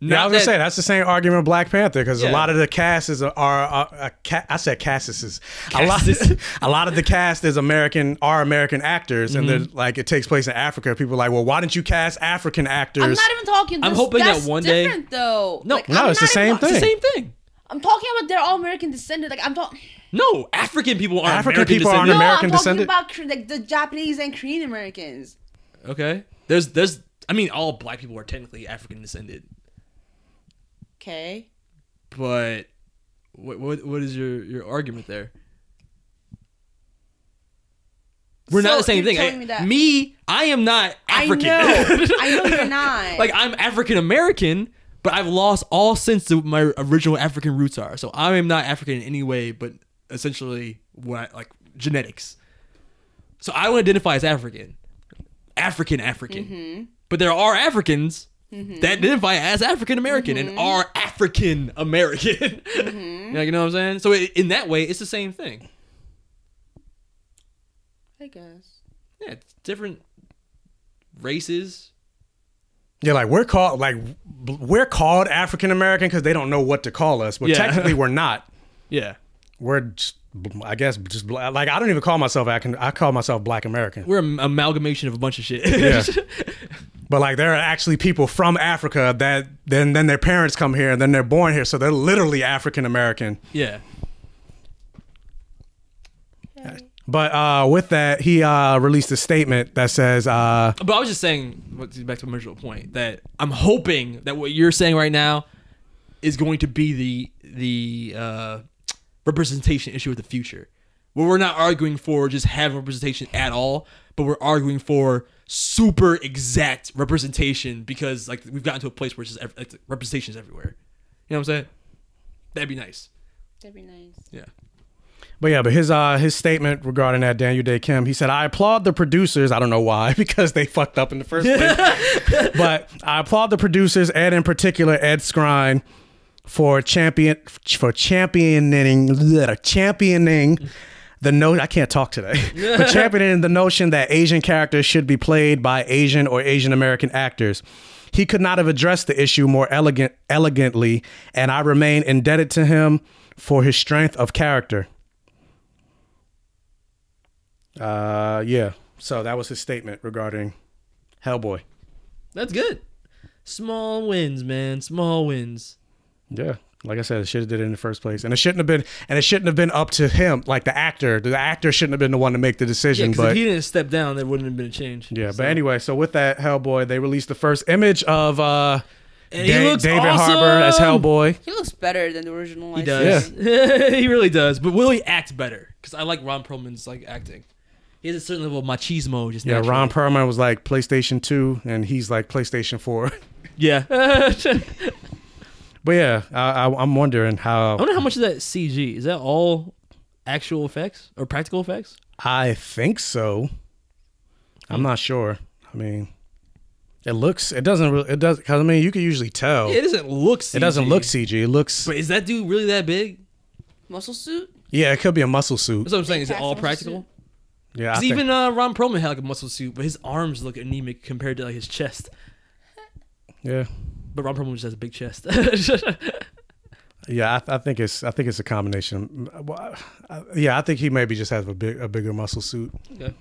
Speaker 3: Yeah, I was
Speaker 2: not
Speaker 3: gonna
Speaker 2: that-
Speaker 3: say that's the same argument with Black Panther because
Speaker 2: Yeah.
Speaker 3: a lot of the cast is are, are, are ca- I said cast is a lot
Speaker 2: Castes.
Speaker 3: [laughs] a lot of the cast is American are American actors and
Speaker 2: Mm-hmm.
Speaker 3: they're like it takes place in Africa. People are like, well, why didn't you cast African actors?
Speaker 4: I'm not even talking.
Speaker 2: I'm
Speaker 4: this-
Speaker 2: hoping that
Speaker 4: that's
Speaker 2: one day-
Speaker 4: different, though.
Speaker 2: No,
Speaker 4: Like,
Speaker 3: no,
Speaker 4: I'm
Speaker 3: it's the
Speaker 4: not
Speaker 3: same
Speaker 4: even-
Speaker 3: thing.
Speaker 2: It's the same thing.
Speaker 4: I'm talking about they're all American descended. Like I'm talking.
Speaker 2: No, African people aren't
Speaker 3: African
Speaker 2: American
Speaker 3: people
Speaker 2: descendants.
Speaker 3: aren't
Speaker 4: No,
Speaker 3: American
Speaker 4: I'm talking
Speaker 3: descendant?
Speaker 4: about Kore- like the Japanese and Korean Americans.
Speaker 2: Okay, there's there's I mean all black people are technically African descended,
Speaker 4: Okay.
Speaker 2: but what what, what is your your argument there? We're not
Speaker 4: So
Speaker 2: the same
Speaker 4: you're
Speaker 2: thing.
Speaker 4: telling
Speaker 2: I-
Speaker 4: me that-
Speaker 2: me, I am not African.
Speaker 3: [laughs]
Speaker 4: I
Speaker 2: [laughs]
Speaker 4: know. I know you're not.
Speaker 2: like I'm African American, but I've lost all sense of what my original African roots are. So I am not African in any way, but essentially what I, like genetics. So I would identify as African, African African. But there are Africans that identify as African American and are African American. [laughs] Like, you know what I'm saying? So it, in that way, it's the same thing.
Speaker 4: I guess.
Speaker 2: Yeah, it's different races.
Speaker 3: Yeah, like we're called like bl- we're called African American because they don't know what to call us, but
Speaker 2: Yeah.
Speaker 3: technically
Speaker 2: [laughs]
Speaker 3: we're not.
Speaker 2: Yeah,
Speaker 3: We're just, I guess just bla- like I don't even call myself African. I call myself Black American.
Speaker 2: we're an amalgamation of a bunch of shit.
Speaker 3: But like there are actually people from Africa that then then their parents come here and then they're born here, so they're literally African American.
Speaker 2: [laughs] yeah.
Speaker 3: But uh, with that, he uh, released a statement that says, uh,
Speaker 2: But I was just saying, what- back to my original point, that I'm hoping that what you're saying right now is going to be the the uh, representation issue of the future, where we're not arguing for just having representation at all, but we're arguing for super exact representation because like we've gotten to a place where it's just ev- like, representation is everywhere. You know what I'm saying? That'd be nice.
Speaker 4: That'd be nice.
Speaker 2: Yeah.
Speaker 3: but yeah, but his uh, his statement regarding that Daniel Day Kim, he said, I applaud the producers. I don't know why [laughs] because they fucked up in the first place. but I applaud the producers and in particular Ed Skrine for champion for championing championing the note I can't talk today for championing the notion that Asian characters should be played by Asian or Asian American actors. He could not have addressed the issue more elegant elegantly, and I remain indebted to him for his strength of character. Uh, yeah. So that was his statement regarding Hellboy.
Speaker 2: That's good. Small wins, man. Small wins.
Speaker 3: Yeah, Like I said, it should have did it in the first place, and it shouldn't have been, and it shouldn't have been up to him, like the actor. The actor shouldn't have been the one to make the decision.
Speaker 2: if
Speaker 3: but
Speaker 2: he didn't step down, there wouldn't have been a change.
Speaker 3: yeah, but anyway, so with that Hellboy, they released the first image of uh,
Speaker 2: he
Speaker 3: Da-
Speaker 2: looks
Speaker 3: David
Speaker 2: awesome!
Speaker 3: Harbour as Hellboy.
Speaker 4: He looks better than the original.
Speaker 2: He
Speaker 4: I
Speaker 2: does. [laughs]
Speaker 4: think.
Speaker 2: he really does. But will he act better? Because I like Ron Perlman's like acting. He has a certain level of machismo. Just
Speaker 3: Yeah,
Speaker 2: naturally.
Speaker 3: Ron Perlman was like PlayStation Two, and he's like PlayStation Four. [laughs]
Speaker 2: [laughs] Yeah. I
Speaker 3: but yeah, I, I, I'm wondering how.
Speaker 2: wonder how much of that CG is that all actual effects or practical effects?
Speaker 3: I think so. I'm not sure. I mean, it looks. It doesn't. really It does. Cause I mean, you can usually tell.
Speaker 2: It doesn't look. CG.
Speaker 3: It doesn't look CG. It looks.
Speaker 2: But is that dude really that big?
Speaker 4: Muscle suit.
Speaker 3: Yeah, it could be a muscle suit.
Speaker 2: That's what I'm saying. Is it all
Speaker 4: Muscle
Speaker 2: practical?
Speaker 3: Yeah, I
Speaker 2: Because
Speaker 3: think-
Speaker 2: even uh, Ron Perlman had like a muscle suit, but his arms look anemic compared to like his chest.
Speaker 3: yeah,
Speaker 2: But Ron Perlman just has a big chest. [laughs]
Speaker 3: yeah. I, I think it's. I think it's a combination. Well, I- Yeah, I think he maybe just has a big, a bigger muscle suit.
Speaker 2: Okay.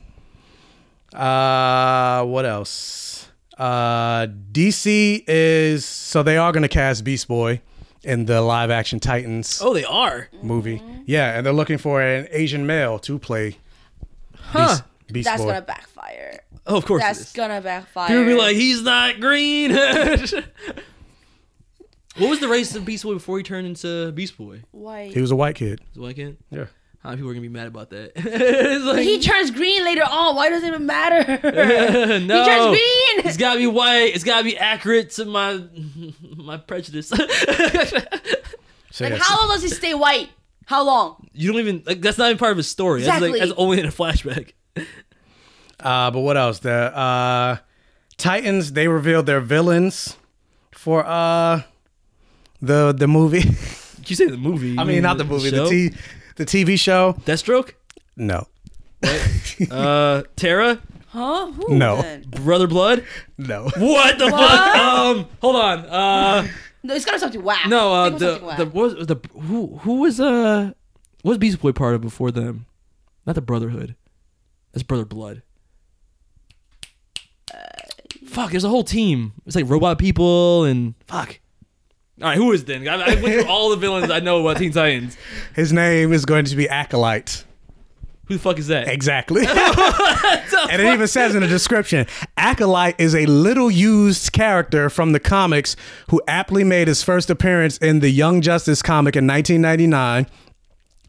Speaker 3: Uh, what else? Uh, DC is so they are gonna cast Beast Boy in the live action Titans
Speaker 2: oh, they are.
Speaker 3: movie.
Speaker 4: Mm-hmm.
Speaker 3: Yeah, and they're looking for an Asian male to play. Beast, Beast
Speaker 4: That's
Speaker 3: Boy.
Speaker 4: gonna backfire.
Speaker 2: Oh, of course. it
Speaker 4: That's
Speaker 2: is.
Speaker 4: gonna backfire.
Speaker 2: People be like, he's not green. [laughs] what was the race of Beast Boy before he turned into Beast Boy?
Speaker 4: Why?
Speaker 3: he was a white kid.
Speaker 2: So I can't.
Speaker 3: Yeah.
Speaker 2: How many people are gonna be mad about that? [laughs] It's like, [laughs]
Speaker 4: He turns green later on. Why does it even matter?
Speaker 2: no.
Speaker 4: He turns green.
Speaker 2: It's gotta be white. It's gotta be accurate to my [laughs] my prejudice.
Speaker 3: [laughs]
Speaker 2: [laughs]
Speaker 3: So
Speaker 4: Like,
Speaker 3: yeah,
Speaker 4: how long does he stay white? How long?
Speaker 2: you don't even like. That's not even part of his story. That's,
Speaker 4: Exactly.
Speaker 2: like, that's only in a flashback.
Speaker 3: Uh, but what else? The uh, Titans they revealed their villains for uh the the movie. [laughs]
Speaker 2: You say the movie? you
Speaker 3: I mean, not the movie, the
Speaker 2: show?
Speaker 3: t the TV show.
Speaker 2: Deathstroke.
Speaker 3: No,
Speaker 2: Uh, Tara,
Speaker 4: Huh? Who
Speaker 3: No.
Speaker 4: then?
Speaker 2: Brother Blood.
Speaker 3: no.
Speaker 2: What the fuck? Um, hold on. Uh,
Speaker 4: No, it's gotta be something whack.
Speaker 2: no. Uh,
Speaker 4: Think of
Speaker 2: the
Speaker 4: something whack.
Speaker 2: the what was the who who was uh what was Beast Boy part of before them? Not the Brotherhood. That's Brother Blood. fuck, there's a whole team. It's like robot people and fuck. All right, who is then? I, I went through all the villains I know about Teen Titans.
Speaker 3: His name is going to be Acolyte.
Speaker 2: Who the fuck is [laughs] that?
Speaker 3: Exactly. [laughs] and it even says in the description Acolyte is a little used character from the comics who aptly made his first appearance in the Young Justice comic in 1999.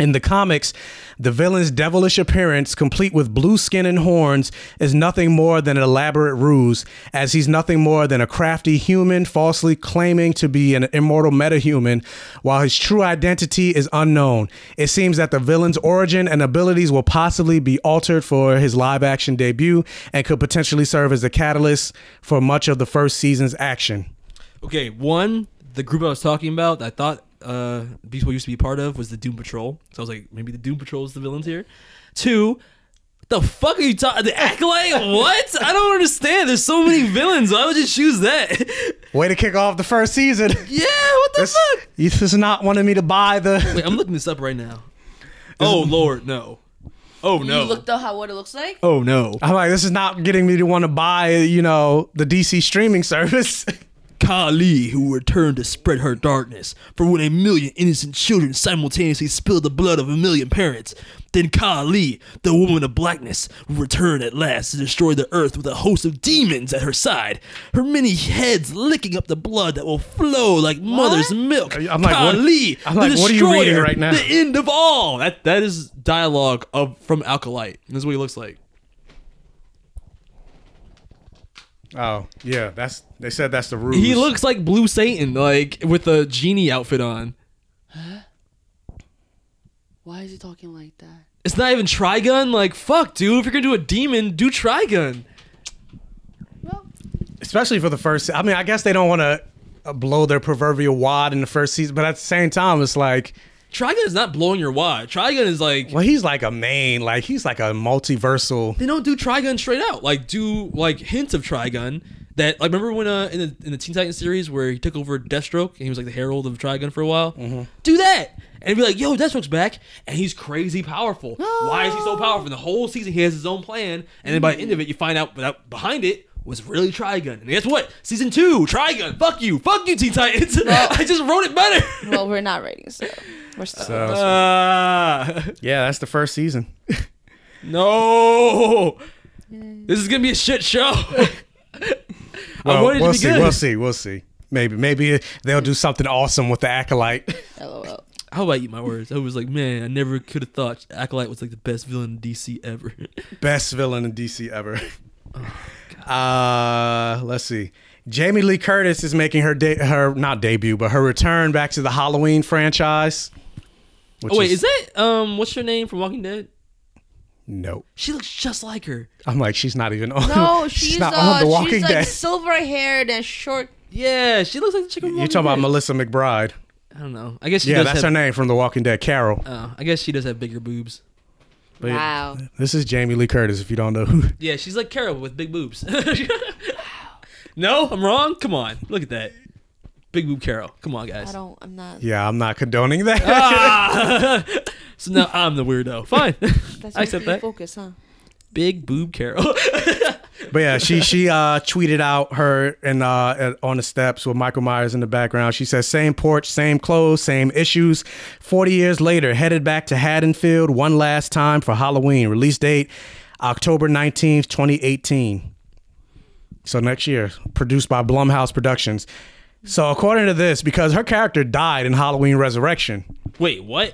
Speaker 3: In the comics, the villain's devilish appearance, complete with blue skin and horns, is nothing more than an elaborate ruse, as he's nothing more than a crafty human falsely claiming to be an immortal metahuman, while his true identity is unknown. It seems that the villain's origin and abilities will possibly be altered for his live action debut and could potentially serve as a catalyst for much of the first season's action.
Speaker 2: Okay, one, the group I was talking about, that I thought uh, Beast Boy used to be part of, was the Doom Patrol. So I was like, maybe the Doom Patrol is the villains here. Two, the fuck are you talking? The Acolyte? what? I don't understand. There's so many villains. I would just choose that. [laughs]
Speaker 3: Way to kick off the first season.
Speaker 2: yeah, what the
Speaker 3: This,
Speaker 2: fuck?
Speaker 3: this is not wanting me to buy the.
Speaker 2: Wait, I'm looking this up right now. Oh lord, no. Oh
Speaker 4: You
Speaker 2: no.
Speaker 4: looked up how what it looks like.
Speaker 2: Oh no.
Speaker 3: I'm like, this is not getting me to want to buy, you know, the DC streaming service. [laughs]
Speaker 2: Kali, who returned to spread her darkness. For when a million innocent children simultaneously spilled the blood of a million parents, then Kali, the woman of blackness, will return at last to destroy the earth with a host of demons at her side, her many heads licking up the blood that will flow like mother's milk.
Speaker 3: I'm like, what-
Speaker 2: Kali,
Speaker 3: I'm like,
Speaker 2: the
Speaker 3: what are you reading
Speaker 2: destroyer,
Speaker 3: right now?
Speaker 2: The end of all. That that is dialogue of from Alkalite. That's what he looks like.
Speaker 3: oh, yeah, that's they said that's the ruse.
Speaker 2: He looks like Blue Satan, like with a genie outfit on.
Speaker 7: Why is he talking like that?
Speaker 2: It's not even Trigun. Like, fuck, dude. If you're gonna do a demon, do Trigun.
Speaker 3: especially for the first. I mean, I guess they don't want to uh, blow their proverbial wad in the first season, but at the same time, it's like,
Speaker 2: Trigun is not blowing your wad. Trigun is like
Speaker 3: well, he's like a main, like he's like a multiversal.
Speaker 2: they don't do Trigun straight out. Like, do like hints of Trigun. That like remember when uh in the in the Teen Titans series where he took over Deathstroke and he was like the herald of Trigun for a while. Do that and be like, yo, Deathstroke's back and he's crazy powerful. Why is he so powerful? And the whole season he has his own plan, and then by the end of it you find out without behind it was really Trigun. And guess what? Season two, Trigun. Fuck you. Fuck you, Teen Titans. [laughs] I just wrote it better.
Speaker 4: well, we're not rating, so we're still.
Speaker 3: So,
Speaker 2: Ah. [laughs]
Speaker 3: yeah, that's the first [laughs] season.
Speaker 2: no. This is going to be a shit show. I
Speaker 3: Well,
Speaker 2: wanted
Speaker 3: we'll
Speaker 2: it to be
Speaker 3: see.
Speaker 2: good.
Speaker 3: We'll see. We'll see. Maybe maybe they'll do something awesome with the acolyte.
Speaker 4: LOL.
Speaker 2: [laughs] How about I eat my words? I was like, man, I never could have thought Acolyte was like the best villain in DC [laughs] ever.
Speaker 3: Best villain in DC ever.
Speaker 2: Oh,
Speaker 3: [laughs] Uh, let's see. Jamie Lee Curtis is making her de- her not debut, but her return back to the Halloween franchise. which
Speaker 2: oh wait, is that um, what's her name from Walking Dead?
Speaker 3: no?
Speaker 2: She looks just like her.
Speaker 3: I'm like Oh, she's not even on.
Speaker 4: No,
Speaker 3: [laughs]
Speaker 4: she's,
Speaker 3: not
Speaker 4: uh,
Speaker 3: on The Walking
Speaker 4: she's like
Speaker 3: Dead. [laughs]
Speaker 4: silver haired and short.
Speaker 2: Yeah, she looks like the chick from
Speaker 3: You're
Speaker 2: Walking
Speaker 3: talking about
Speaker 2: Dead.
Speaker 3: Melissa McBride.
Speaker 2: I don't know. I guess she
Speaker 3: Yeah,
Speaker 2: does
Speaker 3: that's
Speaker 2: have,
Speaker 3: her name from The Walking Dead. Carol.
Speaker 2: Oh, I guess she does have bigger boobs.
Speaker 3: But
Speaker 7: Wow.
Speaker 3: This is Jamie Lee Curtis. If you don't
Speaker 2: [laughs]
Speaker 3: know who,
Speaker 2: Yeah, she's like Carol with big boobs. [laughs] no, I'm wrong. Come on, look at that, big boob Carol. Come on,
Speaker 4: I
Speaker 2: guys.
Speaker 4: don't. I'm not.
Speaker 3: yeah, I'm not condoning that.
Speaker 2: Oh, So now I'm the weirdo. Fine,
Speaker 4: [laughs]
Speaker 2: [laughs]
Speaker 4: That's
Speaker 2: I accept that.
Speaker 4: Focus, huh?
Speaker 2: Big boob Carol. [laughs]
Speaker 3: But yeah, she she uh, tweeted out her and uh, at- on the steps with Michael Myers in the background. She says, "Same porch, same clothes, same issues." Forty years later, headed back to Haddonfield one last time for Halloween. Release date October nineteenth, twenty eighteen. So next year, produced by Blumhouse Productions. So according to this, because her character died in Halloween Resurrection.
Speaker 2: Wait, what?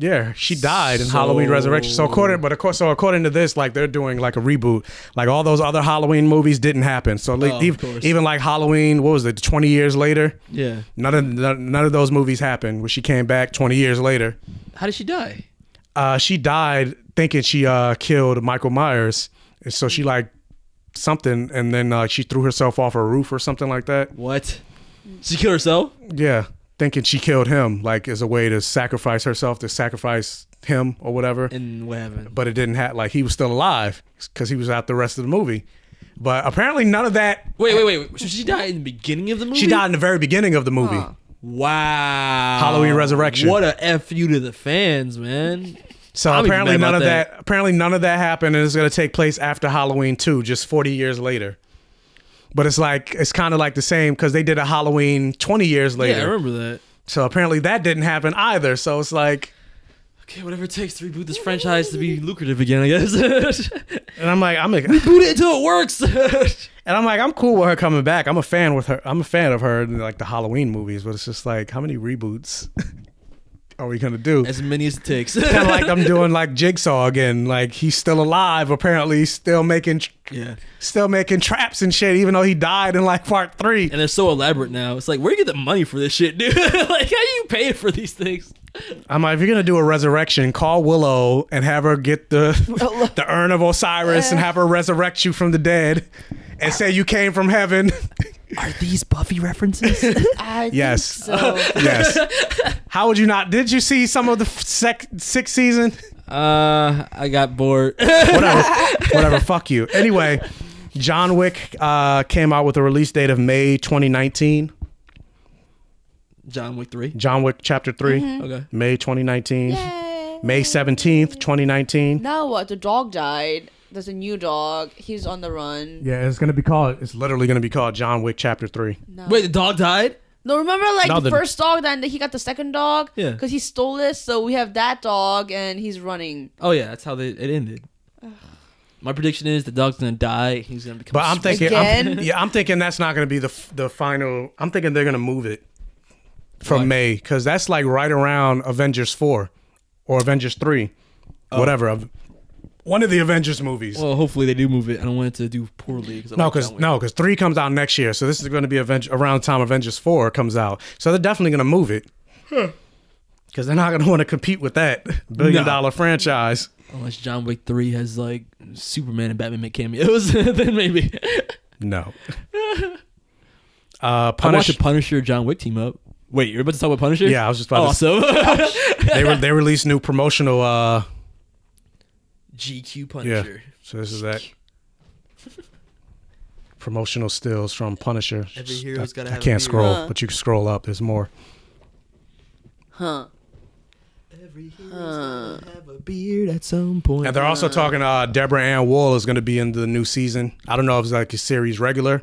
Speaker 3: Yeah, she died in Halloween Resurrection. So according, but of course, so according to this, like they're doing like a reboot. Like all those other Halloween movies didn't happen. So like,
Speaker 2: Oh, of
Speaker 3: even,
Speaker 2: course.
Speaker 3: even like Halloween, what was it? Twenty years later,
Speaker 2: Yeah.
Speaker 3: none of none, none of those movies happened. When she came back twenty years later,
Speaker 2: How did she die?
Speaker 3: uh, she died thinking she uh, killed Michael Myers, and so she like something, and then uh, she threw herself off a roof or something like that.
Speaker 2: What? She killed herself?
Speaker 3: Yeah, thinking she killed him, like as a way to sacrifice herself to sacrifice him or whatever.
Speaker 2: And what happened?
Speaker 3: but it didn't have like he was still alive because he was out the rest of the movie. But apparently, none of that.
Speaker 2: Wait, wait, wait. wait. So she died in the beginning of the movie?
Speaker 3: She died in the very beginning of the movie.
Speaker 2: Wow.
Speaker 3: Halloween Resurrection.
Speaker 2: What a F you to the fans, man.
Speaker 3: So
Speaker 2: I'm even
Speaker 3: apparently,
Speaker 2: mad
Speaker 3: none
Speaker 2: about
Speaker 3: of that. Apparently, none of that happened, and it's going to take place after Halloween two, just forty years later. But it's like it's kind of like the same because they did a Halloween twenty years
Speaker 2: Yeah, I
Speaker 3: later.
Speaker 2: remember that.
Speaker 3: so apparently, that didn't happen either. So it's like,
Speaker 2: Okay, whatever it takes to reboot this franchise to
Speaker 3: [laughs]
Speaker 2: be lucrative again, I guess. [laughs] Reboot
Speaker 3: and I'm like, I'm like,
Speaker 2: it until it works. [laughs]
Speaker 3: and I'm like, I'm cool with her coming back. I'm a fan with her. I'm a fan of her in like the Halloween movies. But it's just like, how many reboots [laughs] are we going to do?
Speaker 2: as many as it
Speaker 3: [laughs]
Speaker 2: takes.
Speaker 3: kind of
Speaker 2: [laughs]
Speaker 3: like I'm doing like Jigsaw again. Like he's still alive, apparently, he's still making,
Speaker 2: yeah.
Speaker 3: still making traps and shit, even though he died in like part three.
Speaker 2: And they're so elaborate now. It's like, where you get the money for this shit, dude? [laughs] like, how you paying for these things?
Speaker 3: I'm like, if you're gonna do a resurrection, call Willow and have her get the the urn of Osiris and have her resurrect you from the dead, and say you came from heaven.
Speaker 2: [laughs] Are these Buffy
Speaker 3: [laughs]
Speaker 2: references?
Speaker 4: I think
Speaker 3: Yes.
Speaker 4: So
Speaker 3: [laughs] yes. How would you not? Did you see some of the f- sec- sixth season?
Speaker 2: uh, I got bored.
Speaker 3: [laughs] whatever, whatever. Fuck you. Anyway, John Wick uh, came out with a release date of May 2019.
Speaker 2: John Wick 3.
Speaker 3: John Wick Chapter 3,
Speaker 2: Okay.
Speaker 3: May 2019. May 17th, 2019.
Speaker 7: Now what? The dog died. There's a new dog. He's on the run.
Speaker 3: Yeah, it's gonna be called. It's literally gonna be called John Wick Chapter Three.
Speaker 2: Wait, the dog died?
Speaker 7: No, remember like
Speaker 3: No,
Speaker 7: the
Speaker 3: the-
Speaker 7: first dog, then he got the second dog.
Speaker 2: Yeah.
Speaker 7: Because he stole it, so we have that dog, and he's running.
Speaker 2: Oh yeah, that's how they, it ended. My prediction is the dog's gonna die. He's gonna become.
Speaker 3: But I'm
Speaker 2: sw-
Speaker 3: thinking, I'm,
Speaker 7: Again?
Speaker 3: yeah, I'm thinking that's not gonna be the f- the final. I'm thinking they're gonna move it from
Speaker 2: Why?
Speaker 3: May because that's like right around Avengers Four or Avengers Three, whatever. Av- One of the Avengers movies.
Speaker 2: Well, hopefully they do move it. I don't want it to do poorly. Cause I
Speaker 3: No,
Speaker 2: like
Speaker 3: because
Speaker 2: John Wick.
Speaker 3: no, because three comes out next year, so this is going to be Aven- around the time Avengers four comes out. So they're definitely going to move it because they're not going to want to compete with that billion
Speaker 2: No.
Speaker 3: dollar franchise.
Speaker 2: unless John Wick three has like Superman and Batman make cameos, [laughs] then maybe.
Speaker 3: No. uh,
Speaker 2: I watched
Speaker 3: Punish.
Speaker 2: the Punisher John Wick team up. Wait, you're about to talk about Punisher?
Speaker 3: Yeah, I was just about to-
Speaker 2: awesome.
Speaker 3: [laughs]
Speaker 2: [laughs]
Speaker 3: they re- they released new promotional. Uh,
Speaker 2: GQ
Speaker 3: yeah.
Speaker 2: Punisher.
Speaker 3: So this is that. Promotional stills from Punisher.
Speaker 2: Every hero's gotta
Speaker 3: I
Speaker 2: have a
Speaker 3: can't
Speaker 2: hero.
Speaker 3: scroll,
Speaker 7: Huh.
Speaker 3: but you can scroll up. There's more.
Speaker 7: Huh.
Speaker 10: Every hero's gonna have a beard at some point.
Speaker 3: And they're also talking. Uh, Deborah Ann Wall is going to be in the new season. I don't know if it's like a series regular,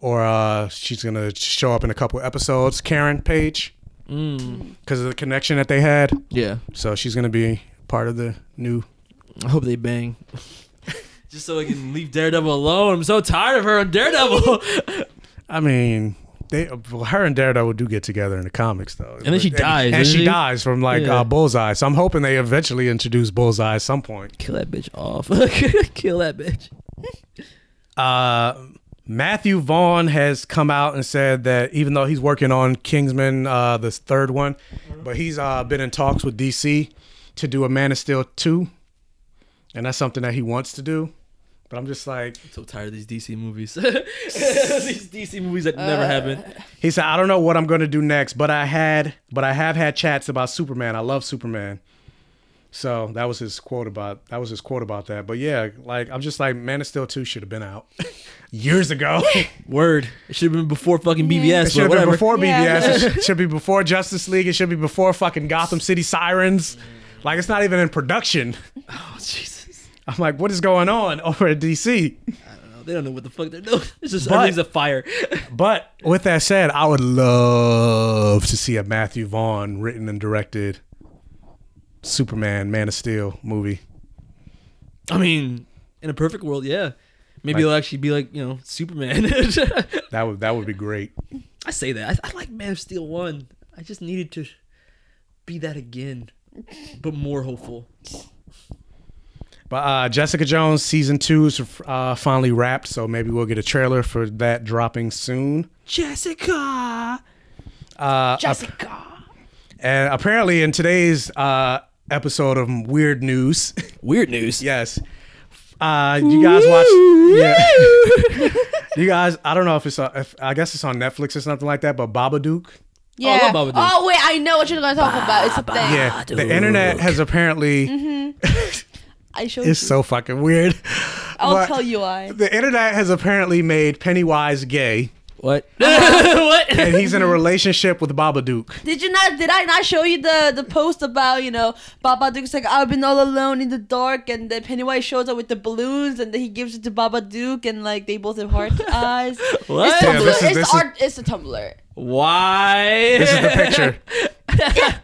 Speaker 3: or uh, she's going to show up in a couple episodes. Karen Page, because of the connection that they had,
Speaker 2: Yeah.
Speaker 3: so she's going to be part of the new.
Speaker 2: I hope they bang. [laughs] Just so I can leave Daredevil alone. I'm so tired of her on Daredevil.
Speaker 3: I mean, they well, her and Daredevil do get together in the comics though, and
Speaker 2: then she dies,
Speaker 3: and,
Speaker 2: doesn't
Speaker 3: she
Speaker 2: she?
Speaker 3: dies from like
Speaker 2: Yeah.
Speaker 3: uh, Bullseye. So I'm hoping they eventually introduce Bullseye at some point.
Speaker 2: Kill that bitch off. Kill that bitch.
Speaker 3: uh, Matthew Vaughn has come out and said that even though he's working on Kingsman, uh, this third one,
Speaker 2: Mm-hmm.
Speaker 3: but he's uh, been in talks with DC to do a Man of Steel 2. And that's something that he wants to do. But I'm just like,
Speaker 2: So tired of these DC movies. [laughs] these DC movies that never happen.
Speaker 3: he said, I don't know what I'm going to do next, but I had, but I have had chats about Superman. I love Superman. So that was his quote about that was his quote about that. But yeah, like I'm just like Man of Steel 2 should have been out [laughs]
Speaker 2: [laughs]
Speaker 3: years ago.
Speaker 2: Word. It should have been before fucking BBS,
Speaker 3: It should
Speaker 2: but
Speaker 3: have
Speaker 2: whatever.
Speaker 3: been before BBS.
Speaker 4: Yeah.
Speaker 2: [laughs]
Speaker 3: It should- should be before Justice League. It should be before fucking Gotham City Sirens. Like it's not even in production.
Speaker 2: Oh, Jesus.
Speaker 3: I'm like, what is going on over at DC?
Speaker 2: No, they don't know what the fuck they're doing. [laughs] It's just
Speaker 3: But-
Speaker 2: everything's a fire. [laughs]
Speaker 3: But with that said, I would love to see a Matthew Vaughn written and directed Superman, Man of Steel movie.
Speaker 2: I mean, in a perfect world, yeah. Maybe
Speaker 3: Like-
Speaker 2: he'll actually be like, you know, Superman. [laughs]
Speaker 3: That would that would be great.
Speaker 2: I say that. I, I like Man of Steel 1. I just needed to be that again, but more hopeful.
Speaker 3: But uh, Jessica Jones season two is uh, finally wrapped, so maybe we'll get a trailer for that dropping soon. Uh,
Speaker 2: Jessica!
Speaker 3: And apparently, in today's uh, episode of Weird News, [laughs]
Speaker 2: Weird news.
Speaker 3: yes, uh, you guys watch. Yeah, you guys. I don't know if it's on, if I guess it's on Netflix or something like that, but Babadook.
Speaker 2: I
Speaker 7: Yeah.
Speaker 2: love Babadook.
Speaker 7: Oh wait, I know what you're gonna talk about. It's a thing.
Speaker 3: Yeah, the internet has apparently
Speaker 7: I showed
Speaker 3: it's
Speaker 7: you.
Speaker 3: so fucking weird.
Speaker 4: I'll
Speaker 3: But
Speaker 4: tell you why.
Speaker 3: The internet has apparently made Pennywise gay,
Speaker 2: What? what?
Speaker 3: and he's in a relationship with Babadook.
Speaker 4: Did you not? Did I not show you the the post about you know Baba Duke's like I've been all alone in the dark, and then Pennywise shows up with the balloons, and then he gives it to Baba Duke, and like they both have heart
Speaker 3: [laughs]
Speaker 4: eyes.
Speaker 2: What?
Speaker 3: Yeah,
Speaker 7: Tumblr.
Speaker 3: this is-
Speaker 7: it's
Speaker 3: this is-
Speaker 7: art. It's a Tumblr.
Speaker 2: Why?
Speaker 3: This is the picture.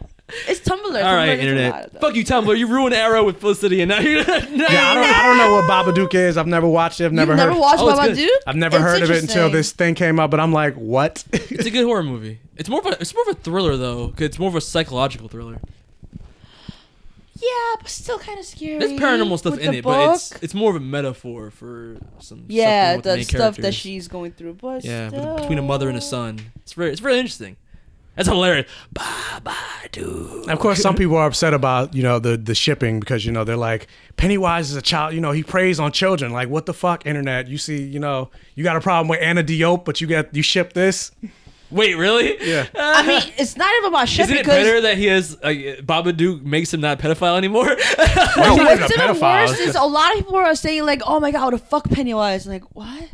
Speaker 7: It's Tumblr.
Speaker 2: [laughs] All
Speaker 7: Tumblr
Speaker 2: right,
Speaker 7: is a lot of
Speaker 2: internet.
Speaker 7: them.
Speaker 2: Fuck you, Tumblr. You ruined Arrow with Felicity, and now you're [laughs] no.
Speaker 3: Yeah, I don't, I don't know what Babadook is. I've never watched it. I've never
Speaker 7: You've
Speaker 3: heard.
Speaker 7: never watched
Speaker 2: Oh, it's
Speaker 7: Baba
Speaker 2: good.
Speaker 7: Duke?
Speaker 3: I've never
Speaker 7: It's
Speaker 3: heard of it until
Speaker 7: interesting.
Speaker 3: this thing came up, but I'm like, what? [laughs]
Speaker 2: It's a good horror movie. It's more of a it's more of a thriller though. 'cause It's more of a psychological thriller.
Speaker 7: Yeah, but still kind of scary.
Speaker 2: There's paranormal stuff
Speaker 7: With
Speaker 2: in
Speaker 7: the
Speaker 2: it, but it's
Speaker 7: book.
Speaker 2: it's more of a metaphor for some stuff going
Speaker 4: yeah,
Speaker 2: on with the,
Speaker 4: the
Speaker 2: main
Speaker 4: stuff that
Speaker 2: characters.
Speaker 4: she's going through. But
Speaker 2: yeah with-
Speaker 4: still.
Speaker 2: between a mother and a son. It's very it's very interesting. That's hilarious. Bye bye, dude.
Speaker 3: of course, some people are upset about you know the the shipping because you know they're like Pennywise is a child. You know he preys on children. Like what the fuck, internet? You see, you know you got a problem with Anna Diop, but you got you ship this.
Speaker 2: Wait, really? [laughs] Uh,
Speaker 3: Yeah.
Speaker 7: I mean, it's not even about shit
Speaker 2: Isn't it
Speaker 7: because
Speaker 2: better that he has uh, Babadook makes him not a pedophile anymore? [laughs]
Speaker 3: No, he wasn't
Speaker 7: what's
Speaker 3: a
Speaker 7: even
Speaker 3: pedophile.
Speaker 7: worse is a lot of people are saying like, "Oh my god, what the fuck, Pennywise?" And like, what?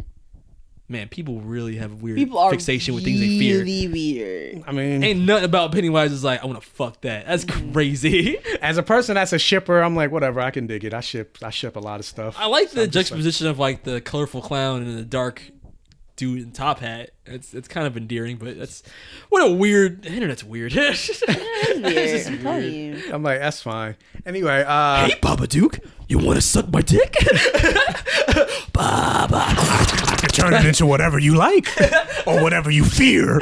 Speaker 2: Man, people really have a weird
Speaker 7: People are
Speaker 2: fixation with things they fear.
Speaker 7: Really
Speaker 2: [laughs]
Speaker 7: weird.
Speaker 3: I mean,
Speaker 2: Ain't nothing about Pennywise is like I want to fuck that. That's
Speaker 7: Mm-hmm.
Speaker 2: crazy. [laughs]
Speaker 3: as a person that's a shipper, I'm like whatever. I can dig it. I ship I ship a lot of stuff.
Speaker 2: I like the juxtaposition of like the colorful clown and the dark dude in top hat. It's it's kind of endearing, but that's what a weird the internet's weird. [laughs] it's just
Speaker 7: I'm telling
Speaker 2: weird.
Speaker 7: you.
Speaker 3: I'm like that's fine. Anyway, uh,
Speaker 2: Hey, Baba Duke, you want to suck my dick? [laughs] Baba.
Speaker 3: turn it into whatever you like or whatever you fear.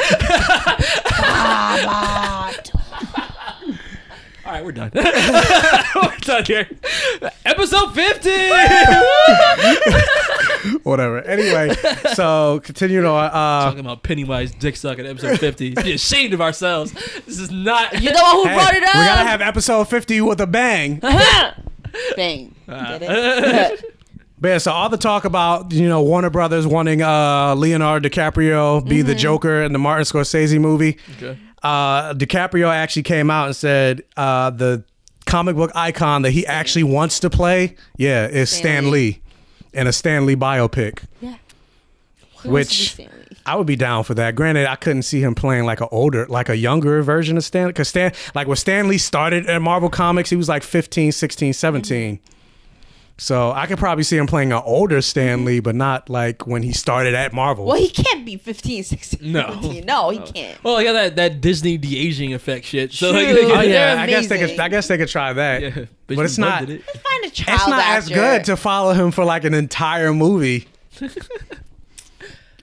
Speaker 2: All right, we're done. [laughs] we're done here. Episode fifty. Woo!
Speaker 3: whatever. Anyway, so continuing on. Uh,
Speaker 2: Talking about Pennywise dick sucking episode fifty. Be ashamed of ourselves. This is not.
Speaker 7: You're the one who
Speaker 3: Hey,
Speaker 7: brought it up.
Speaker 3: We gotta have episode 50 with a bang. but
Speaker 7: [laughs]
Speaker 2: [laughs]
Speaker 7: Bang. Get it?
Speaker 2: Uh,
Speaker 3: yeah, so all the talk about, you know, Warner Brothers wanting uh, Leonardo DiCaprio be the Joker in the Martin Scorsese movie.
Speaker 2: Okay.
Speaker 3: Uh, DiCaprio actually came out and said uh, the comic book icon that he actually wants to play, yeah, is Stan,
Speaker 7: Stan
Speaker 3: Lee. in a Stan Lee biopic.
Speaker 7: Yeah.
Speaker 11: Who wants to be
Speaker 3: which
Speaker 11: Stanley?
Speaker 3: I would be down for that. Granted, I couldn't see him playing like an older, like a younger version of Stan. Because Stan, like when Stan Lee started at Marvel Comics, he was like 15, 16, 17. So I could probably see him playing an older Stan Lee, but not like when he started at Marvel.
Speaker 4: Mm-hmm. Well, he can't be 15, 16,
Speaker 2: No.
Speaker 4: 17. No, he can't.
Speaker 2: Well, yeah, that, that Disney de aging effect shit. [laughs] So like, [laughs]
Speaker 4: Shoot.
Speaker 2: they
Speaker 3: Oh
Speaker 2: can-
Speaker 3: yeah,
Speaker 4: They're
Speaker 3: I guess they could.
Speaker 4: amazing.
Speaker 3: I guess they could try that.
Speaker 2: Yeah,
Speaker 3: but,
Speaker 2: Benjamin
Speaker 3: it's
Speaker 2: Bud
Speaker 3: not.
Speaker 2: did it.
Speaker 4: Find a child
Speaker 3: It's not as
Speaker 4: actor.
Speaker 3: good to follow him for like an
Speaker 2: [laughs]
Speaker 3: entire movie.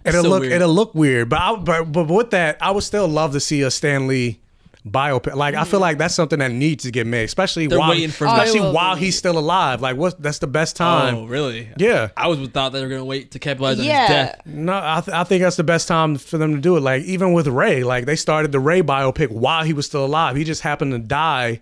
Speaker 3: it'll
Speaker 2: So
Speaker 3: look
Speaker 2: weird.
Speaker 3: it'll look weird, but I, but but with that, I would still love to see a Stan Lee biopic. Like I feel like that's something that needs to get made, especially
Speaker 2: Mm. They're
Speaker 3: while
Speaker 2: waiting for that.
Speaker 3: especially
Speaker 4: Oh, it will
Speaker 3: while
Speaker 4: be.
Speaker 3: he's still alive. Like what? That's the best time.
Speaker 2: Oh, really?
Speaker 3: Yeah.
Speaker 2: I was thought they were gonna wait to capitalize on
Speaker 4: Yeah.
Speaker 2: his death.
Speaker 4: [laughs]
Speaker 3: No, I, th- I think that's the best time for them to do it. Like even with Ray, like they started the Ray biopic while he was still alive. He just happened to die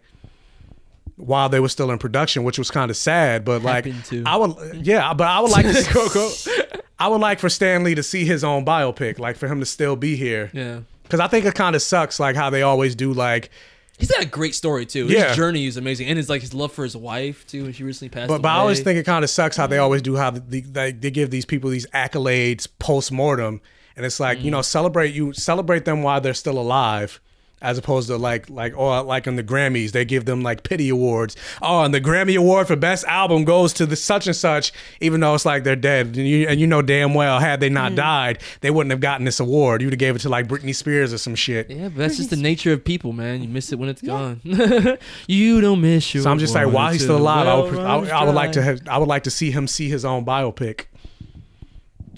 Speaker 3: while they were still in production, which was kind of sad. But like,
Speaker 2: Happened to.
Speaker 3: I would, yeah, but I
Speaker 2: [laughs]
Speaker 3: would like to see, I would like for Stanley to see his own biopic, like for him to still be here.
Speaker 2: Yeah.
Speaker 3: Because I think it kind of sucks, like how they always do, like.
Speaker 2: He's had a great story too.
Speaker 3: Yeah.
Speaker 2: His journey is amazing, and his like his love for his wife too. When she recently passed.
Speaker 3: But, but I always
Speaker 2: away.
Speaker 3: think it kind of sucks how they always do how the, they, they give these people these accolades post mortem, and it's like you know celebrate you celebrate them while they're still alive, as opposed to like like or like in the Grammys they give them like pity awards. Oh, and the Grammy award for best album goes to the such and such, even though it's like they're dead, and you, and you know damn well had they not died, they wouldn't have gotten this award. You'd have gave it to like Britney Spears or some shit.
Speaker 2: Yeah, but that's just the nature of people, man. You miss it when it's gone. [laughs] you don't miss your.
Speaker 3: So I'm just like, while he's still alive, I would, I,
Speaker 2: railroad
Speaker 3: would- I would like to
Speaker 2: drive.
Speaker 3: have, I would like to see him see his own biopic.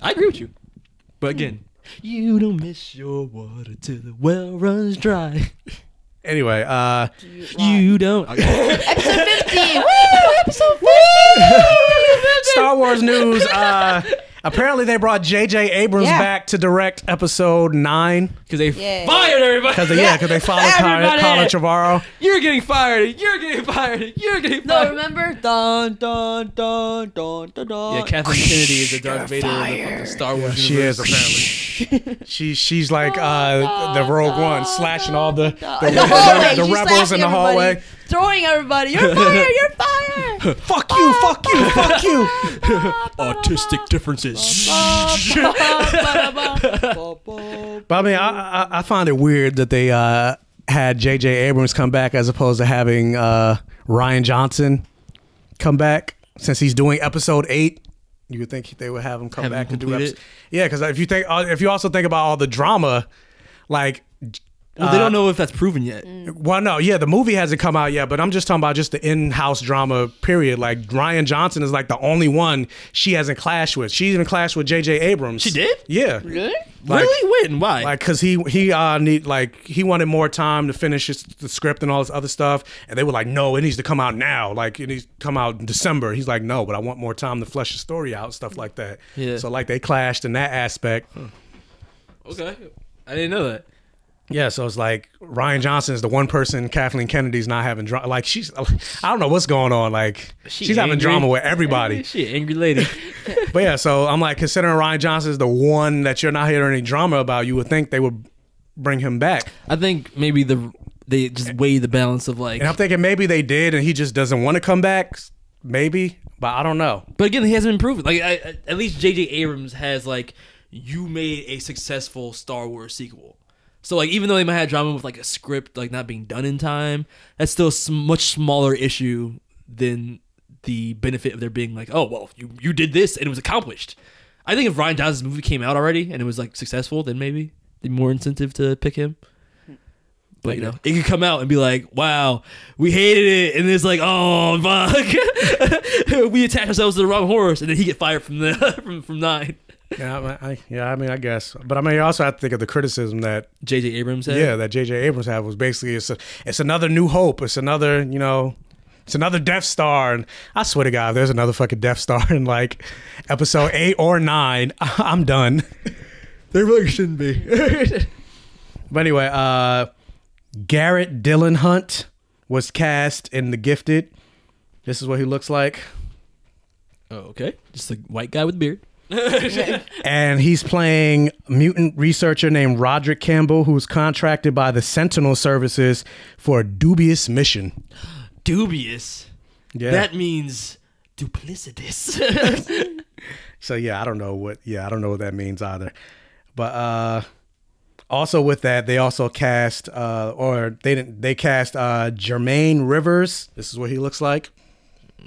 Speaker 2: I agree with you, but [laughs] again, you don't miss your water till the well runs dry.
Speaker 3: Anyway, uh,
Speaker 2: You don't. Okay.
Speaker 4: Episode
Speaker 3: [laughs]
Speaker 4: 15. Woo! Episode 15.
Speaker 3: Star Wars news. Uh, apparently, they brought J.J. Abrams
Speaker 4: Yeah.
Speaker 3: back to direct Episode Nine
Speaker 2: Because they
Speaker 4: Yeah.
Speaker 2: fired everybody.
Speaker 3: because yeah, because they followed Colin,
Speaker 2: Everybody.
Speaker 3: Colin Trevorrow.
Speaker 2: You're getting fired. You're getting fired. You're getting
Speaker 4: No,
Speaker 2: fired.
Speaker 4: remember? Dun, dun, dun, dun, dun, dun.
Speaker 2: yeah, Kathleen Kennedy is the Darth Vader of the fucking Star Wars
Speaker 3: She
Speaker 2: universe.
Speaker 3: is apparently. [laughs] she she's like uh, the Rogue One, slashing all the the,
Speaker 4: In the [laughs] hallway,
Speaker 3: the
Speaker 4: she's
Speaker 3: rebels in
Speaker 4: slapping
Speaker 3: the hallway.
Speaker 4: everybody, Throwing everybody. You're fired.
Speaker 3: [laughs]
Speaker 4: You're [laughs] fired.
Speaker 3: Fuck you! Fuck you! Fuck you!
Speaker 2: Autistic differences.
Speaker 3: But I mean, I, I I find it weird that they uh, had J.J. Abrams come back as opposed to having uh, Ryan Johnson come back since he's doing episode eight. You would think they would have him come
Speaker 2: Have him
Speaker 3: back to do
Speaker 2: complete
Speaker 3: episode.
Speaker 2: it.
Speaker 3: Yeah, because if you think uh, if you also think about all the drama, like.
Speaker 2: Well, they
Speaker 3: Uh,
Speaker 2: don't know if that's proven yet.
Speaker 3: Well, no, yeah, the movie hasn't come out yet, but I'm just talking about just the in-house drama period. Like Ryan Johnson is like the only one she hasn't clashed with. She even clashed with J.J. Abrams.
Speaker 2: She did?
Speaker 3: Yeah.
Speaker 2: Really?
Speaker 3: Like-
Speaker 2: really? When? Why?
Speaker 3: like because he he uh need like he wanted more time to finish his, the script and all this other stuff and they were like no it needs to come out now like it needs to come out in december he's like no but i want more time to flesh the story out stuff like that
Speaker 2: Yeah.
Speaker 3: so like they clashed in that aspect
Speaker 2: okay. I didn't know that.
Speaker 3: yeah so it's like ryan johnson is the one person kathleen kennedy's not having drama like she's i don't know what's going on like
Speaker 2: She
Speaker 3: she's having
Speaker 2: angry?
Speaker 3: drama with everybody
Speaker 2: She an angry
Speaker 3: [laughs]
Speaker 2: lady.
Speaker 3: but yeah so i'm like considering ryan johnson is the one that you're not hearing any drama about you would think they would bring him back
Speaker 2: I think maybe the they just weigh the balance of like.
Speaker 3: And I'm thinking maybe they did, and he just doesn't want to come back. Maybe, but I don't know.
Speaker 2: But again, he hasn't been proven. Like I, I- at least J.J. Abrams has like you made a successful Star Wars sequel. So like even though they might have drama with like a script like not being done in time, that's still a sm- much smaller issue than the benefit of there being like oh well you you did this and it was accomplished. I think if Ryan Johnson's movie came out already and it was like successful, then maybe there'd be more incentive to pick him. But you know, it could come out and be like, "Wow, we hated it," and it's like, "Oh fuck, [laughs] we attached ourselves to the wrong horse," and then he get fired from the [laughs] from from nine.
Speaker 3: Yeah, I, I, yeah. I mean, I guess, but I mean, you also have to think of the criticism that
Speaker 2: J.J. Abrams had.
Speaker 3: yeah, that J.J. Abrams had was basically it's a, it's another New Hope. It's another you know. It's another Death Star, and I swear to God, if there's another fucking Death Star in like [laughs] episode eight or nine. [laughs] I'm done. there really shouldn't be. [laughs] but anyway, uh, Garrett Dylan Hunt was cast in The Gifted. This is what he looks like.
Speaker 2: Oh, okay. Just a white guy with a beard.
Speaker 3: and he's playing a mutant researcher named Roderick Campbell, who's contracted by the Sentinel Services for a dubious mission.
Speaker 2: Dubious.
Speaker 3: Yeah,
Speaker 2: That means duplicitous. [laughs]
Speaker 3: So yeah, I don't know what yeah, I don't know what that means either. But uh also with that, they also cast uh or they didn't they cast uh Jermaine Rivers. This is what he looks like.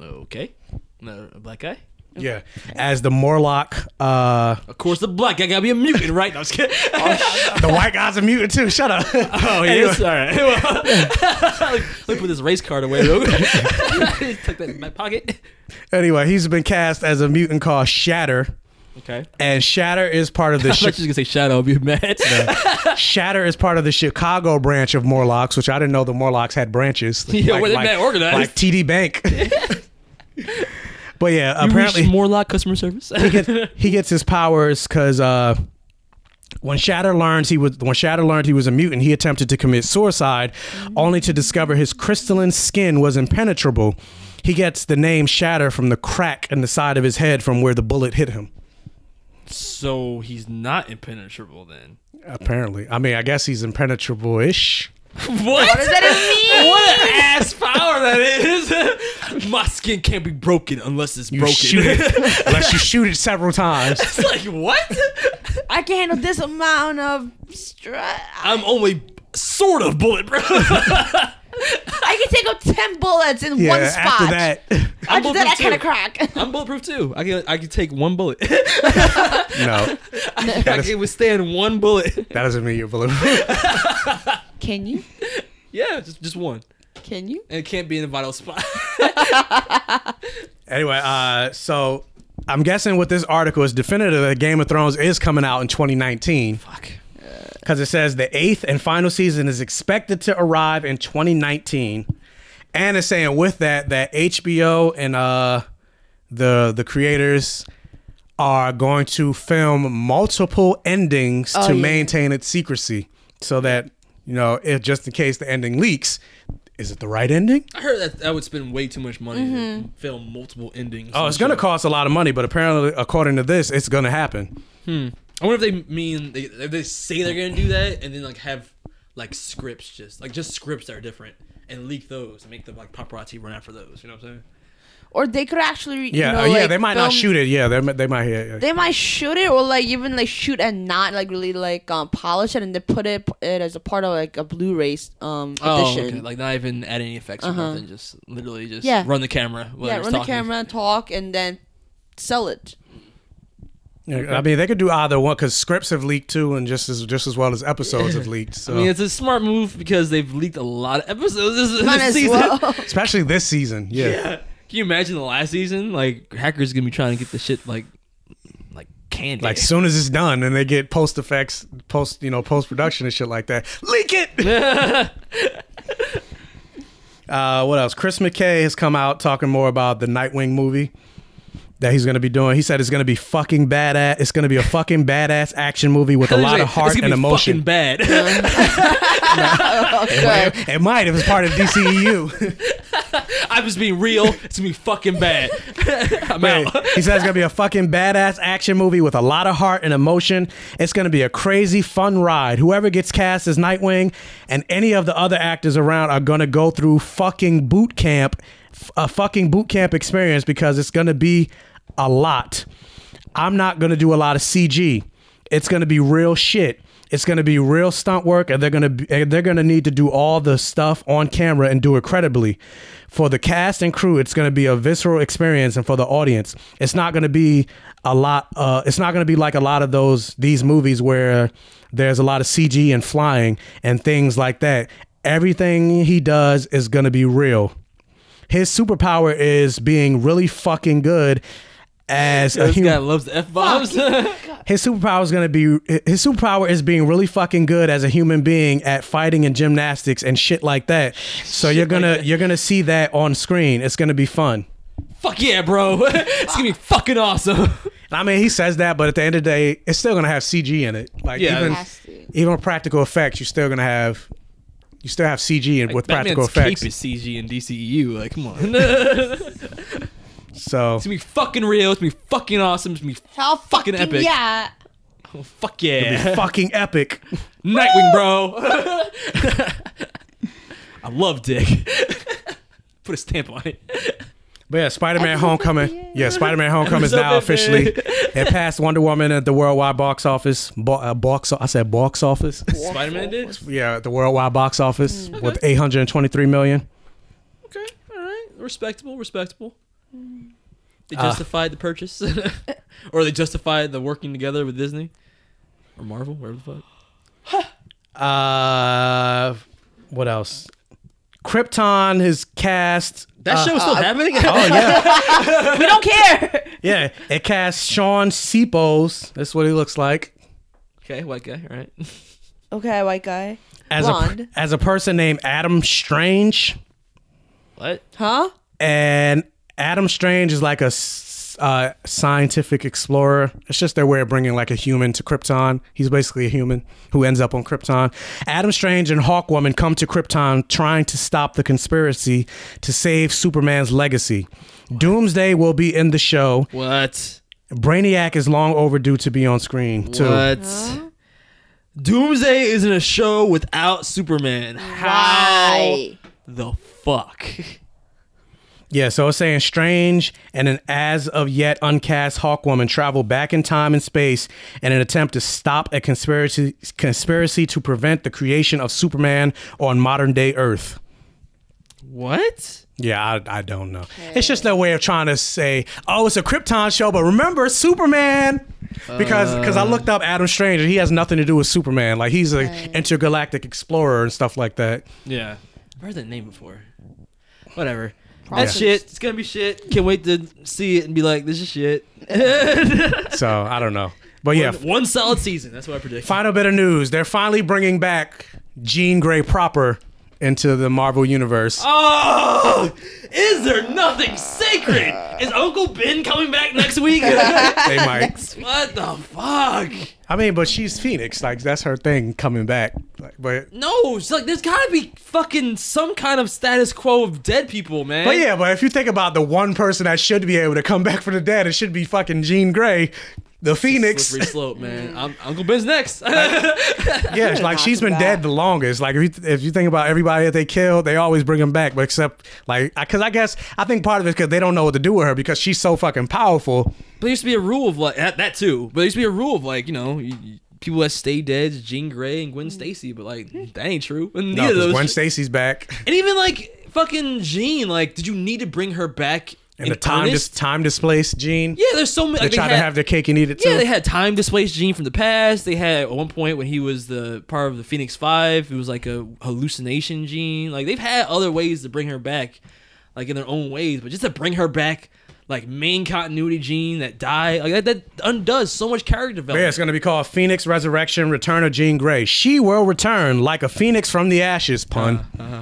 Speaker 2: okay. No, a black guy?
Speaker 3: Yeah. As the Morlock uh
Speaker 2: Of course, the black guy gotta be a mutant, right? No, I was
Speaker 3: [laughs]
Speaker 2: kidding.
Speaker 3: Oh,
Speaker 2: [laughs]
Speaker 3: the white guy's a mutant too. Shut up.
Speaker 2: Oh, he is? All right. Well, [laughs] Let me put this race card away [laughs] real quick. Tuck that in my pocket.
Speaker 3: anyway, he's been cast as a mutant called Shatter.
Speaker 2: Okay.
Speaker 3: And Shatter is
Speaker 2: [laughs]
Speaker 3: part of the
Speaker 2: I thought you were
Speaker 3: Chi-
Speaker 2: just gonna say shadow. I'll be mad.
Speaker 3: Shatter is part of the Chicago branch of Morlocks, which I didn't know the Morlocks had branches.
Speaker 2: [laughs] Yeah, were they that organized?
Speaker 3: Like
Speaker 2: [laughs]
Speaker 3: TD Bank. but yeah,
Speaker 2: You
Speaker 3: apparently
Speaker 2: reached Morlock customer service. [laughs]
Speaker 3: he gets his powers because uh, when Shatter learns he was when Shatter learned he was a mutant, he attempted to commit suicide, only to discover his crystalline skin was impenetrable. He gets the name Shatter from the crack in the side of his head from where the bullet hit him.
Speaker 2: so he's not impenetrable then.
Speaker 3: Apparently, I mean, I guess he's impenetrable-ish.
Speaker 2: What? What does that mean? What an ass power that is. [laughs] My skin can't be broken unless it's
Speaker 3: You
Speaker 2: broken.
Speaker 3: shoot it [laughs] unless you shoot it several times.
Speaker 2: [laughs] it's [laughs] like what?
Speaker 4: I can handle this amount of stress.
Speaker 2: I'm only sort of [laughs] bulletproof.
Speaker 4: I can take up ten bullets in
Speaker 3: Yeah,
Speaker 4: one spot.
Speaker 3: after that, [laughs]
Speaker 2: I'm
Speaker 4: After that, I kind
Speaker 2: bulletproof too.
Speaker 4: of crack. [laughs]
Speaker 2: I'm bulletproof too. I can I can take one bullet. [laughs]
Speaker 3: no,
Speaker 2: I
Speaker 3: is-
Speaker 2: can withstand one bullet. [laughs]
Speaker 3: that doesn't mean you're [laughs] bulletproof.
Speaker 4: Can you?
Speaker 2: Yeah, just just one,
Speaker 4: Can you?
Speaker 2: and it can't be in a vital spot. [laughs]
Speaker 3: Anyway, uh, so I'm guessing what this article is definitive that Game of Thrones is coming out in 2019. Fuck. Because it says the eighth and final season is expected to arrive in 2019, and it's saying with that that HBO and uh, the the creators are going to film multiple endings to
Speaker 4: yeah.
Speaker 3: maintain its secrecy, so that you know if just in case the ending leaks, is it the right ending?
Speaker 2: I heard that that would spend way too much money to film multiple endings.
Speaker 3: Oh,
Speaker 2: and
Speaker 3: it's gonna
Speaker 2: shit.
Speaker 3: cost a lot of money, but apparently, according to this, it's gonna happen.
Speaker 2: I wonder if they mean they, if they say they're gonna do that and then like have like scripts just like just scripts that are different and leak those and make the like paparazzi run after those. You know what I'm saying?
Speaker 4: Or they could actually.
Speaker 3: Yeah,
Speaker 4: you know,
Speaker 3: uh, yeah,
Speaker 4: like,
Speaker 3: they might not
Speaker 4: film-
Speaker 3: shoot it. Yeah, they, mi- they might. Yeah, yeah.
Speaker 4: They might shoot it or like even like shoot and not like really like um polish it and then put it it as a part of like a Blu-ray um edition.
Speaker 2: Oh, Like not even add any effects or nothing. Just literally just
Speaker 4: Uh-huh. Yeah.
Speaker 2: run the camera. while
Speaker 4: yeah,
Speaker 2: he's
Speaker 4: run the
Speaker 2: talking.
Speaker 4: camera, talk, and then sell it.
Speaker 3: Yeah, I mean, they could do either one because scripts have leaked too, and just as just as well as episodes have leaked. So
Speaker 2: I mean, it's a smart move because they've leaked a lot of episodes this,
Speaker 4: Might
Speaker 2: this
Speaker 4: as
Speaker 2: season.
Speaker 4: well.
Speaker 3: especially this season. Yeah.
Speaker 2: [laughs] Can you imagine the last season? Like hackers gonna be trying to get the shit like like candy.
Speaker 3: Like soon as it's done, and they get post effects, post you know post production and shit like that. Leak
Speaker 2: [laughs]
Speaker 3: it. uh, what else? Chris McKay has come out talking more about the Nightwing movie that he's gonna be doing. He said it's gonna be fucking badass. It's gonna be a fucking badass action movie with a lot of heart
Speaker 2: it's gonna
Speaker 3: and
Speaker 2: be
Speaker 3: emotion.
Speaker 2: Fucking bad.
Speaker 4: Uh-huh.
Speaker 2: [laughs]
Speaker 3: It might if it's part of E DCEU.
Speaker 2: I'm just being real. It's gonna be fucking
Speaker 3: [laughs]
Speaker 2: bad. I'm
Speaker 3: Wait,
Speaker 2: out.
Speaker 3: he says it's gonna be a fucking badass action movie with a lot of heart and emotion. It's gonna be a crazy fun ride. Whoever gets cast as Nightwing and any of the other actors around are gonna go through fucking boot camp, f- a fucking boot camp experience because it's gonna be a lot. I'm not gonna do a lot of CG. It's gonna be real shit. It's gonna be real stunt work, and they're gonna be, and they're gonna need to do all the stuff on camera and do it credibly. For the cast and crew, it's gonna be a visceral experience, and for the audience, it's not gonna be a lot. Uh, it's not gonna be like a lot of those these movies where there's a lot of CG and flying and things like that. Everything he does is gonna be real. His superpower is being really fucking good as a
Speaker 2: This
Speaker 3: human
Speaker 2: guy loves the f bombs. [laughs]
Speaker 3: his superpower is going to be his superpower is being really fucking good as a human being at fighting and gymnastics and shit like that. So you're going to you're going to see that on screen. It's going to be fun.
Speaker 2: Fuck yeah, bro. [laughs] it's gonna be fucking awesome.
Speaker 3: And I mean, he says that, but at the end of the day, it's still going to have CG in it. Like
Speaker 2: Yeah.
Speaker 3: even
Speaker 2: Has
Speaker 3: even with practical effects, you're still going to have you still have CG and with practical
Speaker 2: Batman's
Speaker 3: effects.
Speaker 2: cape is CG and DCEU. E Like, come on. [laughs] it's gonna [laughs]
Speaker 3: So
Speaker 2: be fucking real. It's gonna be fucking awesome. It's gonna be
Speaker 4: How
Speaker 2: Fucking epic.
Speaker 4: Yeah.
Speaker 2: oh, fuck yeah.
Speaker 3: [laughs] fucking epic.
Speaker 2: [laughs] Nightwing,
Speaker 3: [laughs]
Speaker 2: bro. [laughs] I love Dick. Put a stamp on it.
Speaker 3: But yeah, Spider Man Homecoming. Yeah, Spider Man Homecoming is now officially. It passed Wonder Woman at the worldwide box office. Bo- uh, box I said
Speaker 2: [laughs]
Speaker 3: box office.
Speaker 2: Spider Man did.
Speaker 3: yeah, at the worldwide box office with 823 million.
Speaker 2: Okay, all right, respectable, respectable.
Speaker 3: Ah.
Speaker 2: They justified the purchase, [laughs] or they justified the working together with Disney or Marvel, wherever the fuck.
Speaker 3: Uh, what else? Krypton is cast.
Speaker 2: That show is still happening.
Speaker 3: Oh yeah,
Speaker 4: We don't care.
Speaker 3: yeah. It cast Sean Sepos. That's what he looks like.
Speaker 2: [laughs] okay, white guy. All right.
Speaker 4: okay, white guy.
Speaker 3: As a
Speaker 4: Blonde.
Speaker 3: as a person named Adam Strange.
Speaker 2: What?
Speaker 4: Huh?
Speaker 3: and Adam Strange is like a s- uh, scientific explorer. It's just their way of bringing like a human to Krypton. He's basically a human who ends up on Krypton. Adam Strange and Hawkwoman come to Krypton trying to stop the conspiracy to save Superman's legacy. Doomsday will be in the show.
Speaker 2: What?
Speaker 3: Brainiac is long overdue to be on screen too.
Speaker 2: What? Doomsday is in a show without Superman. How
Speaker 7: Why?
Speaker 2: the fuck?
Speaker 3: Yeah, so it's saying Strange and an as of yet uncast Hawkwoman travel back in time and space in an attempt to stop a conspiracy conspiracy to prevent the creation of Superman on modern day Earth.
Speaker 2: What?
Speaker 3: Yeah, I, I don't know. It's just their way of trying to say, oh, it's a Krypton show, but remember Superman. Because because I looked up Adam Strange and he has nothing to do with Superman. Like he's an intergalactic explorer and stuff like that.
Speaker 2: Yeah. I've heard that name before. Whatever. That shit. It's gonna be shit. Can't wait to see it and be like, this is shit.
Speaker 3: So I don't know. But yeah,
Speaker 2: One solid season. That's what I predict.
Speaker 3: Final bit of news: They're finally bringing back Jean Grey proper into the Marvel universe.
Speaker 2: Oh, is there nothing sacred? Is Uncle Ben coming back next week? what
Speaker 3: They might.
Speaker 2: the fuck?
Speaker 3: I mean, but she's Phoenix. Like that's her thing coming back. Like, but
Speaker 2: No, it's like there's gotta be fucking some kind of status quo of dead people, man.
Speaker 3: but yeah, but if you think about the one person that should be able to come back from the dead, it should be fucking Jean Grey, the Phoenix.
Speaker 2: Slippery slope, man. I'm, Uncle Ben's next. [laughs]
Speaker 3: [laughs] yeah, it's like she's been dead the longest. Like if you, if you think about everybody that they killed, they always bring them back. But except like, because I guess I think part of it's because they don't know what to do with her because she's so fucking powerful.
Speaker 2: But there used to be a rule of like that, that too. But there used to be a rule of like you know you, you- people that stay dead, is Jean Grey and Gwen Stacy. But like that ain't true. [laughs] And
Speaker 3: No,
Speaker 2: neither of
Speaker 3: 'cause
Speaker 2: those.
Speaker 3: when Stacy's back.
Speaker 2: and even like fucking Jean, like did you need to bring her back
Speaker 3: And the time dis-
Speaker 2: earnest?
Speaker 3: time displaced Gene.
Speaker 2: Yeah, there's so many.
Speaker 3: They
Speaker 2: Like,
Speaker 3: try to
Speaker 2: had-
Speaker 3: have their cake and eat it too.
Speaker 2: Yeah, they had time displaced Gene from the past. They had at one point when he was the part of the Phoenix Five, it was like a hallucination Gene. Like they've had other ways to bring her back, like in their own ways, but just to bring her back, like main continuity Gene that died, like that, that undoes so much character
Speaker 3: But
Speaker 2: development.
Speaker 3: yeah, it's going to be called Phoenix Resurrection Return of Jean Grey. She will return like a phoenix from the ashes, pun.
Speaker 2: Uh-huh,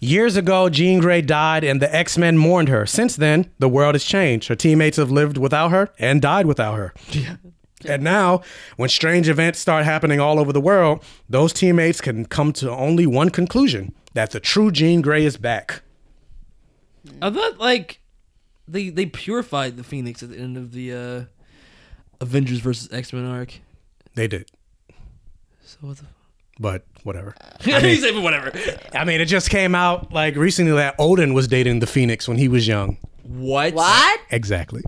Speaker 3: Years ago, Jean Grey died and the X Men mourned her. Since then, the world has changed. Her teammates have lived without her and died
Speaker 2: [laughs]
Speaker 3: without her. And now, when strange events start happening all over the world, those teammates can come to only one conclusion that the true Jean Grey is back.
Speaker 2: I thought like they they purified the Phoenix at the end of the uh Avengers versus X Men arc.
Speaker 3: They did,
Speaker 2: So what the
Speaker 3: but
Speaker 2: [laughs]
Speaker 3: whatever.
Speaker 2: He's like, whatever.
Speaker 3: I mean, it just came out like recently that Odin was dating the Phoenix when he was young.
Speaker 2: What?
Speaker 7: What?
Speaker 3: Exactly.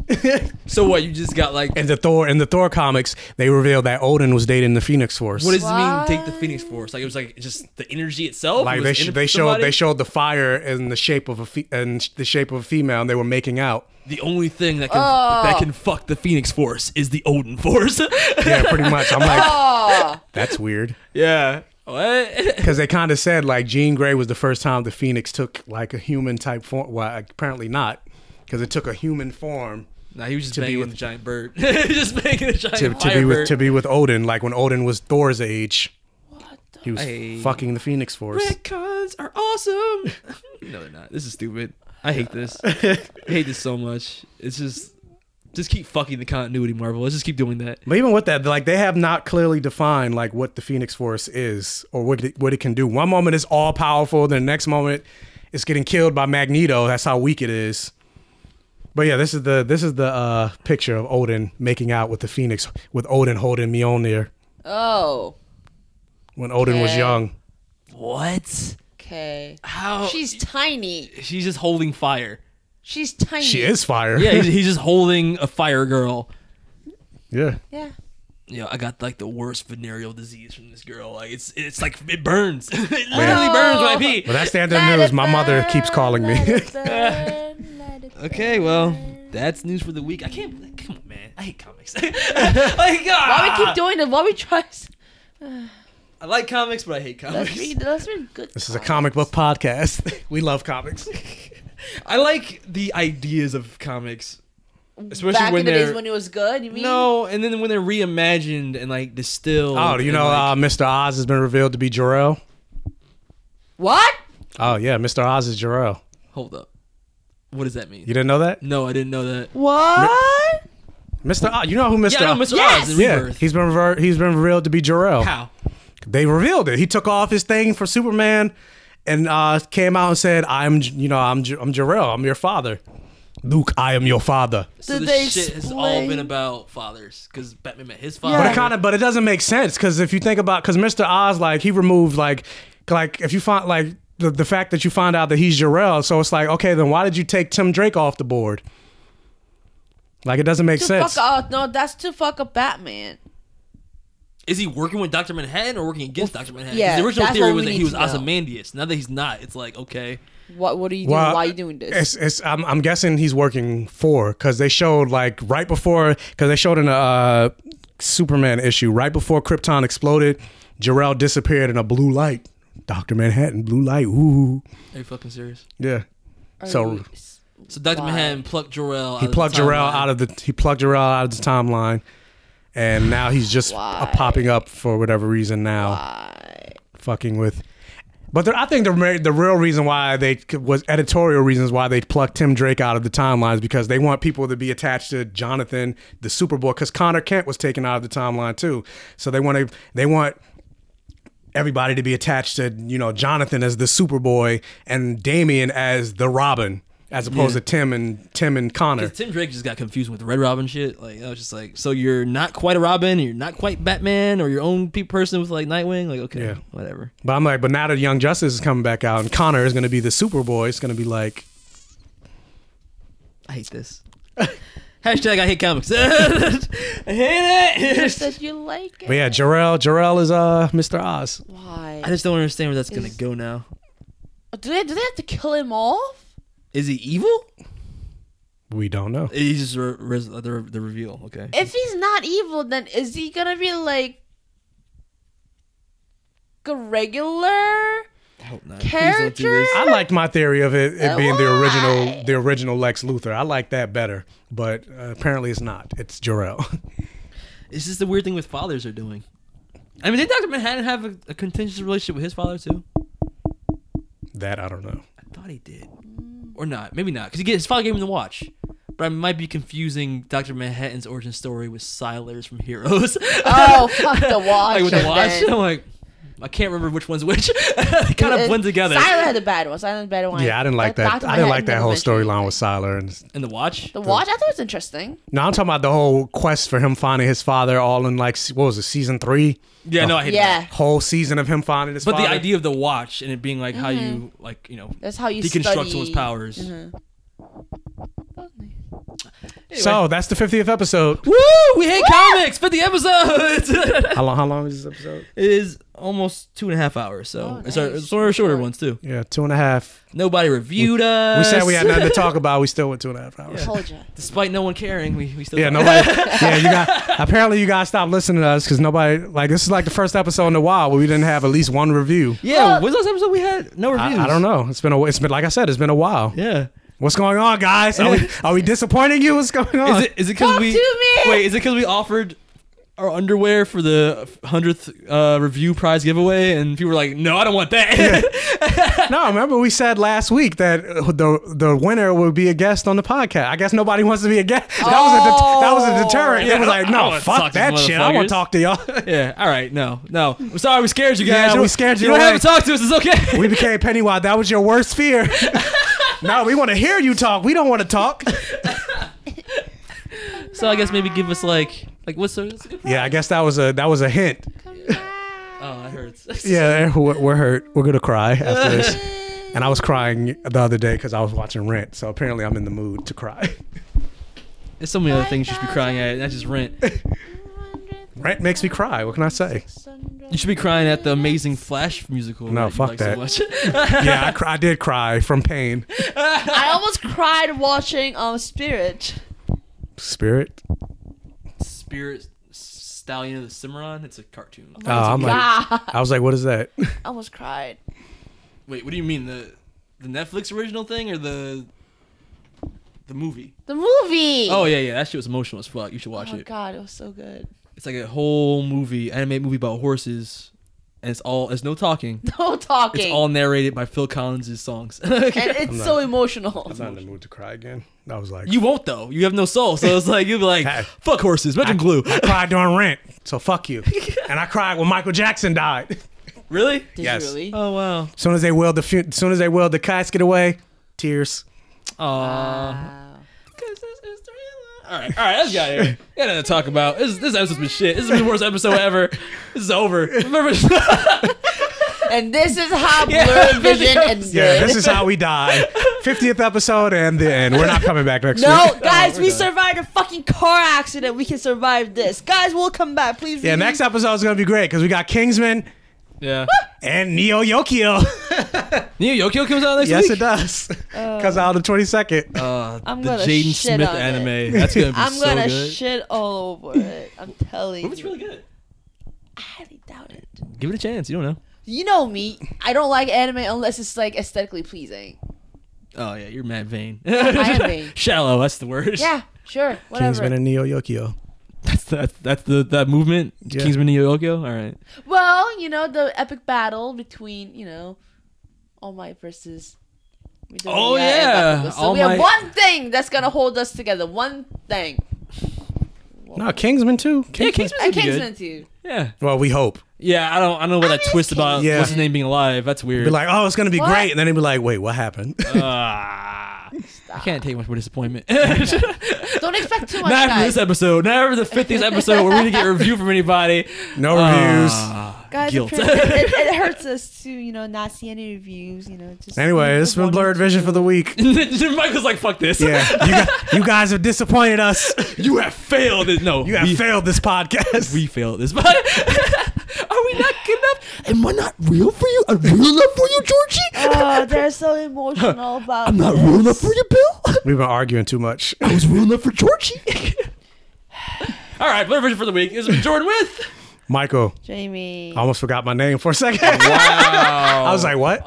Speaker 2: So what? You just got like.
Speaker 3: [laughs] and the Thor in the Thor comics, they revealed that Odin was dating the Phoenix Force.
Speaker 2: What does this mean? Take the Phoenix Force? Like it was like just the energy itself. It
Speaker 3: like
Speaker 2: was
Speaker 3: they
Speaker 2: in
Speaker 3: sh-
Speaker 2: it
Speaker 3: they
Speaker 2: for
Speaker 3: showed
Speaker 2: somebody?
Speaker 3: they showed the fire in the shape of a fe- and the shape of a female, and they were making out.
Speaker 2: the only thing that can that can fuck the Phoenix Force is the Odin Force. [laughs]
Speaker 3: Yeah, pretty much. I'm like, that's weird
Speaker 2: yeah. What? [laughs]
Speaker 3: because they kind of said like Jean Grey was the first time the Phoenix took like a human type form. Well, apparently not because it took a human form.
Speaker 2: Nah, he was just
Speaker 3: To be
Speaker 2: banging
Speaker 3: with-
Speaker 2: with a giant bird. [laughs] just banging a giant
Speaker 3: to, to be with to be with Odin, like when Odin was Thor's age. He was
Speaker 2: Hey.
Speaker 3: fucking the Phoenix Force.
Speaker 2: Retcons are awesome. [laughs] no, they're not. This is stupid. I hate this. I hate this so much. It's just, just keep fucking the continuity, Marvel. Let's just keep doing that.
Speaker 3: [laughs] But even with that, like they have not clearly defined like what the Phoenix Force is or what it, what it can do. One moment it's all powerful, then the next moment it's getting killed by Magneto. That's how weak it is. But yeah, this is the this is the uh, picture of Odin making out with the Phoenix with Odin holding Mjolnir
Speaker 7: Oh,
Speaker 3: when Odin was
Speaker 7: Okay.
Speaker 3: young.
Speaker 2: What?
Speaker 7: okay.
Speaker 2: How?
Speaker 7: She's tiny.
Speaker 2: she's just holding fire.
Speaker 7: She's tiny.
Speaker 3: She is fire.
Speaker 2: Yeah, he's, he's just holding a fire girl.
Speaker 3: [laughs] yeah.
Speaker 7: Yeah.
Speaker 2: Yeah, I got like the worst venereal disease from this girl. Like it's it's like it burns. [laughs] it literally
Speaker 3: Yeah.
Speaker 2: burns when I pee.
Speaker 3: Well, that's the end of the news. My mother keeps calling me.
Speaker 2: Okay, well, that's news for the week. I can't. Come on, man. I
Speaker 7: [laughs]
Speaker 2: hate comics. [laughs] like,
Speaker 7: Why we
Speaker 2: ah,
Speaker 7: keep doing it? Why we try?
Speaker 2: I like comics, but I
Speaker 7: [laughs]
Speaker 2: hate
Speaker 7: Let's
Speaker 2: comics.
Speaker 7: read. Let's read good.
Speaker 3: this is a comic book podcast. [laughs] We love comics.
Speaker 2: I like the ideas of comics, especially
Speaker 7: Back
Speaker 2: when
Speaker 7: in the
Speaker 2: they're
Speaker 7: days when it was good, you mean?
Speaker 2: no, and then when they're reimagined and like distilled.
Speaker 3: Oh, you
Speaker 2: and,
Speaker 3: know,
Speaker 2: like,
Speaker 3: uh, Mr. Oz has been revealed to be Jor-El.
Speaker 7: What?
Speaker 3: Oh yeah, Mr. Oz is Jor-El.
Speaker 2: hold up. What does that mean?
Speaker 3: You didn't know that?
Speaker 2: No, I didn't know that.
Speaker 7: What?
Speaker 3: Mr. Oz, you know who Mr.
Speaker 2: Yeah, I know
Speaker 3: Oz?
Speaker 2: Mr.
Speaker 7: Yes!
Speaker 2: Oz in
Speaker 3: Yeah,
Speaker 2: Rebirth.
Speaker 3: he's been rever- he's been revealed to be Jor-El.
Speaker 2: How?
Speaker 3: They revealed it. He took off his thing for Superman and uh, came out and said, "I'm, J- you know, I'm, J- I'm Jor-El. I'm your father, Luke. I am your father."
Speaker 2: So
Speaker 7: Did
Speaker 2: this
Speaker 7: they
Speaker 2: shit has all
Speaker 7: explain-
Speaker 2: been about fathers because Batman met his father.
Speaker 3: But it kind of, but it doesn't make sense because if you think about, because Mr. Oz, like he removed, like, like if you find, like the, the fact that you find out that he's Jarrell, so it's like, okay, then why did you take Tim Drake off the board? Like it doesn't make
Speaker 7: To
Speaker 3: sense.
Speaker 7: fuck up? No, that's to fuck up Batman.
Speaker 2: is he working with Doctor Manhattan or working against Doctor Manhattan? 'Cause
Speaker 7: yeah,
Speaker 2: the original
Speaker 7: that's
Speaker 2: theory
Speaker 7: what
Speaker 2: was
Speaker 7: we
Speaker 2: that he
Speaker 7: need
Speaker 2: was
Speaker 7: to know.
Speaker 2: Ozymandias. Now that he's not, it's like okay,
Speaker 7: What? What are you doing?
Speaker 3: Well,
Speaker 7: Why are you doing this?
Speaker 3: It's, it's, I'm, I'm guessing he's working for because they showed like right before because they showed in a uh, Superman issue right before Krypton exploded, Jarrell disappeared in a blue light. Doctor Manhattan, blue light. Ooh,
Speaker 2: are you fucking serious?
Speaker 3: yeah. so
Speaker 2: So Doctor
Speaker 7: Why?
Speaker 2: Manhattan plucked Jor-El.
Speaker 3: he plucked Jarrell out of the he plucked Jarrell out of the timeline, and now he's just uh, popping up for whatever reason now, fucking with. But there, I think the re- the real reason why they c- was editorial reasons why they plucked Tim Drake out of the timeline is because they want people to be attached to Jonathan the Superboy because Connor Kent was taken out of the timeline too, so they want to they want everybody to be attached to you know Jonathan as the Superboy and Damien as the Robin as opposed to Tim and Tim and Connor.
Speaker 2: Tim Drake just got confused with the Red Robin shit. Like I was just like, so you're not quite a Robin, you're not quite Batman, or your own pe- person with like Nightwing. Like okay,
Speaker 3: Yeah.
Speaker 2: whatever.
Speaker 3: But I'm like, but now that Young Justice is coming back out and Connor is going to be the Superboy, it's going to be like,
Speaker 2: I hate this. [laughs] Hashtag I hate comics. [laughs] I hate
Speaker 7: Just
Speaker 2: it. [laughs]
Speaker 7: that you like it.
Speaker 3: but yeah, Jarrell, Jarrell is uh Mr. Oz.
Speaker 7: Why?
Speaker 2: I just don't understand where that's gonna
Speaker 7: Is-
Speaker 2: go now.
Speaker 7: do they? Do they have to kill him off?
Speaker 2: Is he evil?
Speaker 3: We don't know.
Speaker 2: He's just re- res- the, the reveal. Okay.
Speaker 7: If he's not evil, then is he gonna be like a regular?
Speaker 2: I hope not.
Speaker 7: Character?
Speaker 3: I liked my theory of it, it being the
Speaker 7: Why?
Speaker 3: original, the original Lex Luthor. I like that better, but uh, apparently it's not. It's Jarrell. [laughs]
Speaker 2: It's just the weird thing with fathers are doing. I mean, did Doctor Manhattan have a, a contentious relationship with his father too?
Speaker 3: that I don't know.
Speaker 2: I thought he did, or not? Maybe not, because he get, his father gave him the watch. But I might be confusing Doctor Manhattan's origin story with Siler's from Heroes. [laughs]
Speaker 3: [laughs]
Speaker 7: Oh, fuck [laughs] the watch.
Speaker 2: like with the watch,
Speaker 7: then.
Speaker 2: I'm like, I can't remember which one's which. [laughs] it kind of
Speaker 7: Uh,
Speaker 2: blend together.
Speaker 7: Siler had the bad one. Siler had the bad one.
Speaker 3: Yeah, I didn't like that.
Speaker 7: Dr.
Speaker 3: I didn't
Speaker 7: Manhattan
Speaker 3: like that
Speaker 7: never
Speaker 3: whole
Speaker 7: mentioned
Speaker 3: storyline
Speaker 7: it.
Speaker 3: with Siler. And
Speaker 2: And the watch.
Speaker 7: The watch, I thought it was interesting.
Speaker 3: no, I'm talking about the whole quest for him finding his father, all in like se- what was it, season three?
Speaker 2: Yeah, no, I hate
Speaker 7: Yeah,
Speaker 2: that.
Speaker 3: Whole season of him finding his
Speaker 2: But
Speaker 3: father.
Speaker 2: the idea of the watch and it being like how you like you know
Speaker 7: that's how you
Speaker 2: deconstruct
Speaker 7: study.
Speaker 2: someone's powers.
Speaker 3: So that's the 50th episode.
Speaker 2: Woo! We hate comics. Fifty episodes. [laughs]
Speaker 3: How long? How long is this episode?
Speaker 2: It is almost two and a half hours, so it's our it's one of our shorter ones too.
Speaker 3: Yeah, two and a half.
Speaker 2: Nobody reviewed us.
Speaker 3: We said we had nothing to talk about. We still went two and a half hours.
Speaker 7: Told you.
Speaker 2: despite no one caring. We, we still
Speaker 3: Yeah,
Speaker 2: talked.
Speaker 3: nobody.
Speaker 2: [laughs]
Speaker 3: yeah, you got. Apparently, you guys stopped listening to us because nobody. Like, this is like the first episode in a while where we didn't have at least one review.
Speaker 2: Yeah,
Speaker 7: Well-
Speaker 2: when's the last episode we had no reviews?
Speaker 3: I, I don't know. It's been a. It's been like I said. It's been a while.
Speaker 2: Yeah,
Speaker 3: What's going on, guys?
Speaker 2: [laughs]
Speaker 3: Are we, are we disappointing you? What's going on?
Speaker 2: is it is it because
Speaker 7: Talk
Speaker 2: we
Speaker 7: to me!
Speaker 2: wait? Is it because we offered our underwear for the hundredth uh, review prize giveaway, and people were like, "No, I don't want that." [laughs]
Speaker 3: no, remember we said last week that uh, the the winner would be a guest on the podcast. I guess nobody wants to be a guest. That was a
Speaker 2: Oh.
Speaker 3: det- that was a deterrent. It was like,
Speaker 2: I don't
Speaker 3: no,
Speaker 2: wanna
Speaker 3: fuck
Speaker 2: talk to
Speaker 3: that
Speaker 2: these
Speaker 3: shit. I want
Speaker 2: motherfuckers.
Speaker 3: to talk to y'all. [laughs]
Speaker 2: yeah, all right, no, no. I'm sorry, we scared you
Speaker 3: Yeah,
Speaker 2: guys.
Speaker 3: we
Speaker 2: don't-
Speaker 3: scared
Speaker 2: You
Speaker 3: you
Speaker 2: don't
Speaker 3: away.
Speaker 2: have to talk to us. It's okay.
Speaker 3: We became Pennywise. That was your worst fear. no, we want to hear you talk. We don't want to talk.
Speaker 2: so I guess maybe give us like like what's so. what's a good-
Speaker 3: Yeah, I guess that was a that was a hint.
Speaker 2: Oh, that hurts.
Speaker 3: eh, Yeah, we're, we're hurt. We're gonna cry after this. And I was crying the other day because I was watching Rent. So apparently I'm in the mood to cry.
Speaker 2: [laughs]
Speaker 3: [laughs]
Speaker 2: There's so many other things you should be crying at, not just rent.
Speaker 3: Rent makes me cry. What can I say?
Speaker 2: You should be crying at the amazing Flash musical.
Speaker 3: No,
Speaker 2: you
Speaker 3: fuck
Speaker 2: like
Speaker 3: that.
Speaker 2: So much. [laughs]
Speaker 3: Yeah, I, cr- I did cry from pain.
Speaker 7: [laughs] I almost cried watching um Spirit.
Speaker 3: Spirit.
Speaker 2: Spirit Stallion of the Cimarron. It's a cartoon.
Speaker 3: Oh, I'm like,
Speaker 7: God. [laughs]
Speaker 3: I was like, what is [laughs] that?
Speaker 7: I almost cried.
Speaker 2: Wait, what do you mean the the Netflix original thing or the the movie?
Speaker 7: The movie.
Speaker 2: Oh yeah, yeah. That shit was emotional as fuck. You should watch
Speaker 7: Oh
Speaker 2: it.
Speaker 7: God, it was so good. [laughs]
Speaker 2: It's like a whole movie, animated movie about horses, and it's all it's no talking.
Speaker 7: No talking.
Speaker 2: It's all narrated by Phil Collins' songs. [laughs]
Speaker 7: and it's so emotional.
Speaker 3: I'm not in the mood to cry again. I was like,
Speaker 2: you won't though. You have no soul, so it's like you'll be like, "Fuck horses, mention
Speaker 3: [laughs]
Speaker 2: glue."
Speaker 3: I cried during Rent, so fuck you. and I cried when Michael Jackson died.
Speaker 2: really?
Speaker 7: Did
Speaker 3: Yes.
Speaker 7: you really?
Speaker 2: Oh wow.
Speaker 3: As soon as they weld the, fu- as soon as they weld the casket away, tears.
Speaker 2: Aww.
Speaker 7: Wow.
Speaker 2: All right, all right, let's get out of here. Got nothing to talk about. This, this episode's been shit. This has been the worst episode ever. This is over. Remember-
Speaker 7: And this is
Speaker 3: [laughs]
Speaker 7: how
Speaker 2: Yeah,
Speaker 7: blurred
Speaker 2: this
Speaker 7: vision
Speaker 2: is-
Speaker 7: ended.
Speaker 3: Yeah, this is how we die. 50th episode and the end. We're not coming back next
Speaker 4: No,
Speaker 3: week.
Speaker 4: guys, we survived a fucking car accident. We can survive this. Guys, we'll come back. Please.
Speaker 3: Yeah, next episode is gonna be great because we got Kingsman
Speaker 2: yeah.
Speaker 3: and Neo Yokio. [laughs]
Speaker 2: Neo Yokio comes out next
Speaker 3: yes, it
Speaker 2: week.
Speaker 3: does. [laughs] Because out of the 22nd.
Speaker 2: Uh,
Speaker 4: I'm
Speaker 2: the
Speaker 4: gonna
Speaker 2: Jaden
Speaker 4: shit
Speaker 2: Smith
Speaker 4: on it.
Speaker 7: [laughs]
Speaker 2: anime. That's gonna be
Speaker 4: I'm
Speaker 2: so
Speaker 4: gonna
Speaker 2: good.
Speaker 4: shit all over it.
Speaker 2: [laughs]
Speaker 4: I'm telling you.
Speaker 2: It's really good.
Speaker 4: I highly doubt it.
Speaker 2: Give it a chance. You don't know.
Speaker 7: You know me. I don't like anime unless it's like aesthetically pleasing.
Speaker 2: Oh yeah, you're mad
Speaker 7: [laughs]
Speaker 2: vain.
Speaker 7: am vain.
Speaker 2: [laughs] Shallow. That's the word.
Speaker 7: Yeah, sure, whatever.
Speaker 3: Kingsman and Neo Yokio.
Speaker 2: That's that. That's the that movement.
Speaker 3: Yeah.
Speaker 2: Kingsman Neo Yokio. All right.
Speaker 7: well, you know the epic battle between you know, All Might versus. Midoriya
Speaker 2: Oh,
Speaker 7: and
Speaker 2: yeah,
Speaker 7: Bakugo. So
Speaker 2: All
Speaker 7: we
Speaker 2: Might-
Speaker 7: have one thing that's gonna hold us together. One thing.
Speaker 3: No, Kingsman too.
Speaker 2: Yeah, [laughs] Kingsman's
Speaker 7: And
Speaker 2: gonna be
Speaker 7: Kingsman
Speaker 2: good.
Speaker 7: too.
Speaker 2: Yeah.
Speaker 3: Well, we hope.
Speaker 2: Yeah. I don't. I don't know what that
Speaker 7: miss
Speaker 2: twist about
Speaker 3: Kingsman.
Speaker 2: Uh, what's his name being alive. That's weird.
Speaker 3: Be like, oh, it's gonna be
Speaker 7: What?
Speaker 3: great, and then they'd be like, wait, what happened?
Speaker 2: Uh, Ah. I can't take much more disappointment. Not
Speaker 7: Don't expect too much,
Speaker 2: for this
Speaker 7: guys.
Speaker 2: episode. Not for the 50th episode where we didn't get a review from anybody.
Speaker 3: [laughs]
Speaker 2: [laughs]
Speaker 3: no reviews.
Speaker 2: Ah,
Speaker 4: Guys,
Speaker 2: guilt. [laughs]
Speaker 4: it, it, it hurts us to, you know, not see any reviews, you know. Just
Speaker 3: Anyway, it's been Blurred Vision for
Speaker 2: [laughs]
Speaker 3: the week.
Speaker 2: Michael's like, fuck this.
Speaker 3: Yeah, you, gu- you guys have
Speaker 2: [laughs]
Speaker 3: disappointed us.
Speaker 2: You have failed. it. No,
Speaker 3: You have
Speaker 2: we,
Speaker 3: failed this podcast.
Speaker 2: [laughs] we failed this. [laughs] But are we not good enough? Am I not real for you? I'm real enough for you, Georgie?
Speaker 4: Oh, they're so emotional
Speaker 2: [laughs]
Speaker 4: about
Speaker 2: I'm not real enough for you, Bill.
Speaker 3: We've been arguing too much.
Speaker 2: I was real enough for Georgie. All right, Blurred Vision for the week is Jordan with.
Speaker 3: Michael,
Speaker 4: Jamie.
Speaker 3: I almost forgot my name for a second.
Speaker 2: Wow.
Speaker 3: [laughs] I was like, what?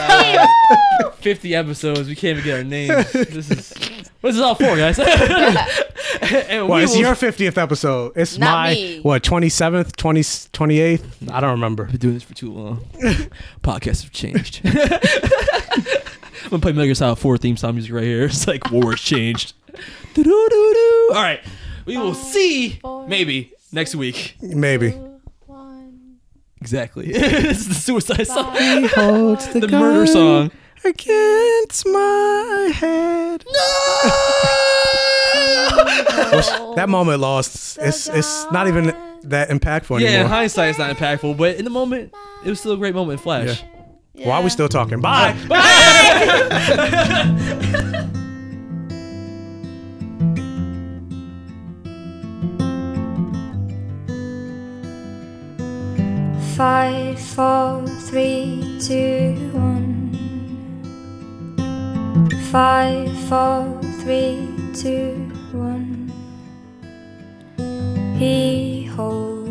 Speaker 2: Oh, 50 episodes. We can't even get our names. This is what is this all for, guys? [laughs] and
Speaker 3: Well,
Speaker 2: we
Speaker 3: it's
Speaker 2: will
Speaker 3: your 50th episode. It's
Speaker 7: Not
Speaker 3: my,
Speaker 7: me.
Speaker 3: what, 27th, 20, 28th? I don't remember.
Speaker 2: been doing this for too
Speaker 3: [laughs]
Speaker 2: long. Podcasts have changed. I'm gonna play Metal Gear Solid 4 theme song music right here. It's like war has changed. Do-do-do-do. All right, we will see maybe next week.
Speaker 3: Maybe.
Speaker 7: One.
Speaker 2: [laughs] Exactly, it's the suicide song,
Speaker 3: Holds
Speaker 2: the murder song.
Speaker 3: against my head. [laughs] No! that moment lost. It's it's not even that impactful
Speaker 2: Yeah, in
Speaker 3: anymore.
Speaker 2: hindsight, it's not impactful, but in the moment, it was still a great moment in Flash.
Speaker 3: Why are we still talking? Bye.
Speaker 11: Five, four, three, two, one. Five, four, three, two, one. He holds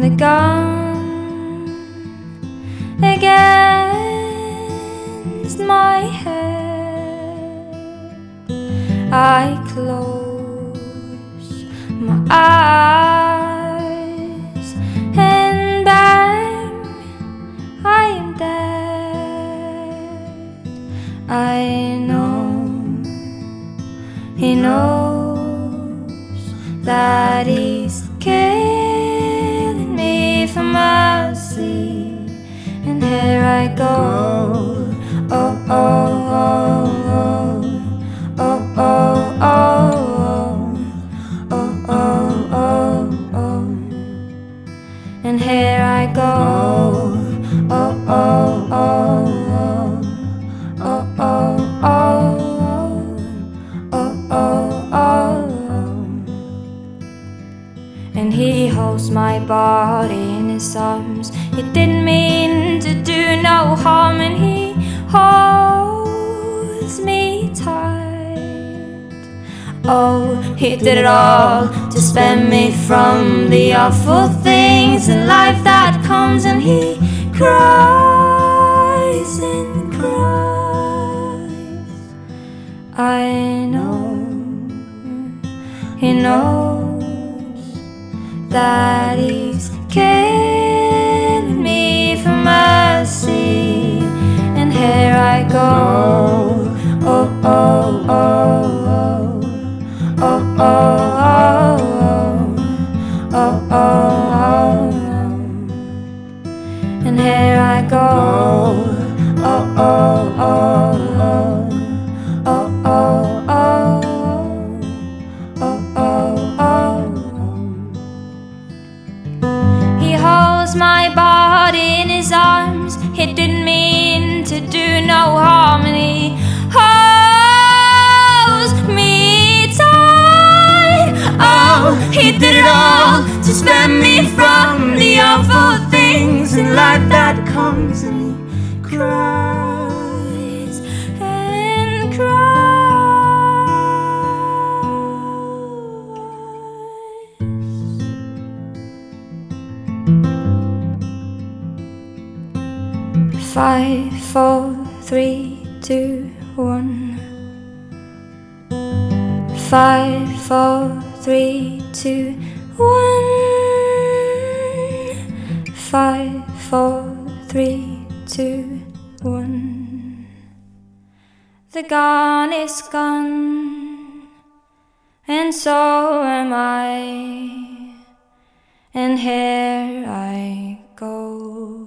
Speaker 11: the gun against my head. I close my eyes and bang, I am dead. I know he knows that he's killing me for mercy, and here I go. Oh, oh, oh, oh, oh, oh, oh, oh, oh, oh, oh, oh, and here I go. Oh, oh, oh, Oh, he holds my body in his arms. He didn't mean to do no harm, and he holds me tight. Oh, he did it all to spare me from the awful things in life that comes, and he cries and cries. I know he knows that he's killing me for mercy, and here I go. Oh, oh, oh, oh, oh, oh, oh, oh, oh, oh, oh, and here I go. Oh, oh, oh, oh. Oh, oh, oh, oh, oh, oh. He holds my body in his arms. He didn't mean to do no harm, and he holds me tight. Oh, he did it all to spare me from the awful things in life that comes, and he cries and cries. Five, four, three, two, one. Five, four, three, two, one. Five, four, three, two, one. The gun is gone, and so am I, and here I go.